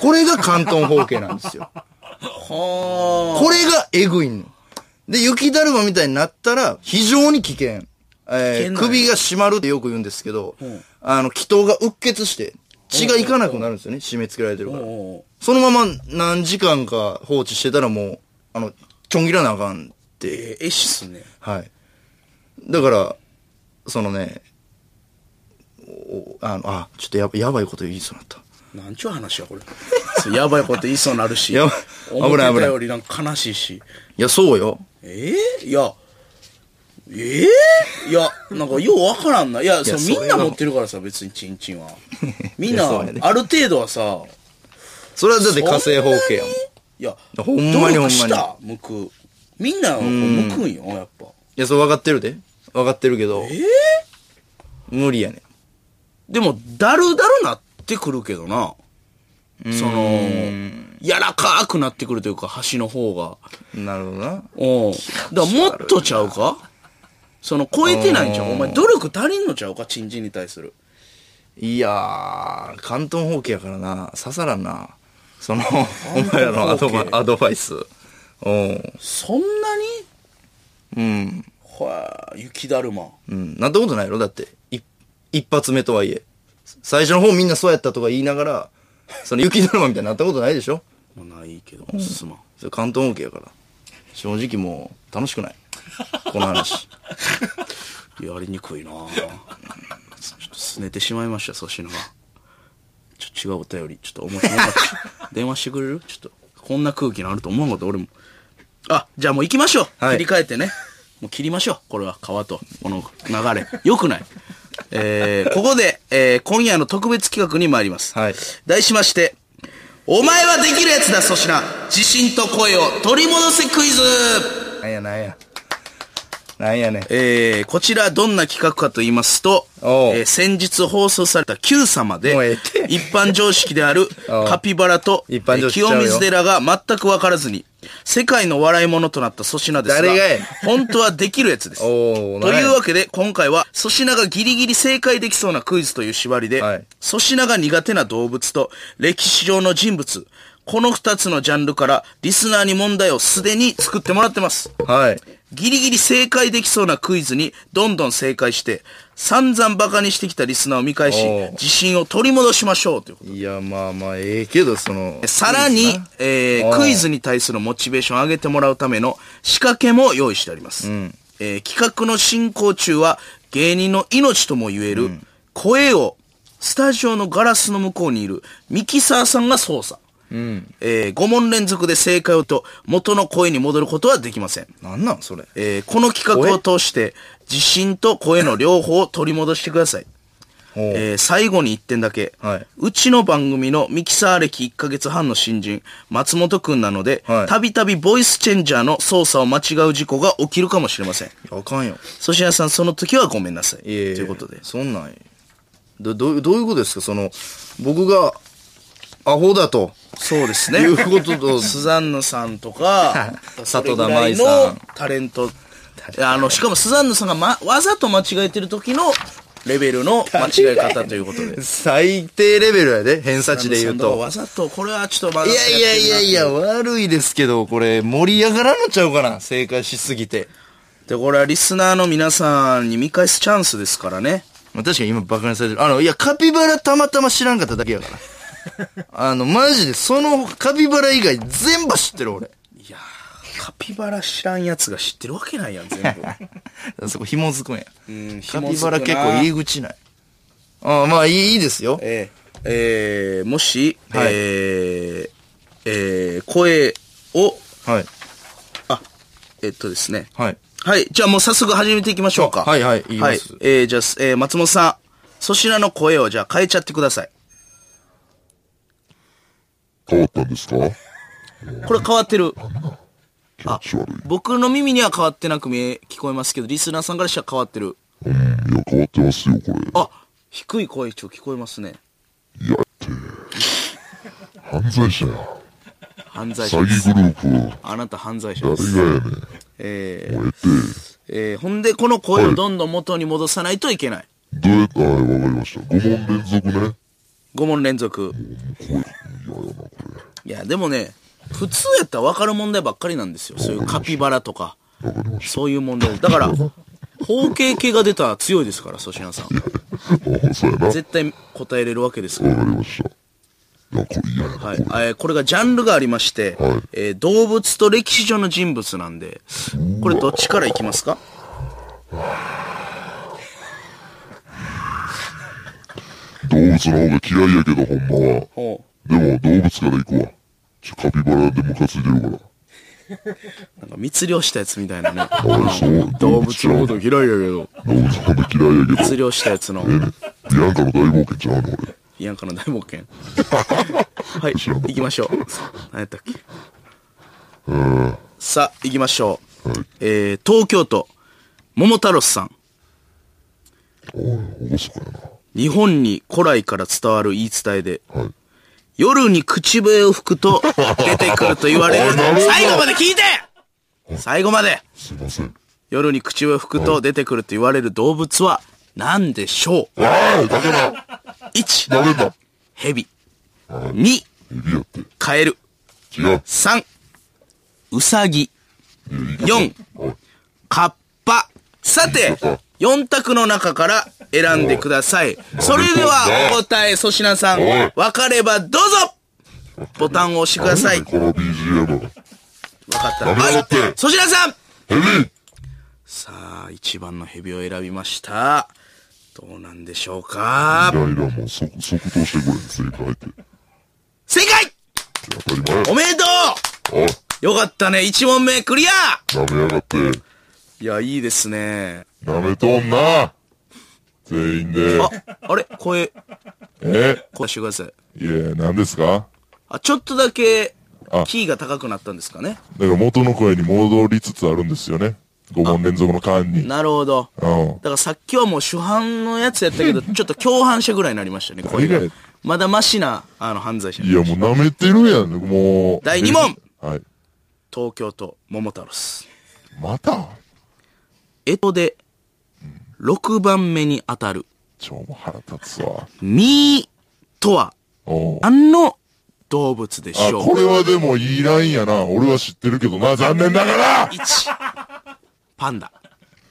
[SPEAKER 1] これが関東方形なん ですよ。
[SPEAKER 2] は
[SPEAKER 1] これがえぐいの。で、雪だるまみたいになったら、非常に危険。
[SPEAKER 2] 危
[SPEAKER 1] えー、
[SPEAKER 2] 険なんや
[SPEAKER 1] 首が締まるってよく言うんですけど
[SPEAKER 2] ん、
[SPEAKER 1] あの、気筒がうっ血して、血がいかなくなるんですよね、締め付けられてる
[SPEAKER 2] あ。
[SPEAKER 1] から。
[SPEAKER 2] も
[SPEAKER 1] そのまま何時間か放置してたらもう、あの、ちょん切らなあかんっ
[SPEAKER 2] う、
[SPEAKER 1] て、
[SPEAKER 2] えー、えっしっすね。
[SPEAKER 1] はい。だから、そのね、おあの、あ、ちょっとやばやばいこと言いそうになった。
[SPEAKER 2] なんちゅう話や、これ。 そうやばいこと言いそうになるし。
[SPEAKER 1] やばい
[SPEAKER 2] 思っ
[SPEAKER 1] 危ない
[SPEAKER 2] て
[SPEAKER 1] 危
[SPEAKER 2] た
[SPEAKER 1] ない
[SPEAKER 2] よりなんか悲しいし。
[SPEAKER 1] いや、そうよ。
[SPEAKER 2] ええいや。ええいや、なんかようわからんな。いや、そう
[SPEAKER 1] それ
[SPEAKER 2] み
[SPEAKER 1] は
[SPEAKER 2] んな持ってるからさ、別にチンチン は。みん
[SPEAKER 1] い
[SPEAKER 2] な、
[SPEAKER 1] やそうやね
[SPEAKER 2] ある程度はさ、
[SPEAKER 1] それはだって火星方形やもん。
[SPEAKER 2] いや、
[SPEAKER 1] ほんまに
[SPEAKER 2] 努力した
[SPEAKER 1] ほ
[SPEAKER 2] 向く。みんなはこう向くんよ、やっぱ。
[SPEAKER 1] いや、そう分かってるで。分かってるけど。無理やね
[SPEAKER 2] でも、だるだるなってくるけどな。その、柔らかくなってくるというか、端の方が。
[SPEAKER 1] ん。なるほどな。
[SPEAKER 2] うん。だからもっとちゃうかその、超えてないんちゃうお前、努力足りんのちゃうかチンチンに対する。
[SPEAKER 1] いやー、関東方形やからな。刺さらんな。その、お前らのアドバイアドバイス。うん。
[SPEAKER 2] そんなに
[SPEAKER 1] うん。
[SPEAKER 2] はい、雪だるま。
[SPEAKER 1] うん。なんてことないやろだって。い一発目とはいえ。最初の方みんなそうやったとか言いながら、その雪だるまみたいになったことないでしょ
[SPEAKER 2] まあないけど、すまん。
[SPEAKER 1] それ関東方形やから。正直もう、楽し くない。この話。
[SPEAKER 2] やりにくいなぁ。ちょっと拗ねてしまいました、粗品が。ちょっと違うお便り、ちょっと面白かった。電話してくれるちょっと、こんな空気のあると思わんかった、俺も。あ、じゃあもう行きましょう。
[SPEAKER 1] はい
[SPEAKER 2] 切り替えてね。もう切りましょう。これは川と、この流れ。よくない。えー、ここで、えー、今夜の特別企画に参ります。
[SPEAKER 1] はい
[SPEAKER 2] 題しまして、お前はできるやつだ、粗品。自信と声を取り戻せクイズ
[SPEAKER 1] なんやなんや。なんやねん。
[SPEAKER 2] えーこちらどんな企画かと言いますと、
[SPEAKER 1] おう
[SPEAKER 2] えー先日放送された Q 様で
[SPEAKER 1] もうええって、
[SPEAKER 2] 一般常識である
[SPEAKER 1] おう
[SPEAKER 2] カピバラと
[SPEAKER 1] 一般常識ちゃう
[SPEAKER 2] 清
[SPEAKER 1] よ
[SPEAKER 2] 水寺が全く分からずに、世界の笑い者となった粗品ですが
[SPEAKER 1] 誰がや、
[SPEAKER 2] 本当はできるやつです。
[SPEAKER 1] おー
[SPEAKER 2] というわけで、今回は粗品がギリギリ正解できそうなクイズという縛りで、
[SPEAKER 1] はい
[SPEAKER 2] 粗品が苦手な動物と歴史上の人物、この二つのジャンルからリスナーに問題をすでに作ってもらってます。
[SPEAKER 1] はい。
[SPEAKER 2] ギリギリ正解できそうなクイズにどんどん正解して、散々バカにしてきたリスナーを見返し
[SPEAKER 1] おう、
[SPEAKER 2] 自信を取り戻しましょうということ
[SPEAKER 1] いや、まあまあ、ええけど、その。
[SPEAKER 2] さらに、えー
[SPEAKER 1] おう
[SPEAKER 2] クイズに対するモチベーションを上げてもらうための仕掛けも用意してあります。えー企画の進行中は芸人の命とも言える、声をスタジオのガラスの向こうにいるミキサーさんが操作。え5問連続で正解をと元の声に戻ることはできません。
[SPEAKER 1] なんなんそれ。
[SPEAKER 2] えーこの企画を通して、自信と声の両方を取り戻してください。
[SPEAKER 1] ほう
[SPEAKER 2] えー最後に1点だけ、
[SPEAKER 1] はいう
[SPEAKER 2] ちの番組のミキサー歴1ヶ月半の新人、松本くんなので
[SPEAKER 1] はい、
[SPEAKER 2] たびたびボイスチェンジャーの操作を間違う事故が起きるかもしれません。
[SPEAKER 1] あかんよ。
[SPEAKER 2] 粗品さん、その時はごめんなさい。と
[SPEAKER 1] いえいえ
[SPEAKER 2] いうことで。
[SPEAKER 1] そんなん、ど、どうどういうことですかその、僕が、アホだと。
[SPEAKER 2] そうですね。
[SPEAKER 1] いうことと、
[SPEAKER 2] スザンヌさんとかそれぐら い
[SPEAKER 1] 里田舞さん
[SPEAKER 2] のタレント。あの、しかもスザンヌさんが、ま、わざと間違えてる時のレベルの間違え方ということで。
[SPEAKER 1] 最低レベルやで、偏差値で言う
[SPEAKER 2] サンド
[SPEAKER 1] と。
[SPEAKER 2] わざと、これはちょっとま
[SPEAKER 1] い
[SPEAKER 2] だ
[SPEAKER 1] やいやいやいや、
[SPEAKER 2] ってるなっ
[SPEAKER 1] 悪いですけど、これ、盛り上がらんのちゃうかな正解しすぎて。
[SPEAKER 2] ていう。で、これはリスナーの皆さんに見返すチャンスですからね。
[SPEAKER 1] まあ、確かに今バカにされてる。あの、いや、カピバラたまたま知らんかっただけやから。 あの、マジで、そのカピバラ以外全部知ってる 俺。
[SPEAKER 2] いやーカピバラ知らんやつが知ってるわ けないやん、全部。
[SPEAKER 1] そこ紐づくんや。
[SPEAKER 2] うん紐づく
[SPEAKER 1] カ
[SPEAKER 2] な
[SPEAKER 1] ピバラ結構入り口ない。あまあいいいいですよ。
[SPEAKER 2] えーえーもし、
[SPEAKER 1] はい
[SPEAKER 2] えーえー声を、
[SPEAKER 1] はい。
[SPEAKER 2] あ、えっとですね。
[SPEAKER 1] はい。
[SPEAKER 2] はい。じゃあもう早速始めていきましょうか。
[SPEAKER 1] あはいはい言います
[SPEAKER 2] はえーじゃあ、えー松本さん、粗品の声をじゃあ変えちゃってください。
[SPEAKER 3] 変わったんですか
[SPEAKER 2] これ変わってる。
[SPEAKER 3] 気持ち悪い。
[SPEAKER 2] 僕の耳には変わってなく見え、聞こえますけど、リスナーさんからしたら変わってる。
[SPEAKER 3] うん、いや、変わってますよ、これ。
[SPEAKER 2] あ、低い声一応聞こえますね。
[SPEAKER 3] いや、って。犯罪者や。
[SPEAKER 2] 犯罪者
[SPEAKER 3] 詐
[SPEAKER 2] です
[SPEAKER 3] 欺。グループ、
[SPEAKER 2] あなた犯罪者で
[SPEAKER 3] 誰
[SPEAKER 2] す。
[SPEAKER 3] がやねん。も
[SPEAKER 2] え
[SPEAKER 3] うええって。
[SPEAKER 2] ーえーほんで、この声をどんどん元に戻さないといけない。
[SPEAKER 3] どうやって、はい、わかりました。5問連続ね。
[SPEAKER 2] 5問連続。いや、でもね、普通やったら分かる問題ばっかりなんですよ。そういうカピバラとか、そういう問題。だから、方形系が出たら強いですから、粗品さん。
[SPEAKER 3] ああ、そうやな。わか
[SPEAKER 2] 絶対答えれるわけですから。
[SPEAKER 3] りました。いや、これ嫌やな、
[SPEAKER 2] はい、え
[SPEAKER 3] これ。
[SPEAKER 2] ーこれがジャンルがありまして、
[SPEAKER 3] はい
[SPEAKER 2] えー動物と歴史上の人物なんで、これどっちからいきますか
[SPEAKER 3] 動物の方が嫌いやけど、ほんまは。
[SPEAKER 2] ほ
[SPEAKER 3] でも、動物から行くわ。ちょカピバラでムカついてるから。
[SPEAKER 2] うなんか密漁したやつみたいなね。
[SPEAKER 3] かわいそう。動物ちゃう。動
[SPEAKER 2] 嫌いやけど。
[SPEAKER 3] 物の方が嫌いやけど。
[SPEAKER 2] 密漁したやつの、
[SPEAKER 3] ビアンカの大冒険ちゃうの、俺。
[SPEAKER 2] ビアンカの大冒 険。はい、行きましょう。何やったっけ。さあ、行きましょう。えー、東京都、桃太郎さん。
[SPEAKER 3] おい、おごそかやな。
[SPEAKER 2] 日本に古来から伝わる言い伝えで、
[SPEAKER 3] はい。
[SPEAKER 2] 夜に口笛を吹く と出てくると言われる。最後まで聞いて最後まです
[SPEAKER 3] いません。
[SPEAKER 2] 夜に口笛を吹くと出てくると言われる動物は何でしょう
[SPEAKER 3] わーい、だけな、
[SPEAKER 2] ?1、
[SPEAKER 3] ダメだ。
[SPEAKER 2] ヘビ。2、
[SPEAKER 3] エビやって。
[SPEAKER 2] カエル。
[SPEAKER 3] 違う。
[SPEAKER 2] 3、ウサギ。4、
[SPEAKER 3] おい、
[SPEAKER 2] カッパ。さて、4択の中から選んでください。それではお答え、粗品さん。分かればどうぞボタンを押してください。分
[SPEAKER 3] この BGM。
[SPEAKER 2] かったら。
[SPEAKER 3] ダメだって
[SPEAKER 2] はい粗品さん
[SPEAKER 3] ヘビ
[SPEAKER 2] さあ、1番のヘビを選びました。どうなんでしょうか
[SPEAKER 3] イライラもう即、即答してくれ。正解って。
[SPEAKER 2] 正解
[SPEAKER 3] 当たり前や。
[SPEAKER 2] おめでと
[SPEAKER 3] おい、
[SPEAKER 2] うよかったね、1問目クリア
[SPEAKER 3] 舐めやがって。
[SPEAKER 2] いや、いいですね。
[SPEAKER 3] 舐めとんな。全員で。
[SPEAKER 2] あ、あれ声、
[SPEAKER 3] え
[SPEAKER 2] 声してください。
[SPEAKER 3] いや、何ですか
[SPEAKER 2] あ、ちょっとだけ
[SPEAKER 3] あ、
[SPEAKER 2] キーが高くなったんですかね。
[SPEAKER 3] だから元の声に戻りつつあるんですよね。5問連続の間に。
[SPEAKER 2] なるほど。だ
[SPEAKER 3] うん。
[SPEAKER 2] からさっきはもう主犯のやつやった けど、ちょっと共犯者ぐらいになりましたね、声が
[SPEAKER 3] 誰が。
[SPEAKER 2] まだマシな、あの、犯罪者。
[SPEAKER 3] いや、もう舐めてるやん。もう。
[SPEAKER 2] 第二問
[SPEAKER 3] はい。
[SPEAKER 2] 東京都桃太郎ス。
[SPEAKER 3] また
[SPEAKER 2] 江戸で、6番目に当たる、
[SPEAKER 3] ちょ、もう腹立つわ。
[SPEAKER 2] ミーとは、
[SPEAKER 3] おう
[SPEAKER 2] 何の動物で
[SPEAKER 3] あ、
[SPEAKER 2] しょ
[SPEAKER 3] こ
[SPEAKER 2] う
[SPEAKER 3] れはでもいいラインやな。俺は知ってるけどな、残念ながら
[SPEAKER 2] ?1、パンダ。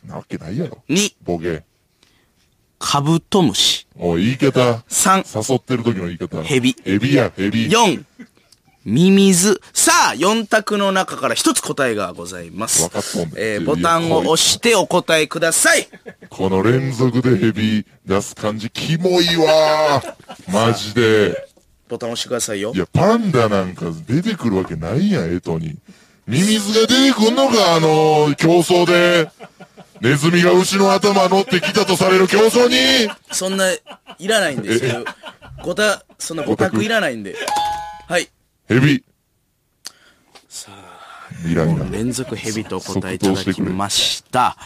[SPEAKER 3] なわけないやろ。
[SPEAKER 2] 2、
[SPEAKER 3] ボケ。
[SPEAKER 2] カブトムシ。
[SPEAKER 3] おい、言い方。
[SPEAKER 2] 3、
[SPEAKER 3] 誘ってる時の言い方。
[SPEAKER 2] ヘビ
[SPEAKER 3] ヘビや、ヘビ。
[SPEAKER 2] 4、ミミズ。さあ、4択の中から1つ答えがございます。
[SPEAKER 3] わかったもんね
[SPEAKER 2] えーボタンを押してお答えください。
[SPEAKER 3] この連続でヘビ出す感じ、キモいわー。マジで。
[SPEAKER 2] ボタン押してくださいよ
[SPEAKER 3] い。や、パンダなんか出てくるわけないやん、エトに。ミミズが出てくんのか、あのー、競争で。ネズミが牛の頭乗ってきたとされる競争に。
[SPEAKER 2] そんな、いらないんですよ。ごた、そんなごたくいらないんで。はい。
[SPEAKER 3] ヘビ。
[SPEAKER 2] さ
[SPEAKER 3] イライラ。イライラ。
[SPEAKER 2] 連続ヘビとお答えいただきました。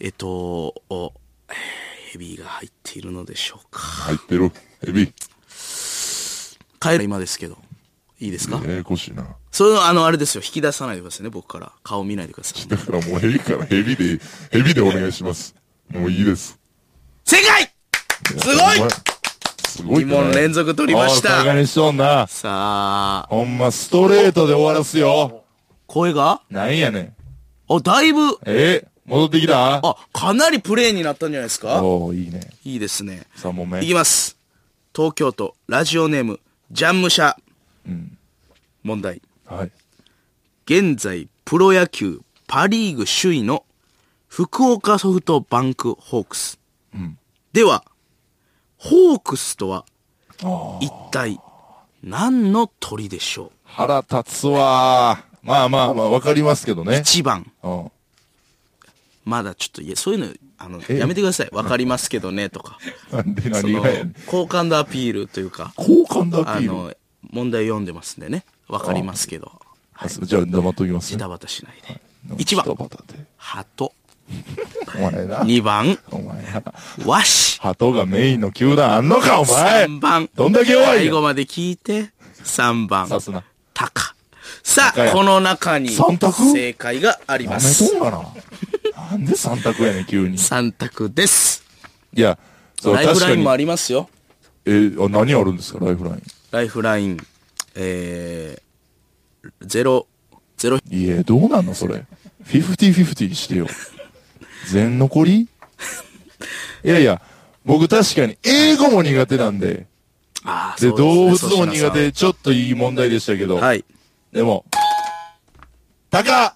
[SPEAKER 2] えっと、おえーヘビが入っているのでしょうか。
[SPEAKER 3] 入ってる。ヘビ。
[SPEAKER 2] 帰る今ですけど。いいですか
[SPEAKER 3] ややこしいな。
[SPEAKER 2] それの、あの、あれですよ。引き出さないでくださいね、僕から。顔見ないでください。
[SPEAKER 3] だからもうヘビからヘビで、ヘビでお願いします。もういいです。
[SPEAKER 2] 正解すごい
[SPEAKER 3] すごい
[SPEAKER 2] 2問連続取りまし
[SPEAKER 4] おいバカ
[SPEAKER 2] た。
[SPEAKER 4] にしとんな。
[SPEAKER 2] さあ、
[SPEAKER 4] ほんま、ストレートで終わらすよ。
[SPEAKER 2] 声が
[SPEAKER 4] なんやねん。
[SPEAKER 2] あ、だいぶ、
[SPEAKER 4] え戻ってきた
[SPEAKER 2] あ、かなりプレイになったんじゃないですか
[SPEAKER 4] おー、いいね。
[SPEAKER 2] いいですね。
[SPEAKER 4] 3問目
[SPEAKER 2] い。きます。東京都、ラジオネーム、ジャンムシャ。問題。
[SPEAKER 4] はい。
[SPEAKER 2] 現在、プロ野球、パリーグ首位の、福岡ソフトバンクホークス。では、ホークスとは、一体、何の鳥でしょう
[SPEAKER 3] 腹立つわー。まあまあまあ、わかりますけどね。
[SPEAKER 2] ?1 番。
[SPEAKER 3] うん。
[SPEAKER 2] まだちょっと、いや、そういうの、あの、やめてください。わかりますけどね、とか。
[SPEAKER 3] なんで
[SPEAKER 2] そ
[SPEAKER 3] 何
[SPEAKER 2] の
[SPEAKER 3] がやねん。、
[SPEAKER 2] 好感度アピールというか、
[SPEAKER 3] 好感度ア
[SPEAKER 2] あ
[SPEAKER 3] ピール。
[SPEAKER 2] の、問題読んでますんでね。わかりますけど。
[SPEAKER 3] あそうじゃあ黙っときます
[SPEAKER 2] ジ
[SPEAKER 3] ね。
[SPEAKER 2] タバタしないで。1
[SPEAKER 3] ジタ
[SPEAKER 2] 番、
[SPEAKER 3] バタで
[SPEAKER 2] 鳩。
[SPEAKER 3] お前な。
[SPEAKER 2] 2番、
[SPEAKER 3] お前な。
[SPEAKER 2] 和紙。
[SPEAKER 3] 鳩がメインの球団あんの か、お前
[SPEAKER 2] 3番。
[SPEAKER 3] どんだけ弱い
[SPEAKER 2] 最後
[SPEAKER 3] よ
[SPEAKER 2] まで聞いて、3番。
[SPEAKER 3] さすな。
[SPEAKER 2] タカ。さ
[SPEAKER 3] 鷹
[SPEAKER 2] あ、
[SPEAKER 3] や
[SPEAKER 2] この中に
[SPEAKER 3] 三択
[SPEAKER 2] 正解があり
[SPEAKER 3] や
[SPEAKER 2] ま
[SPEAKER 3] めと
[SPEAKER 2] す。
[SPEAKER 3] んかな。なんで三択やねん、急に。
[SPEAKER 2] 3択です。
[SPEAKER 3] いや、そう、
[SPEAKER 2] ライ
[SPEAKER 3] 確
[SPEAKER 2] フラ
[SPEAKER 3] か
[SPEAKER 2] イン
[SPEAKER 3] に
[SPEAKER 2] も。ありますよ。
[SPEAKER 3] えー、あ何あるんですか、ライフライン。
[SPEAKER 2] ライフライン、えー、ゼロ、ゼロ、
[SPEAKER 3] いえ、どうなんの、それ。フィフティフィフティしてよ。全 残りいやいや、僕確かに英語も苦手なんで、
[SPEAKER 2] ああ、
[SPEAKER 3] で、
[SPEAKER 2] そう
[SPEAKER 3] 動
[SPEAKER 2] で
[SPEAKER 3] 物
[SPEAKER 2] すね
[SPEAKER 3] も苦。手、ちょっといい問題でしたけど、
[SPEAKER 2] 粗品さんはい。
[SPEAKER 3] でも、タカ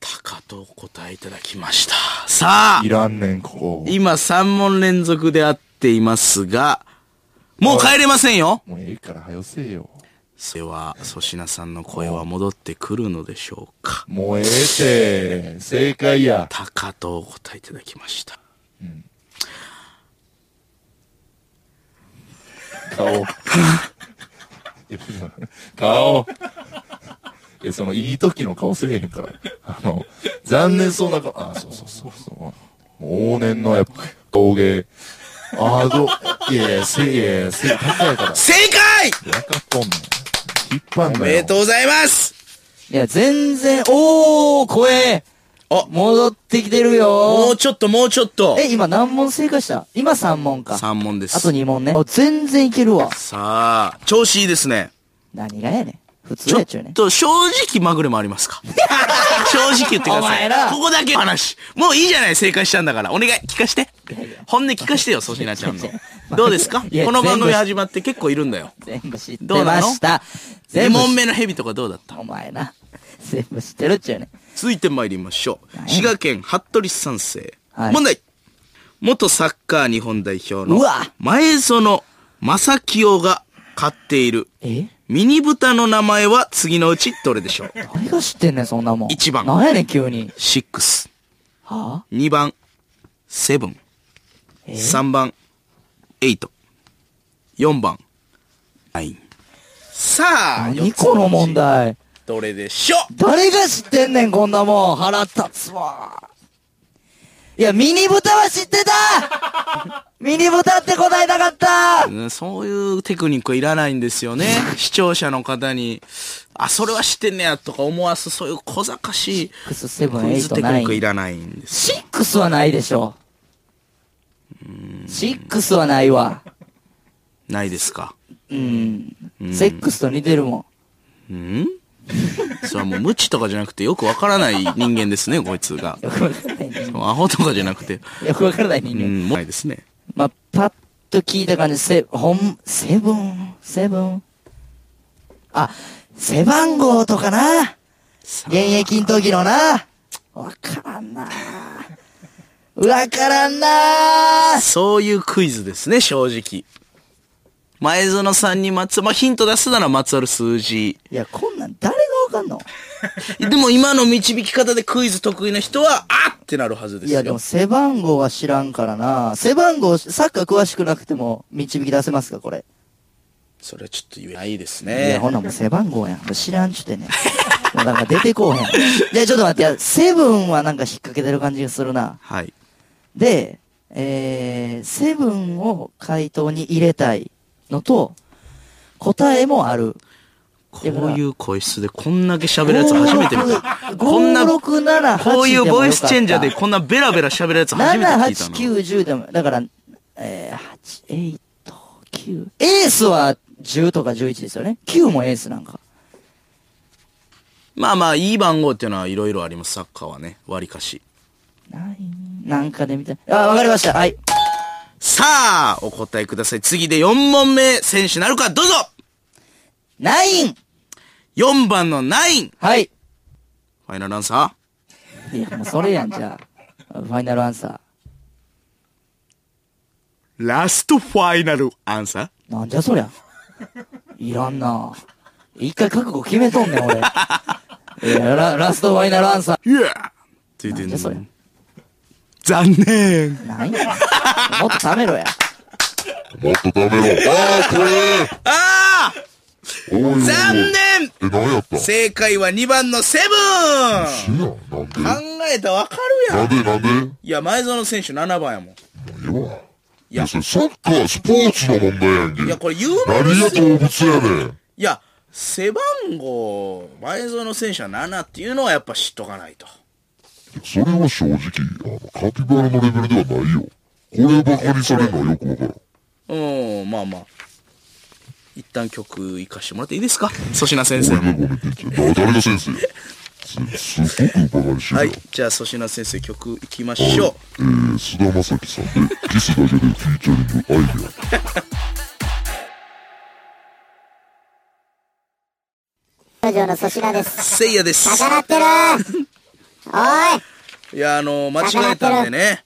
[SPEAKER 2] タカとお答えいただきました。さあ
[SPEAKER 3] い、らんねん、ここ。
[SPEAKER 2] 今3問連続で合っていますが、もう帰れませんよ
[SPEAKER 3] もうええから、はよせえよ。
[SPEAKER 2] それは、粗品さんの声は戻ってくるのでしょうか
[SPEAKER 3] もうええて、正解や。
[SPEAKER 2] タカとお答えいただきました。
[SPEAKER 3] 顔。顔。いや、その、いい時の顔せえへんから。あの、残念そうな顔。あ、そうそうそうそう。もう往年のやっぱ、陶芸。あーど、いやいや、せいやいや、せい、高いから。
[SPEAKER 2] 正解
[SPEAKER 3] やかっとんねん。引っ張んなよ。
[SPEAKER 2] おめでとうございます
[SPEAKER 5] いや、全然、おー、声
[SPEAKER 2] あ
[SPEAKER 5] 戻ってきてる
[SPEAKER 2] も
[SPEAKER 5] よ
[SPEAKER 2] うちょっともうちょっと
[SPEAKER 5] え、今何問正解した今3問か。
[SPEAKER 2] !3 問です。
[SPEAKER 5] あと2問ね。あ、全然いけるわ。
[SPEAKER 2] さあ、調子いいですね。
[SPEAKER 5] 何がやねん。普通
[SPEAKER 2] ちょ
[SPEAKER 5] や
[SPEAKER 2] っ
[SPEAKER 5] っちゅうねん。
[SPEAKER 2] と正直まぐれもあり ますか正直言ってくださ
[SPEAKER 5] お前
[SPEAKER 2] い。
[SPEAKER 5] ら
[SPEAKER 2] ここだけの話。もういいじゃない、正解したんだから。お願い、聞かして。本音聞かしてよ、粗品ちゃんの。どうですか
[SPEAKER 5] いや
[SPEAKER 2] この番組
[SPEAKER 5] 全部
[SPEAKER 2] 始まって結構いるんだよ。
[SPEAKER 5] 全部知って
[SPEAKER 2] どうな
[SPEAKER 5] ま
[SPEAKER 2] の
[SPEAKER 5] し
[SPEAKER 2] 2
[SPEAKER 5] た。全部知
[SPEAKER 2] 問目のヘビとかどうだった
[SPEAKER 5] お前な。全部知ってるっちゅうねん。
[SPEAKER 2] 続いて参りましょ
[SPEAKER 5] は
[SPEAKER 2] う。
[SPEAKER 5] い
[SPEAKER 2] 滋賀県服部三世。
[SPEAKER 5] はい
[SPEAKER 2] 問題。元サッカー日本代表の
[SPEAKER 5] うわ
[SPEAKER 2] 前園正清が飼っている
[SPEAKER 5] え
[SPEAKER 2] ミニ豚の名前は次のうちどれでしょう
[SPEAKER 5] 誰が知ってんねん、そんなもん。
[SPEAKER 2] 一番
[SPEAKER 5] 何やねん、急に。
[SPEAKER 2] ?6、
[SPEAKER 5] は
[SPEAKER 2] 2番、セブン、
[SPEAKER 5] え
[SPEAKER 2] 3番、エイト、4番、ナイン。さあ、
[SPEAKER 5] あ
[SPEAKER 2] 四
[SPEAKER 5] 何
[SPEAKER 2] つのうち
[SPEAKER 5] この問。題。
[SPEAKER 2] どれでしょう
[SPEAKER 5] 誰が知ってんねん、こんなもん。腹立つわ。いや、ミニ豚は知ってたミニ豚って答えたかった
[SPEAKER 2] うんそういうテクニックはいらないんですよね。視聴者の方に、あ、それは知ってんねやとか思わす、そういう小賢しい
[SPEAKER 5] クスセブン
[SPEAKER 2] ク
[SPEAKER 5] エ
[SPEAKER 2] イ
[SPEAKER 5] イ
[SPEAKER 2] ズ
[SPEAKER 5] ト
[SPEAKER 2] テク
[SPEAKER 5] ナ
[SPEAKER 2] ニ
[SPEAKER 5] イ
[SPEAKER 2] ックい
[SPEAKER 5] ン。
[SPEAKER 2] らないんです。
[SPEAKER 5] シックスはないでしょ。シックスはないわ。
[SPEAKER 2] ないですか。
[SPEAKER 5] うん。セックスと似てるもん。
[SPEAKER 2] うん それはもう無知とかじゃなくてよくわからない人間ですね、こいつが。
[SPEAKER 5] よくわからない人
[SPEAKER 2] アホとかじゃなくて。
[SPEAKER 5] 間。よくわからないう人間。
[SPEAKER 2] ん、もうないですね。
[SPEAKER 5] まあ、パッと聞いた感じ、セ、ほん、セブン、セブン。あ、背番号とかな。
[SPEAKER 2] さあ
[SPEAKER 5] 現役の時のな。わからんな。わからんな。
[SPEAKER 2] そういうクイズですね、正直。前園さんにまつ、まあ、ヒント出すならまつわる数字。
[SPEAKER 5] いや、こんなん誰がわかんの
[SPEAKER 2] でも今の導き方でクイズ得意な人は、あっってなるはずで
[SPEAKER 5] い
[SPEAKER 2] すよ。
[SPEAKER 5] や、でも背番号は知らんからな。背番号、サッカー詳しくなくても導き出せますか、これ。
[SPEAKER 2] それはちょっと言えないです
[SPEAKER 5] い
[SPEAKER 2] ね
[SPEAKER 5] や、。ほなもう背番号やん。知らんちゅってね。もうなんか出てこうへん。じゃあちょっと待っていや、セブンはなんか引っ掛けてる感じがするな。
[SPEAKER 2] はい。
[SPEAKER 5] で、えー、セブンを回答に入れたいのと、答えもある。
[SPEAKER 2] こういう声質でこんだけ喋るやつ初めて見た。こんな、こ
[SPEAKER 5] 5678
[SPEAKER 2] ういうボイスチェンジャーで
[SPEAKER 5] で
[SPEAKER 2] こんなベラベラ喋るやつ初めて聞いたな。
[SPEAKER 5] 7890でも、だから、えー、8、8、9。エースは10とか11ですよね。9もエースなんか。
[SPEAKER 2] まあまあ、いい番号っていうのはいろいろあります、サッカーはね。割りかし。
[SPEAKER 5] 9なんかでみたいな。あ、わかりました。はい。
[SPEAKER 2] さあ、お答えください。次で4問目、選手なるか、どうぞ
[SPEAKER 5] ナイン
[SPEAKER 2] !4 番のナイン
[SPEAKER 5] はい。
[SPEAKER 2] ファイナルアンサ
[SPEAKER 5] いや、もうそれやん、じゃあ。ファイナルアンサー。
[SPEAKER 2] ーラストファイナルアンサ
[SPEAKER 5] なんじゃそりゃ。いらんな一回覚悟決めとんねん、 俺。いやララストファイナルアンサー。
[SPEAKER 2] ーいやって言って
[SPEAKER 5] なん
[SPEAKER 2] ん
[SPEAKER 5] じゃそり
[SPEAKER 2] の。残念。
[SPEAKER 5] ゃ。なんや。もっと貯めろや。
[SPEAKER 3] もっとダメろ。ああ、これ
[SPEAKER 2] ああ
[SPEAKER 3] おいおいおい
[SPEAKER 2] 残念
[SPEAKER 3] え、何やったん
[SPEAKER 2] 正解は2番のセブ
[SPEAKER 3] 死
[SPEAKER 2] ン
[SPEAKER 3] やん。なんで
[SPEAKER 2] 考えたらわかるや。
[SPEAKER 3] なんんでなんでもう
[SPEAKER 2] いや、前園選手7番やもん。
[SPEAKER 3] ええわ。い
[SPEAKER 2] や
[SPEAKER 3] や、それサッカー、スポーツの問題やんけ。
[SPEAKER 2] いや、これ有名
[SPEAKER 3] 何
[SPEAKER 2] で
[SPEAKER 3] が
[SPEAKER 2] すよ。
[SPEAKER 3] 動物やねん。
[SPEAKER 2] いや、背番号、前園選手は7っていうのはやっぱ知っとかないと。
[SPEAKER 3] それは正直、あの、カピバラのレベルではないよ。これバカにされるのはよくわからん。
[SPEAKER 2] うん、まあまあ。一旦曲行かしてもらっていいですか粗品先
[SPEAKER 3] ご
[SPEAKER 2] 生
[SPEAKER 3] めん。ね、ごめんね。だ誰が先生やす、すっごくバカにして
[SPEAKER 2] は
[SPEAKER 3] る
[SPEAKER 2] い
[SPEAKER 3] よ。。
[SPEAKER 2] じゃあ粗品先生曲行きましょう。
[SPEAKER 3] えー、菅田将暉さんで、キスだけでフィーチャリングアイデア。
[SPEAKER 6] ラジオの粗品です。
[SPEAKER 2] せいやです。
[SPEAKER 6] 逆らってるおい
[SPEAKER 2] いや、あの、間違えたんでね。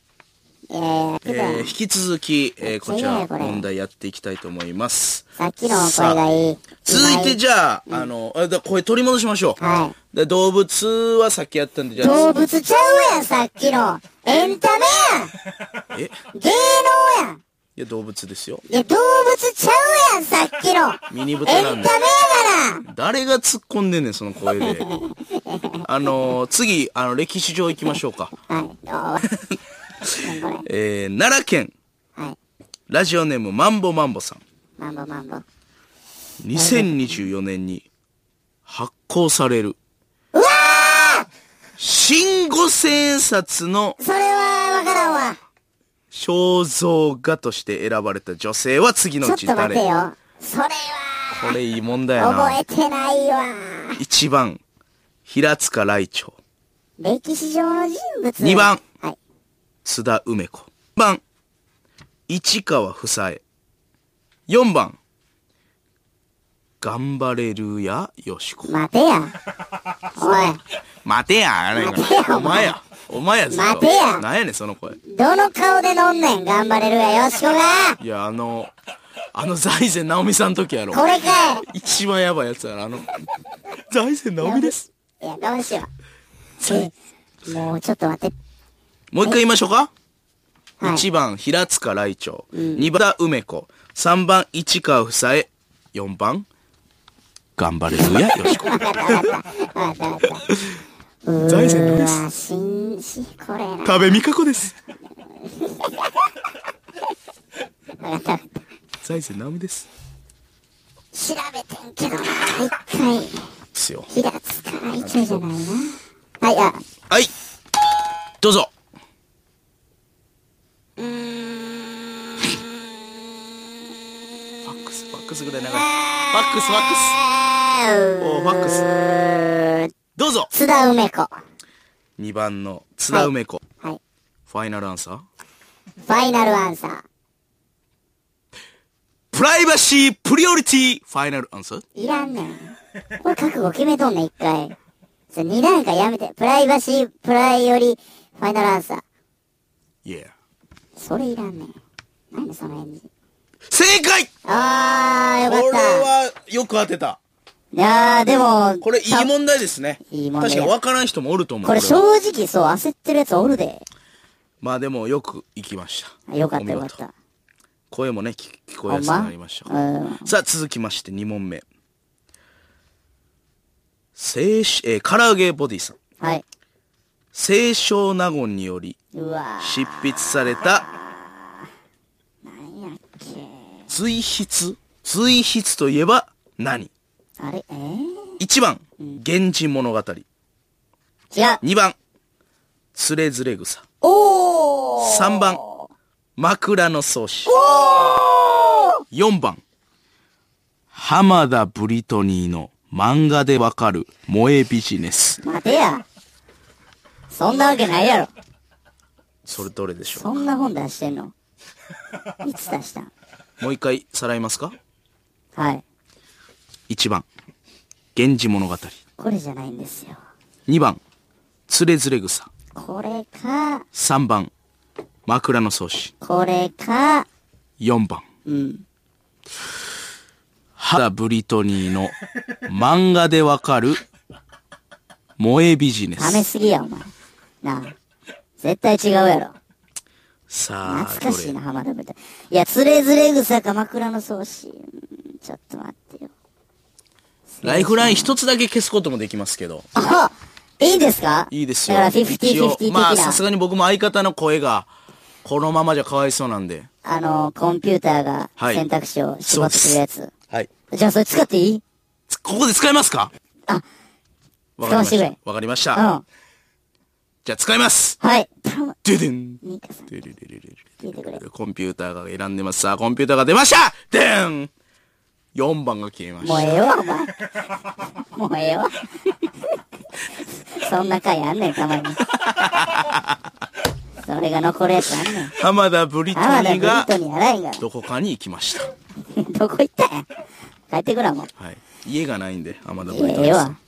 [SPEAKER 6] えー、
[SPEAKER 2] えー、引き続き、えー、こち
[SPEAKER 6] めっちゃ嫌
[SPEAKER 2] ら
[SPEAKER 6] やこれ
[SPEAKER 2] 問題やっていきたいと思います。
[SPEAKER 6] さっきの声がいい。
[SPEAKER 2] 続いて
[SPEAKER 6] て、
[SPEAKER 2] じゃあ、あの、あだ声取り戻しましょう。
[SPEAKER 6] は
[SPEAKER 2] で動物はさっきやったんで、じゃあ、
[SPEAKER 6] 動物ちゃうやん、さっきの。エンタメやん
[SPEAKER 2] え
[SPEAKER 6] 芸能やん
[SPEAKER 2] いや、動物ですよ。
[SPEAKER 6] いや、動物ちゃうやん、さっきの。
[SPEAKER 2] ミニブタ
[SPEAKER 6] エン
[SPEAKER 2] な
[SPEAKER 6] タ
[SPEAKER 2] ん
[SPEAKER 6] メ
[SPEAKER 2] で
[SPEAKER 6] や。から
[SPEAKER 2] 誰が突っ込んでんねん、その声 で。あの、次、あの、歴史上行きましょうか。
[SPEAKER 6] はい、おーなんこれ。
[SPEAKER 2] えー、奈良県、
[SPEAKER 6] はい、
[SPEAKER 2] ラジオネーム、マンボマンボさん。
[SPEAKER 6] マンボマンボ。
[SPEAKER 2] 2024年に発行される。新五千円札の
[SPEAKER 6] それは、わからんわ。
[SPEAKER 2] 肖像画として選ばれた女性は次の
[SPEAKER 6] ちょ
[SPEAKER 2] う
[SPEAKER 6] っ
[SPEAKER 2] ち
[SPEAKER 6] と
[SPEAKER 2] 誰
[SPEAKER 6] 待て
[SPEAKER 2] こ
[SPEAKER 6] よ。それは、
[SPEAKER 2] れいい問題や
[SPEAKER 6] 覚
[SPEAKER 2] な
[SPEAKER 6] え。てないわ。
[SPEAKER 2] 1番、平塚雷鳥。
[SPEAKER 6] 歴史上の人物。
[SPEAKER 2] 2番、
[SPEAKER 6] はい。
[SPEAKER 2] 津田梅子。3番、市川房枝。4番、頑張れるやよしこ。
[SPEAKER 6] 待て や。お
[SPEAKER 2] 待てや、あれ
[SPEAKER 6] 待てや
[SPEAKER 2] お前や。お前や、ずっと
[SPEAKER 6] 待てや
[SPEAKER 2] なんやねん、その声。
[SPEAKER 6] い、どの顔で飲んねん、頑張れるや、よしこが。
[SPEAKER 2] いや、あの、あの財前直美さんの時やろ。
[SPEAKER 6] これかい。
[SPEAKER 2] 一番やばいやつやろ、あの。財前直美です。
[SPEAKER 6] いや、どうしよう。えもうちょっと待って。
[SPEAKER 2] もう一回言いましょうか。
[SPEAKER 6] はい。
[SPEAKER 2] 1番、平塚雷鳥。2番、梅子。3番、市川房枝。4番、頑張れるや、よし こ。財前直美です。
[SPEAKER 6] あ、しんし、これな。
[SPEAKER 2] 多部未華子です。財前直美です。
[SPEAKER 6] 調べてんけどな。一回、
[SPEAKER 2] ですよ。
[SPEAKER 6] 平塚一丁じゃないな。はい、あ、
[SPEAKER 2] はい。ど うぞ。ファックス、ファックスぐらい長い。ファックス、ファックス。おーファックス。
[SPEAKER 6] えー、
[SPEAKER 2] どうぞ。
[SPEAKER 6] 津田梅子。
[SPEAKER 2] 2番の津田梅子。
[SPEAKER 6] はい。
[SPEAKER 2] ファイナルアンサー。
[SPEAKER 6] ファイナルアンサー。
[SPEAKER 2] プライバシープリオリティファイナルアンサー。
[SPEAKER 6] いらんねん。これ覚悟決めとんねん、一回。それ二段階やめて。プライバシー、プライより、ファイナルアンサー。
[SPEAKER 2] イエー。
[SPEAKER 6] それいらんねん。何でその返事。
[SPEAKER 2] 正解
[SPEAKER 6] あー、よ
[SPEAKER 2] こ
[SPEAKER 6] か
[SPEAKER 2] れ
[SPEAKER 6] っ
[SPEAKER 2] はよく当てた。
[SPEAKER 6] た。いやー、でも、
[SPEAKER 2] これいい問題ですね。
[SPEAKER 6] いい問題
[SPEAKER 2] 確かに分からん人もおると思う。
[SPEAKER 6] これ
[SPEAKER 2] こ
[SPEAKER 6] 正
[SPEAKER 2] れは
[SPEAKER 6] 直そう、焦ってるやつおるで。
[SPEAKER 2] まあでもよく行きました。
[SPEAKER 6] よかっ
[SPEAKER 2] お
[SPEAKER 6] た
[SPEAKER 2] 見
[SPEAKER 6] よ
[SPEAKER 2] 事
[SPEAKER 6] かった。
[SPEAKER 2] 声もね、聞聞こえ
[SPEAKER 6] ほ
[SPEAKER 2] や
[SPEAKER 6] ん
[SPEAKER 2] すく
[SPEAKER 6] ま
[SPEAKER 2] なりましたから。
[SPEAKER 6] うん。
[SPEAKER 2] さあ、続きまして2問目。清少、えー、唐揚げボディさん。
[SPEAKER 6] はい。
[SPEAKER 2] 清少納言により
[SPEAKER 6] うわー。
[SPEAKER 2] 執筆された、随筆随筆といえば何
[SPEAKER 6] あれえー、
[SPEAKER 2] ?1 番、源氏物語。2
[SPEAKER 6] 違う。
[SPEAKER 2] 番、つれづれ草。
[SPEAKER 6] おー
[SPEAKER 2] 3番、枕草子。4番、浜田ブリトニーの漫画でわかる萌えビジネス。
[SPEAKER 6] 待てや。そんなわけないやろ。
[SPEAKER 2] それどれでしょ
[SPEAKER 6] そんな本出してんの。いつ出したん
[SPEAKER 2] うもう一回さらいますか
[SPEAKER 6] はい。
[SPEAKER 2] 1番「源氏物語」
[SPEAKER 6] これじゃないんですよ。
[SPEAKER 2] 2番「つれづれ草
[SPEAKER 6] これか、」
[SPEAKER 2] 3番「枕草子
[SPEAKER 6] これか、」
[SPEAKER 2] 4番。原ブリトニーの漫画でわかる萌えビジネ
[SPEAKER 6] ダメ
[SPEAKER 2] ス。
[SPEAKER 6] すぎや、お前。なあ。絶対違うやろ。
[SPEAKER 2] さあ、ど
[SPEAKER 6] 懐かしい
[SPEAKER 2] れ
[SPEAKER 6] な、浜田みたい。いや、つれづれ草鎌倉の草子。うんちょっと待ってよ。
[SPEAKER 2] ライフライン一つだけ消すこともできますけど。
[SPEAKER 6] あいいんですか
[SPEAKER 2] いいですよ。
[SPEAKER 6] だから、50-50
[SPEAKER 2] 一応
[SPEAKER 6] 的な。
[SPEAKER 2] まあ、さすがに僕も相方の声が、このままじゃかわいそうなんで。
[SPEAKER 6] あの、コンピューターが
[SPEAKER 2] はい
[SPEAKER 6] 選択肢を絞ってくれるやつ。
[SPEAKER 2] はい。
[SPEAKER 6] じゃあ、それ使っていい
[SPEAKER 2] つここで使えますか
[SPEAKER 6] あ、
[SPEAKER 2] わかりまし
[SPEAKER 6] 使わせてく
[SPEAKER 2] た
[SPEAKER 6] れ。
[SPEAKER 2] わかりまし
[SPEAKER 6] うん。
[SPEAKER 2] た。
[SPEAKER 6] は
[SPEAKER 2] じゃあ使います
[SPEAKER 6] い。頼む。
[SPEAKER 2] ででん。
[SPEAKER 6] ニカさん、
[SPEAKER 2] でれれれれ
[SPEAKER 6] 聞いてく
[SPEAKER 2] れ
[SPEAKER 6] れ。
[SPEAKER 2] コンピューターが選んでます。さあ、コンピューターが出ましたでん !4 番が消えま
[SPEAKER 6] もう
[SPEAKER 2] し
[SPEAKER 6] ええわ、お前。もうええわ。そんな回あんねん、たまに。それが残るやつあんねん。
[SPEAKER 2] た。浜田ブリトニ
[SPEAKER 6] 浜田
[SPEAKER 2] ー
[SPEAKER 6] ブリ
[SPEAKER 2] が
[SPEAKER 6] トニー荒いんが。
[SPEAKER 2] どこかに行きました。
[SPEAKER 6] どこ行ったんや帰ってくらもう。
[SPEAKER 2] はい。家がないんで、浜田ブリト
[SPEAKER 6] え
[SPEAKER 2] ニ
[SPEAKER 6] え
[SPEAKER 2] ーさ
[SPEAKER 6] わ
[SPEAKER 2] ん。。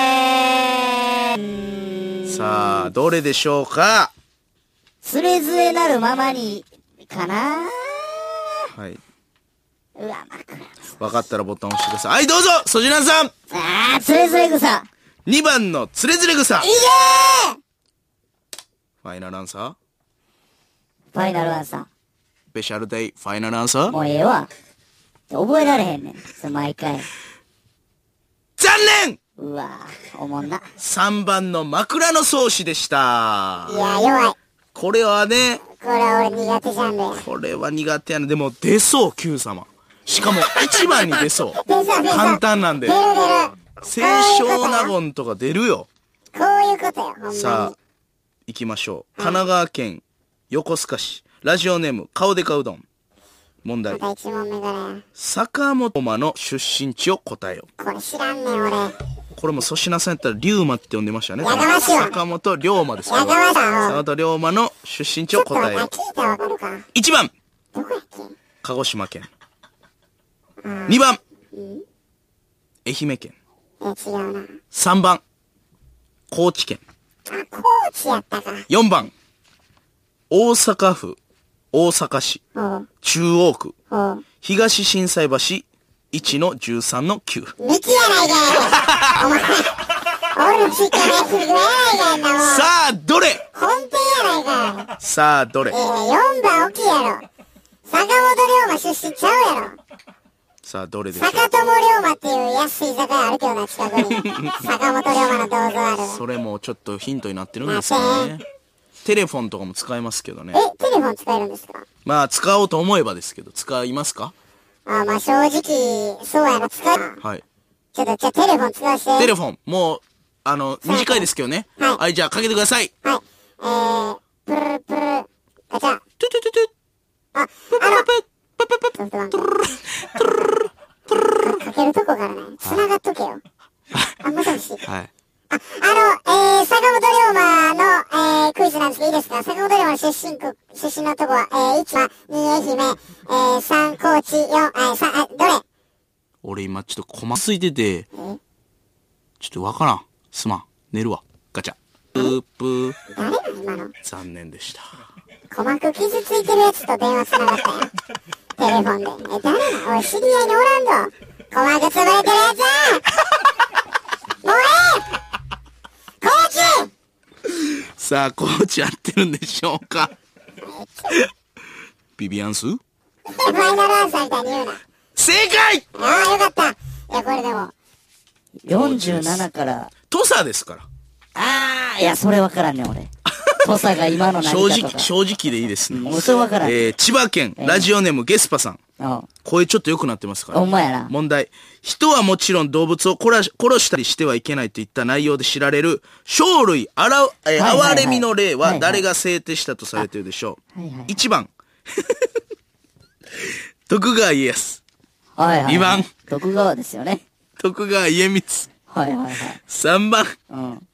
[SPEAKER 6] えー
[SPEAKER 2] さあ、どれでしょうか
[SPEAKER 6] つれづれなるままに、かな
[SPEAKER 2] はい。
[SPEAKER 6] うわ、枕。
[SPEAKER 2] わかったらボタン押してください。はい、どうぞソジランさん
[SPEAKER 6] あー、つれづれ草。
[SPEAKER 2] !2 番のつれづれ草いファイナルアンサー
[SPEAKER 6] ファイナルアンサー。
[SPEAKER 2] スペシャルデイファイナルアンサー
[SPEAKER 6] もうええわ。覚えられへんねん。それ毎回。
[SPEAKER 2] 残念
[SPEAKER 6] うわおもんな。
[SPEAKER 2] !3 番の枕草子でした
[SPEAKER 6] い。や、弱い。
[SPEAKER 2] これはね、
[SPEAKER 6] これは俺苦手じゃんねん。
[SPEAKER 2] これは苦手やな。でも出そう、Q 様。しかも1番に出そう。
[SPEAKER 6] 出そう出そう
[SPEAKER 2] 簡単なんで。
[SPEAKER 6] 出る出る。
[SPEAKER 2] 清少納言とか出るよ。
[SPEAKER 6] こういうことよ、ほんまに。
[SPEAKER 2] さあ、行きましょう。神奈川県横須賀市。ラジオネーム、顔でかうどん。問題
[SPEAKER 6] ま。た一問目からや。
[SPEAKER 2] 坂本間の出身地を答えよ。
[SPEAKER 6] これ知らんねん、俺。や
[SPEAKER 2] これも粗品さんやったら、龍馬って呼んでましたよね。
[SPEAKER 6] やかましいわ
[SPEAKER 2] 坂本龍馬です。
[SPEAKER 6] かまさん
[SPEAKER 2] 坂
[SPEAKER 6] を。
[SPEAKER 2] 本龍馬の出身地を
[SPEAKER 6] ちょっと
[SPEAKER 2] 答
[SPEAKER 6] 待
[SPEAKER 2] え
[SPEAKER 6] って、
[SPEAKER 2] よ。
[SPEAKER 6] 聞いたらわかるか。
[SPEAKER 2] 1番、
[SPEAKER 6] どこやっけ
[SPEAKER 2] 鹿児島県。2番、愛媛県。
[SPEAKER 6] え、違うな。
[SPEAKER 2] 3番、高知県。
[SPEAKER 6] あ、高知やったか。
[SPEAKER 2] 4番、大阪府、大阪市、
[SPEAKER 6] おう、
[SPEAKER 2] 中央区、
[SPEAKER 6] おう。
[SPEAKER 2] 東震災橋、1の13の9。
[SPEAKER 6] 道やないかよ。お前。俺の知ってるやつぐらいやないかよ、もう。
[SPEAKER 2] さあ、どれ
[SPEAKER 6] 本店やないかよ。
[SPEAKER 2] さあ、どれ
[SPEAKER 6] えー、4番大きいやろ。坂本龍馬出身ちゃうやろ。
[SPEAKER 2] さあ、どれでしょう
[SPEAKER 6] 坂友龍馬っていう安い居酒屋あるけどな、近くに。坂本龍馬の銅像ある。
[SPEAKER 2] それもちょっとヒントになってるんですよね。テレフォンとかも使えますけどね。
[SPEAKER 6] え、テレフォン使えるんですか
[SPEAKER 2] まあ、使おうと思えばですけど、使いますか
[SPEAKER 6] あ、まあ正直、そうやろ、使う。
[SPEAKER 2] はい。
[SPEAKER 6] ちょっと、じゃあテレフォン使わせて。
[SPEAKER 2] テレフォン、もう、あの、短いですけどね。
[SPEAKER 6] はい
[SPEAKER 2] はい、じゃあ、かけてください。
[SPEAKER 6] はい。えー、プルルプルル、ガチ
[SPEAKER 2] トゥトゥト
[SPEAKER 6] ャ。
[SPEAKER 2] ゥトゥパ
[SPEAKER 6] あ、
[SPEAKER 2] パパパパパ
[SPEAKER 6] ソフトバンク。かかけるとこからね、繋がっとけよ。あ、もしもし。
[SPEAKER 2] はい。
[SPEAKER 6] あの、えー、坂本龍馬の、えー、クイズなんですけど、いいですか坂本龍馬の出身国、出身のとこは、えー、1は、2、愛媛、えー、3、高知、4、えー、3、あ、どれ
[SPEAKER 2] 俺今ちょっとコマついてて、ちょっとわからん。すまん。寝るわ。ガチャ。プープー。
[SPEAKER 6] 誰なん今の。
[SPEAKER 2] 残念でした。
[SPEAKER 6] 鼓膜傷ついてるやつと電話繋がったよ。テレフォンで。え、誰なんおい、知り合いにおらんぞ。鼓膜潰れてるやつもうええ高知
[SPEAKER 2] さあ、コーチ合ってるんでしょうかビビアンス
[SPEAKER 6] ファイナルアンサーみたいに言うな。
[SPEAKER 2] 正解
[SPEAKER 6] ああ、よかった。いや、これでも、
[SPEAKER 5] 47から、
[SPEAKER 2] 土佐ですから。
[SPEAKER 5] あー、いや、それわからんねん、俺。土佐が今の何
[SPEAKER 2] 正
[SPEAKER 5] かと
[SPEAKER 2] 直、
[SPEAKER 5] か。
[SPEAKER 2] 正直でいいですね。
[SPEAKER 5] もうそれわからん。
[SPEAKER 2] えー、千葉県、ラジオネームゲスパさん。
[SPEAKER 5] うん。
[SPEAKER 2] 声ちょっと良くなってますから。
[SPEAKER 5] ほんまやな
[SPEAKER 2] 問題。人はもちろん動物を殺し殺したりしてはいけないといった内容で知られる、生類あらう、えー
[SPEAKER 5] はいはいはい
[SPEAKER 2] 哀れみの例
[SPEAKER 5] はい
[SPEAKER 2] は
[SPEAKER 5] はい
[SPEAKER 2] 誰が制定したとされているでしょう。
[SPEAKER 5] はいはい
[SPEAKER 2] 1番。 徳川家康。
[SPEAKER 5] はいはいはい。
[SPEAKER 2] 二番
[SPEAKER 5] 徳川ですよね。
[SPEAKER 2] 徳川家光。
[SPEAKER 5] はいはいはい。
[SPEAKER 2] 3番。
[SPEAKER 5] うん。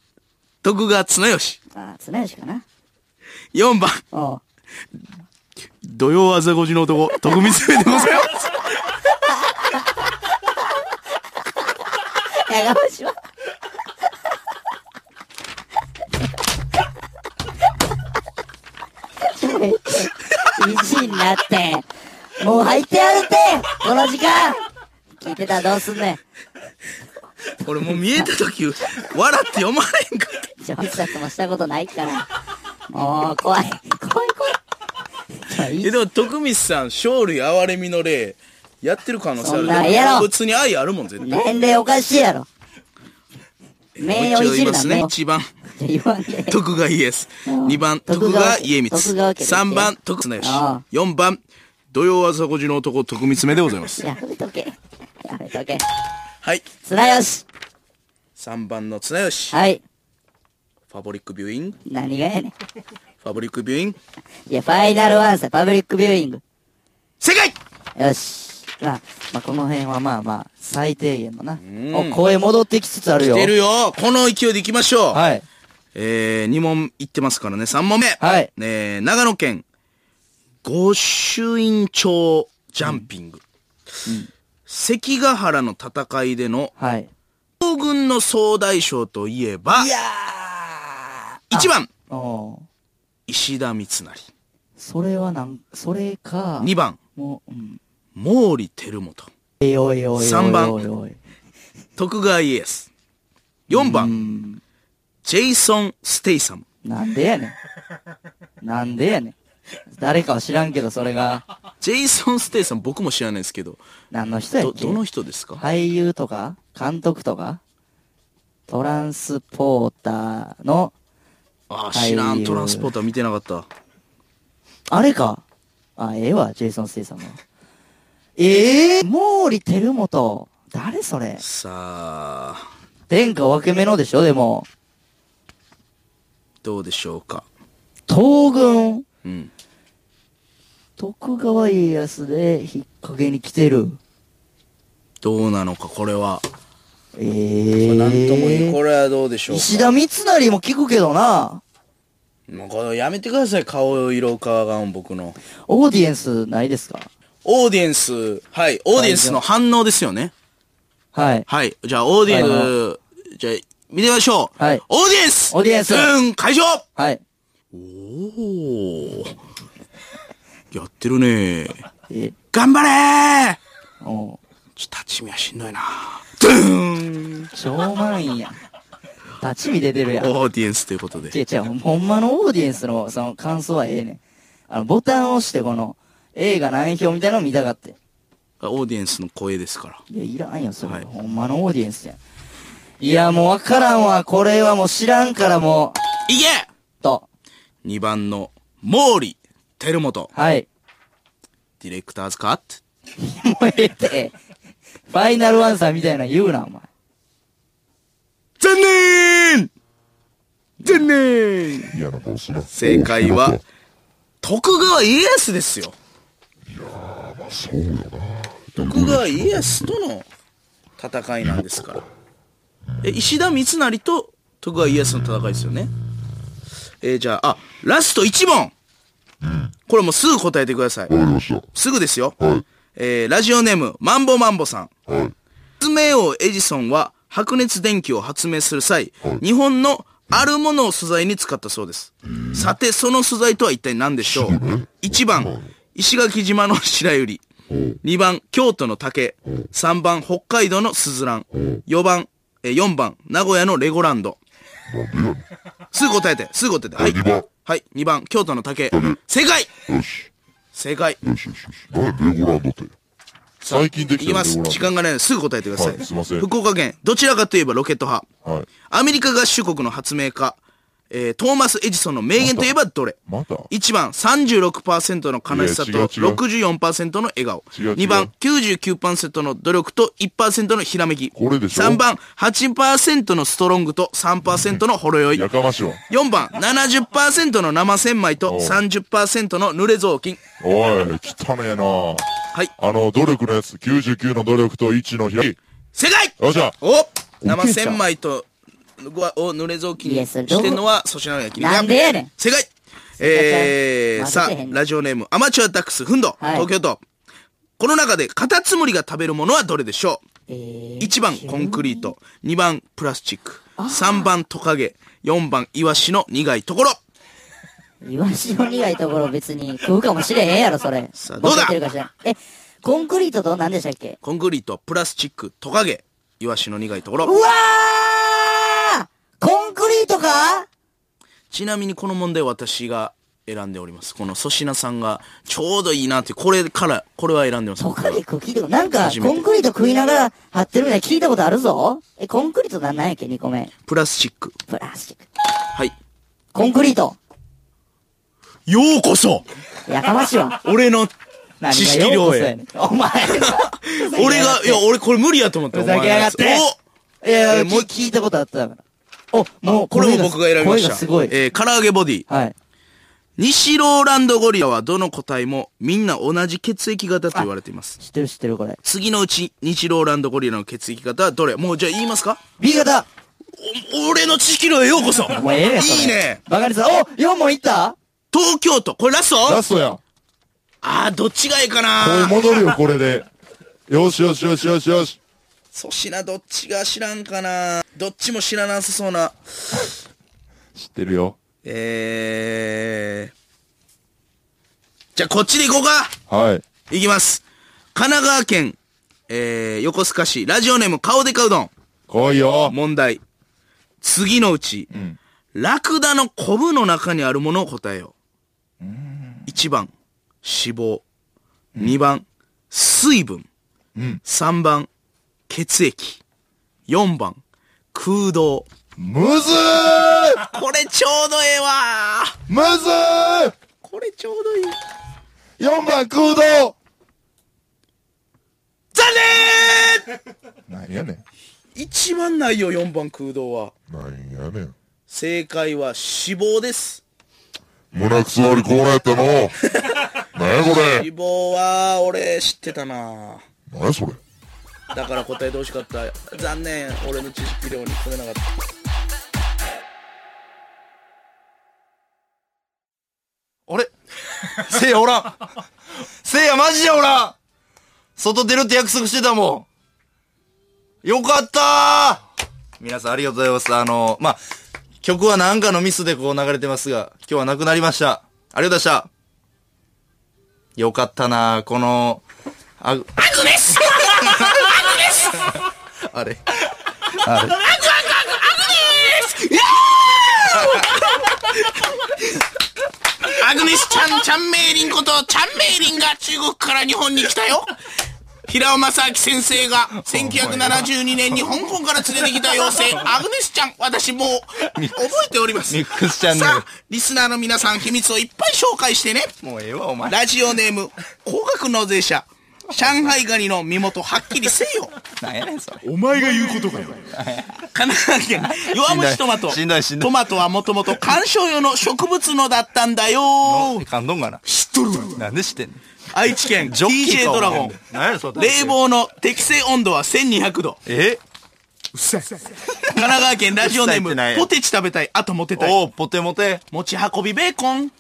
[SPEAKER 2] 徳川綱吉。
[SPEAKER 5] あー、綱吉かな。
[SPEAKER 2] 4番。
[SPEAKER 5] うん。
[SPEAKER 2] 土曜あざごじの男、徳光でございます。
[SPEAKER 5] やがましは。もう1位になって、もう入ってやるって、この時間。聞いてたらどうすんねん。
[SPEAKER 2] 俺もう見えた時、笑って読まれんかった。
[SPEAKER 5] ジョイサスもしたことないから。もう、怖い。怖い怖い。
[SPEAKER 2] え、
[SPEAKER 5] いやいい
[SPEAKER 2] でも徳光さん、勝利哀れみの霊、やってる可能性あ
[SPEAKER 5] そん
[SPEAKER 2] る。
[SPEAKER 5] なんやろ
[SPEAKER 2] 動物に愛あるもん、絶対。
[SPEAKER 5] 年齢おかしいやろ。名誉いじるな、名
[SPEAKER 2] ね。
[SPEAKER 5] 誉。
[SPEAKER 2] 一番、
[SPEAKER 5] 言わんで。
[SPEAKER 2] 徳川家康。
[SPEAKER 5] うん
[SPEAKER 2] 二番、
[SPEAKER 5] 徳
[SPEAKER 2] 徳
[SPEAKER 5] 川
[SPEAKER 2] 川
[SPEAKER 5] 家
[SPEAKER 2] 家光。
[SPEAKER 5] 徳川家ですね
[SPEAKER 2] 三番、徳綱
[SPEAKER 5] ああ
[SPEAKER 2] 吉。四番、土曜朝5時の男、徳光めでございます。
[SPEAKER 5] やめとけ。やめとけ。
[SPEAKER 2] はい。
[SPEAKER 5] 綱吉。
[SPEAKER 2] 三番の綱吉。
[SPEAKER 5] はい。
[SPEAKER 2] ファブリックビューイング。
[SPEAKER 5] 何がやねん。
[SPEAKER 2] ファブリックビューイング。
[SPEAKER 5] いや、ファイナルワンさ、パブリックビューイング。
[SPEAKER 2] 正解
[SPEAKER 5] よし。まあ、まあ、この辺はまあまあ、最低限のな。
[SPEAKER 2] ん
[SPEAKER 5] お、声戻ってきつつあるよ。
[SPEAKER 2] 出るよこの勢いでいきましょう
[SPEAKER 5] はい。
[SPEAKER 2] えー、2問いってますからね、3問目。
[SPEAKER 5] はい
[SPEAKER 2] えー、長野県、御朱印帳ジャンピング。関ヶ原の戦いでの、
[SPEAKER 5] はい。
[SPEAKER 2] 東軍の総大将といえば、1番、
[SPEAKER 5] おー
[SPEAKER 2] 石田三成。
[SPEAKER 5] それはなん、それか。
[SPEAKER 2] 2番、
[SPEAKER 5] もう、うん。
[SPEAKER 2] 毛利輝元。
[SPEAKER 5] えいおいおいおいおいおい。
[SPEAKER 2] 三番
[SPEAKER 5] おいおい。
[SPEAKER 2] 徳川家康。4番、ジェイソン・ステイサム。
[SPEAKER 5] なんでやねん。なんでやねん。誰かは知らんけど、それが。
[SPEAKER 2] ジェイソン・ステイサム僕も知らないですけど、
[SPEAKER 5] 何の人やっ
[SPEAKER 2] ど、
[SPEAKER 5] け
[SPEAKER 2] どの人ですか
[SPEAKER 5] 俳優とか、監督とか、トランスポーターの、
[SPEAKER 2] ああ、
[SPEAKER 5] 俳優
[SPEAKER 2] 知らん、トランスポーター見てなかった。
[SPEAKER 5] あれか。あ、ええわ、ジェイソン・ステイさんも。ええ毛利輝元。誰それ
[SPEAKER 2] さあ、
[SPEAKER 5] 天下分け目のでしょでも。
[SPEAKER 2] どうでしょうか。
[SPEAKER 5] 東軍。
[SPEAKER 2] うん。
[SPEAKER 5] 徳川家康で引っ掛けに来てる。
[SPEAKER 2] どうなのか、これは。
[SPEAKER 5] ええ
[SPEAKER 2] なんとも言う、これはどうでしょう
[SPEAKER 5] 石田三成も聞くけどな。
[SPEAKER 2] もうこれやめてください、顔色変わがん、僕の。
[SPEAKER 5] オーディエンスないですか
[SPEAKER 2] オーディエンス、はい、オーディエンスの反応ですよね。
[SPEAKER 5] はい。
[SPEAKER 2] はい、じゃあ、オーディエンス、じゃあ、見てみましょう。
[SPEAKER 5] はい
[SPEAKER 2] オーディエンス
[SPEAKER 5] オーディエンス
[SPEAKER 2] うん、会場
[SPEAKER 5] はい。
[SPEAKER 2] おー。やってるね
[SPEAKER 5] え、
[SPEAKER 2] 頑張れー
[SPEAKER 5] おう
[SPEAKER 2] ちょっと立ち見はしんどいなドゥーン
[SPEAKER 5] 超満員やん。立ち見出てるやん。
[SPEAKER 2] オーディエンスということで。
[SPEAKER 5] 違う違う、ほんまのオーディエンスの、その感想はええねん。あの、ボタンを押してこの、映画何票みたいなの見たかって。
[SPEAKER 2] オーディエンスの声ですから。
[SPEAKER 5] いや、いらんよ、それ。
[SPEAKER 2] はい
[SPEAKER 5] ほんまのオーディエンスやん。いや、もうわからんわ。これはもう知らんからも
[SPEAKER 2] いけ
[SPEAKER 5] う、と。
[SPEAKER 2] !2 番の毛利輝元。
[SPEAKER 5] はい。
[SPEAKER 2] ディレクターズカット。
[SPEAKER 5] もうええて。ファイナルアンサーみたいなの言うな、お前。
[SPEAKER 2] 残念残念
[SPEAKER 3] 嫌な顔すな。
[SPEAKER 2] 正解
[SPEAKER 3] おう
[SPEAKER 2] は、徳川家康ですよ。
[SPEAKER 3] そうよな。
[SPEAKER 2] 徳川家康との戦いなんですから。え、石田三成と徳川家康の戦いですよね。えーじゃあ、あ、ラスト1問これもうすぐ答えてください。
[SPEAKER 3] わかりまし
[SPEAKER 2] すぐですよ。
[SPEAKER 3] はい
[SPEAKER 2] えーラジオネーム、マンボマンボさん。
[SPEAKER 3] た。はい。
[SPEAKER 2] 発明王エジソンは白熱電球を発明する際、日本のあるものを素材に使ったそうです。さて、その素材とは一体何でしょう ?1 番、石垣島の白百合。2番、京都の竹。3番、北海道のすずらん。4番、えー、4番、名古屋のレゴランド。すぐ答えて、すぐ答えて。はい。
[SPEAKER 3] 二番
[SPEAKER 2] はい、2番、京都の竹。正解
[SPEAKER 3] よし。
[SPEAKER 2] 正解。
[SPEAKER 3] よしよしよし。何レゴランドって。最近で
[SPEAKER 2] い
[SPEAKER 3] き
[SPEAKER 2] き
[SPEAKER 3] た
[SPEAKER 2] ま
[SPEAKER 3] よ
[SPEAKER 2] す。時間がないのですぐ答えてください。
[SPEAKER 3] はいすいません
[SPEAKER 2] 福岡県、どちらかといえばロケット派。
[SPEAKER 3] はい。
[SPEAKER 2] アメリカ合衆国の発明家、えートーマス・エジソンの名言といえばどれ
[SPEAKER 3] また
[SPEAKER 2] ?1 番36%の悲しさと
[SPEAKER 3] いや違う違う
[SPEAKER 2] 64%の笑顔。
[SPEAKER 3] 違う違う
[SPEAKER 2] 2番99%の努力と1%のひらめき。
[SPEAKER 3] これでしょ
[SPEAKER 2] 3番8%のストロングと3%のほろ酔い
[SPEAKER 3] や。かましいわ。
[SPEAKER 2] 4番70%の生千枚と
[SPEAKER 3] おう
[SPEAKER 2] 30%の濡れ雑巾。
[SPEAKER 3] おい、汚ねえな
[SPEAKER 2] はい。
[SPEAKER 3] あの、努力のやつ、99の努力と1の開き。
[SPEAKER 2] 正解
[SPEAKER 3] よっしゃ
[SPEAKER 2] お生千枚と、ごわを濡れ雑巾
[SPEAKER 5] い
[SPEAKER 2] に
[SPEAKER 5] やそれど
[SPEAKER 2] し
[SPEAKER 5] う
[SPEAKER 2] てんのは粗品の焼き
[SPEAKER 5] なんでやねん
[SPEAKER 2] 正解えー、さ
[SPEAKER 5] そんなちゃん混ぜてへんね
[SPEAKER 2] あ
[SPEAKER 5] ん、
[SPEAKER 2] ラジオネーム、アマチュアダックス、フンド、
[SPEAKER 5] はい
[SPEAKER 2] 東京都。この中で、カタツムリが食べるものはどれでしょ
[SPEAKER 5] えー
[SPEAKER 2] う ?1 番、コンクリート。2番、プラスチック。3番、トカゲ。4番、イワシの苦いところ。
[SPEAKER 5] イワシの苦いところ別に食うかもしれへんやろ、それ。
[SPEAKER 2] さあどうだ
[SPEAKER 5] ボケてるかしらえ、コンクリートと何でしたっけ
[SPEAKER 2] コンクリート、プラスチック、トカゲ、イワシの苦いとこ
[SPEAKER 5] う
[SPEAKER 2] ろ。
[SPEAKER 5] わーコンクリートか
[SPEAKER 2] ちなみにこの問題私が選んでおります。この粗品さんがちょうどいいなって、これから、これは選んでます。
[SPEAKER 5] トカゲ食う聞いたことなんか、
[SPEAKER 2] 初めて
[SPEAKER 5] コンクリート食いながら貼ってるみたいな聞いたことあるぞ。え、コンクリートなんなんやっけ ?2 個目。
[SPEAKER 2] プラスチック。
[SPEAKER 5] プラスチック。
[SPEAKER 2] はい。
[SPEAKER 5] コンクリート。
[SPEAKER 2] ようこそ
[SPEAKER 5] やかまし いわ。
[SPEAKER 2] 俺の
[SPEAKER 5] 何が
[SPEAKER 2] 知識
[SPEAKER 5] よう
[SPEAKER 2] 量
[SPEAKER 5] こそや
[SPEAKER 2] へ。
[SPEAKER 5] ねん。お前。
[SPEAKER 2] 俺が、いや、俺これ無理やと思って。
[SPEAKER 5] ふざけやがって
[SPEAKER 2] お前のやつ
[SPEAKER 5] いや、
[SPEAKER 2] えー
[SPEAKER 5] も
[SPEAKER 2] も
[SPEAKER 5] う
[SPEAKER 2] う
[SPEAKER 5] 聞いたことあったから。お、も
[SPEAKER 2] お
[SPEAKER 5] う、
[SPEAKER 2] これ
[SPEAKER 5] 声
[SPEAKER 2] も僕が選びま
[SPEAKER 5] 声
[SPEAKER 2] した。
[SPEAKER 5] がすごい。
[SPEAKER 2] えー、唐揚げボディ。
[SPEAKER 5] はい。
[SPEAKER 2] 西ローランドゴリラはどの個体もみんな同じ血液型と言われています。
[SPEAKER 5] 知ってる知ってるこれ。
[SPEAKER 2] 次のうち、西ローランドゴリラの血液型はどれもうじゃあ言いますか
[SPEAKER 5] B 型
[SPEAKER 2] お俺の知識量へようこそ
[SPEAKER 5] もうええねん、それ
[SPEAKER 2] いいね
[SPEAKER 5] バカにさん、お !4 問いった
[SPEAKER 2] 東京都これラスト
[SPEAKER 4] ラストや。
[SPEAKER 2] あー、どっちがいいか
[SPEAKER 4] これ
[SPEAKER 2] な
[SPEAKER 4] 戻るよ、これで。よしよしよしよしよし。
[SPEAKER 2] 粗品どっちが知らんかなどっちも知らなさそうな。
[SPEAKER 4] 知ってるよ。
[SPEAKER 2] えー。じゃあこっちで行こうか
[SPEAKER 4] はい。
[SPEAKER 2] いきます。神奈川県、えー、横須賀市、ラジオネーム顔でかうどん。
[SPEAKER 4] 来いよ。
[SPEAKER 2] 問題。次のうち、ラクダのコブの中にあるものを答えよう。1番、脂肪。2番、水分。3番、血液。4番、空洞。
[SPEAKER 4] むずー
[SPEAKER 2] これちょうどええわー
[SPEAKER 4] むずー
[SPEAKER 2] これちょうどいい。残
[SPEAKER 4] !4 番空洞
[SPEAKER 2] 念
[SPEAKER 4] なんやねん。
[SPEAKER 2] 一番ないよ、4番空洞は。
[SPEAKER 3] なんやねん。
[SPEAKER 2] 正解は脂肪です。
[SPEAKER 3] 胸くそ割りコーナーやったの。なんやこれ。
[SPEAKER 2] 脂肪は、俺知ってたな
[SPEAKER 3] なんやそれ。
[SPEAKER 2] だから答えてほしかった。残念、俺の知識量に含めなかった。
[SPEAKER 1] あれせいやおらん。せいやマジでおらん。外出るって約束してたもん。よかったー皆さんありがとうございます。あの、まあ、曲はなんかのミスでこう流れてますが、今日はなくなりました。ありがとうございました。よかったなーこの、あ、アグですアグですあれ。あれ。
[SPEAKER 2] アグネスちゃん、ちゃんめいりんこと、ちゃんめいりんが中国から日本に来たよ。平尾正明先生が1972年に香港から連れてきた妖精、アグネスちゃん、私もう覚えております。
[SPEAKER 1] ミックスチャンネル
[SPEAKER 2] さあ、リスナーの皆さん秘密をいっぱい紹介してね。
[SPEAKER 1] もうええわ、お前。
[SPEAKER 2] ラジオネーム、高額納税者、上海ガニの身元はっきりせよ。
[SPEAKER 1] なんやねん、それ。
[SPEAKER 3] お前が言うことかよ。
[SPEAKER 2] 神奈川県、弱虫トマト。
[SPEAKER 1] しんどいしんどいしんどい
[SPEAKER 2] トマトはもともと観賞用の植物のだったんだよ。
[SPEAKER 1] 感動かな。
[SPEAKER 2] 知っとるわ。
[SPEAKER 1] なんで知ってんの
[SPEAKER 2] 愛知県、
[SPEAKER 1] ジョッキー
[SPEAKER 2] DJ
[SPEAKER 1] か
[SPEAKER 2] ドラゴン。
[SPEAKER 1] なんやそれ
[SPEAKER 2] 冷房の適正温度は1200度。
[SPEAKER 1] え
[SPEAKER 2] 神奈川県ラジオネー
[SPEAKER 1] うっさいってなん
[SPEAKER 2] ム、
[SPEAKER 1] や
[SPEAKER 2] ポテチ食べたい、あとモテたい。
[SPEAKER 1] おう、ポテモテ。
[SPEAKER 2] 持ち運びベーコン。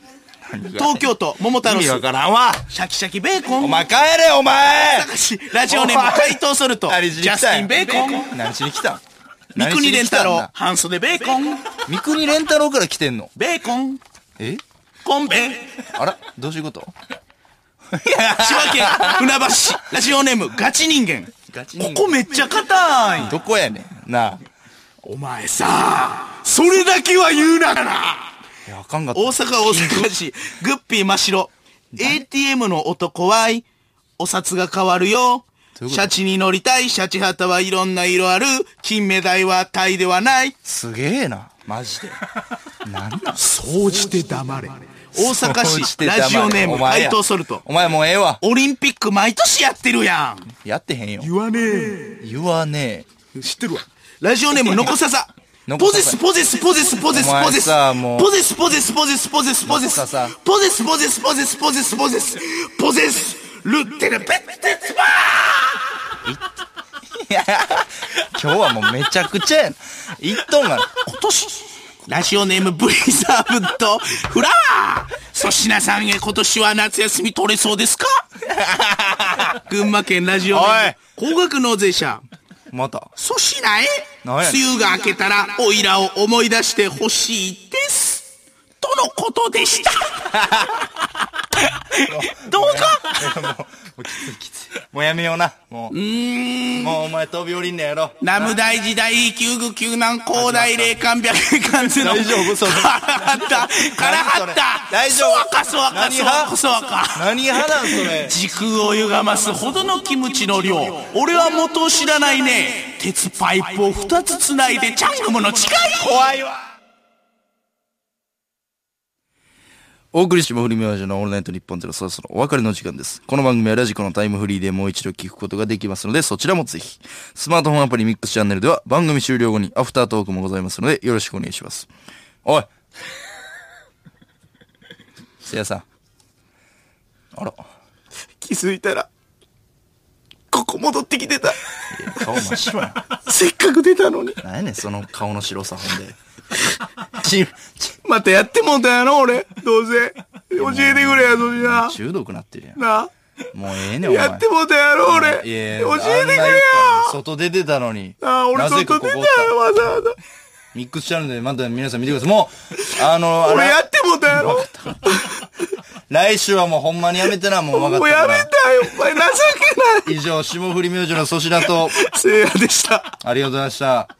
[SPEAKER 2] 東京都、桃太郎
[SPEAKER 1] 意味わ
[SPEAKER 2] 市、
[SPEAKER 1] からんわ。
[SPEAKER 2] シャキシャキベーコ
[SPEAKER 1] お
[SPEAKER 2] ン。
[SPEAKER 1] 前帰れ、お前
[SPEAKER 2] ラジオネー
[SPEAKER 1] お
[SPEAKER 2] ム、
[SPEAKER 1] 前
[SPEAKER 2] 怪盗ソルト、ジ
[SPEAKER 1] あれ
[SPEAKER 2] ャスティンベーコン。
[SPEAKER 1] 何しに来たん
[SPEAKER 2] 三
[SPEAKER 1] 何し
[SPEAKER 2] 国
[SPEAKER 1] に
[SPEAKER 2] 連
[SPEAKER 1] 来た
[SPEAKER 2] 太
[SPEAKER 1] ん
[SPEAKER 2] 郎
[SPEAKER 1] だ、
[SPEAKER 2] 半袖ベーコン。
[SPEAKER 1] 三国連太郎から来てんの
[SPEAKER 2] ベーコン、
[SPEAKER 1] え
[SPEAKER 2] コンベ。
[SPEAKER 1] あらどういうこと
[SPEAKER 2] 千葉県船橋市、ラジオネーム、ガチ人間。
[SPEAKER 1] ガチ
[SPEAKER 2] ここめっちゃ硬い。
[SPEAKER 1] どこやねんなあ
[SPEAKER 2] お前さ、それだけは言うならな。
[SPEAKER 1] いやあかんかった
[SPEAKER 2] 大阪大阪市、グッピー真白。ATM の男はい、お札が変わるよ。
[SPEAKER 1] う
[SPEAKER 2] シ
[SPEAKER 1] いうこと
[SPEAKER 2] ャチに乗りたい、シャチ旗はいろんな色ある。金目鯛はタイではない。
[SPEAKER 1] すげえなマジでなんだ
[SPEAKER 2] 総じて黙れ。大阪
[SPEAKER 1] そうし
[SPEAKER 2] 市、
[SPEAKER 1] て黙れ
[SPEAKER 2] ラジオネーム、
[SPEAKER 1] お前
[SPEAKER 2] 怪
[SPEAKER 1] や
[SPEAKER 2] 盗ソルト。
[SPEAKER 1] お前もうええわ
[SPEAKER 2] オリンピック毎年やってるやん。
[SPEAKER 1] やってへんよ
[SPEAKER 2] 言わねえ。
[SPEAKER 1] 言わね
[SPEAKER 2] 知ってるわ。ラジオネーム、のこささ。
[SPEAKER 1] の
[SPEAKER 2] ポ
[SPEAKER 1] こ
[SPEAKER 2] ゼ
[SPEAKER 1] さ
[SPEAKER 2] ス
[SPEAKER 1] さ
[SPEAKER 2] ポゼスポゼスポゼス
[SPEAKER 1] お
[SPEAKER 2] ポ
[SPEAKER 1] 前
[SPEAKER 2] ゼス
[SPEAKER 1] さもう
[SPEAKER 2] ポゼスポゼスポゼスポゼスポゼス
[SPEAKER 1] のこささ
[SPEAKER 2] ポゼスポゼスポゼスポゼスポゼスポゼスルテレペッテツバ
[SPEAKER 1] えいや今日はもうめちゃくちゃやな一トンがな
[SPEAKER 2] ー今年ラジオネームブリザーブとフラワー粗品さんへ今年は夏休み取れそうですか 群馬県ラジオネーム高額納税者
[SPEAKER 1] また
[SPEAKER 2] 粗品へ
[SPEAKER 1] なんや
[SPEAKER 2] 梅雨が明けたらオイラを思い出してほしいですとののこと でした。どうか
[SPEAKER 7] もうきついきつい。もうやめような。もう。もうお前飛び降りんねやろ。
[SPEAKER 2] ナム大時代、救具救難、高大霊感百貫通の。
[SPEAKER 7] 大丈夫それ
[SPEAKER 2] カラハッタ、カラハッタ。
[SPEAKER 7] 大丈夫
[SPEAKER 2] そわかそわか
[SPEAKER 7] 何
[SPEAKER 2] そわ
[SPEAKER 7] 派
[SPEAKER 2] かそわか。
[SPEAKER 7] 何派なんそれ。
[SPEAKER 2] 時空を歪ますほどのキムチの量俺は元を知らないね鉄パイプを2つつないでチャングムの誓い怖いわ
[SPEAKER 1] お送りしまフリ明星のオールナイト日本ゼロそろそろお別れの時間です。この番組はラジコのタイムフリーでもう一度聞くことができますので、そちらもぜひ。スマートフォンアプリミックスチャンネルでは番組終了後にアフタートークもございますので、よろしくお願いします。おい せいやさん。あら。
[SPEAKER 2] 気づいたらここ戻ってきてた
[SPEAKER 1] 顔真っ白やん。
[SPEAKER 2] せっかく出たのに
[SPEAKER 1] なんやねん、その顔の白さ、ほんで。
[SPEAKER 2] またやってもうたやろ俺どうせ教えてくれやそしな
[SPEAKER 1] 中毒なってるやん。
[SPEAKER 2] な
[SPEAKER 1] もうええねん、お前。
[SPEAKER 2] やってもうたやろ俺
[SPEAKER 1] いや
[SPEAKER 2] 教
[SPEAKER 1] あん
[SPEAKER 2] えてくれ
[SPEAKER 1] な言った
[SPEAKER 2] や
[SPEAKER 1] のに外出てたのに。
[SPEAKER 2] なあ俺
[SPEAKER 1] なぜ
[SPEAKER 2] 外
[SPEAKER 1] か
[SPEAKER 2] 出
[SPEAKER 1] こ
[SPEAKER 2] た
[SPEAKER 1] こお
[SPEAKER 2] よ
[SPEAKER 1] った
[SPEAKER 2] わざわざ
[SPEAKER 1] ミックスチャンネルでまた皆さん見てください。もう、あの、あれ
[SPEAKER 2] 俺やってもうたやろ
[SPEAKER 1] 来週はもうほんまにやめてな、もう分か
[SPEAKER 2] もう
[SPEAKER 1] った
[SPEAKER 2] や
[SPEAKER 1] か
[SPEAKER 2] めたよ
[SPEAKER 1] ら。
[SPEAKER 2] お前情けない
[SPEAKER 1] 以上、霜降り明星の粗品と、
[SPEAKER 2] せいやでした
[SPEAKER 1] ありがとうございました。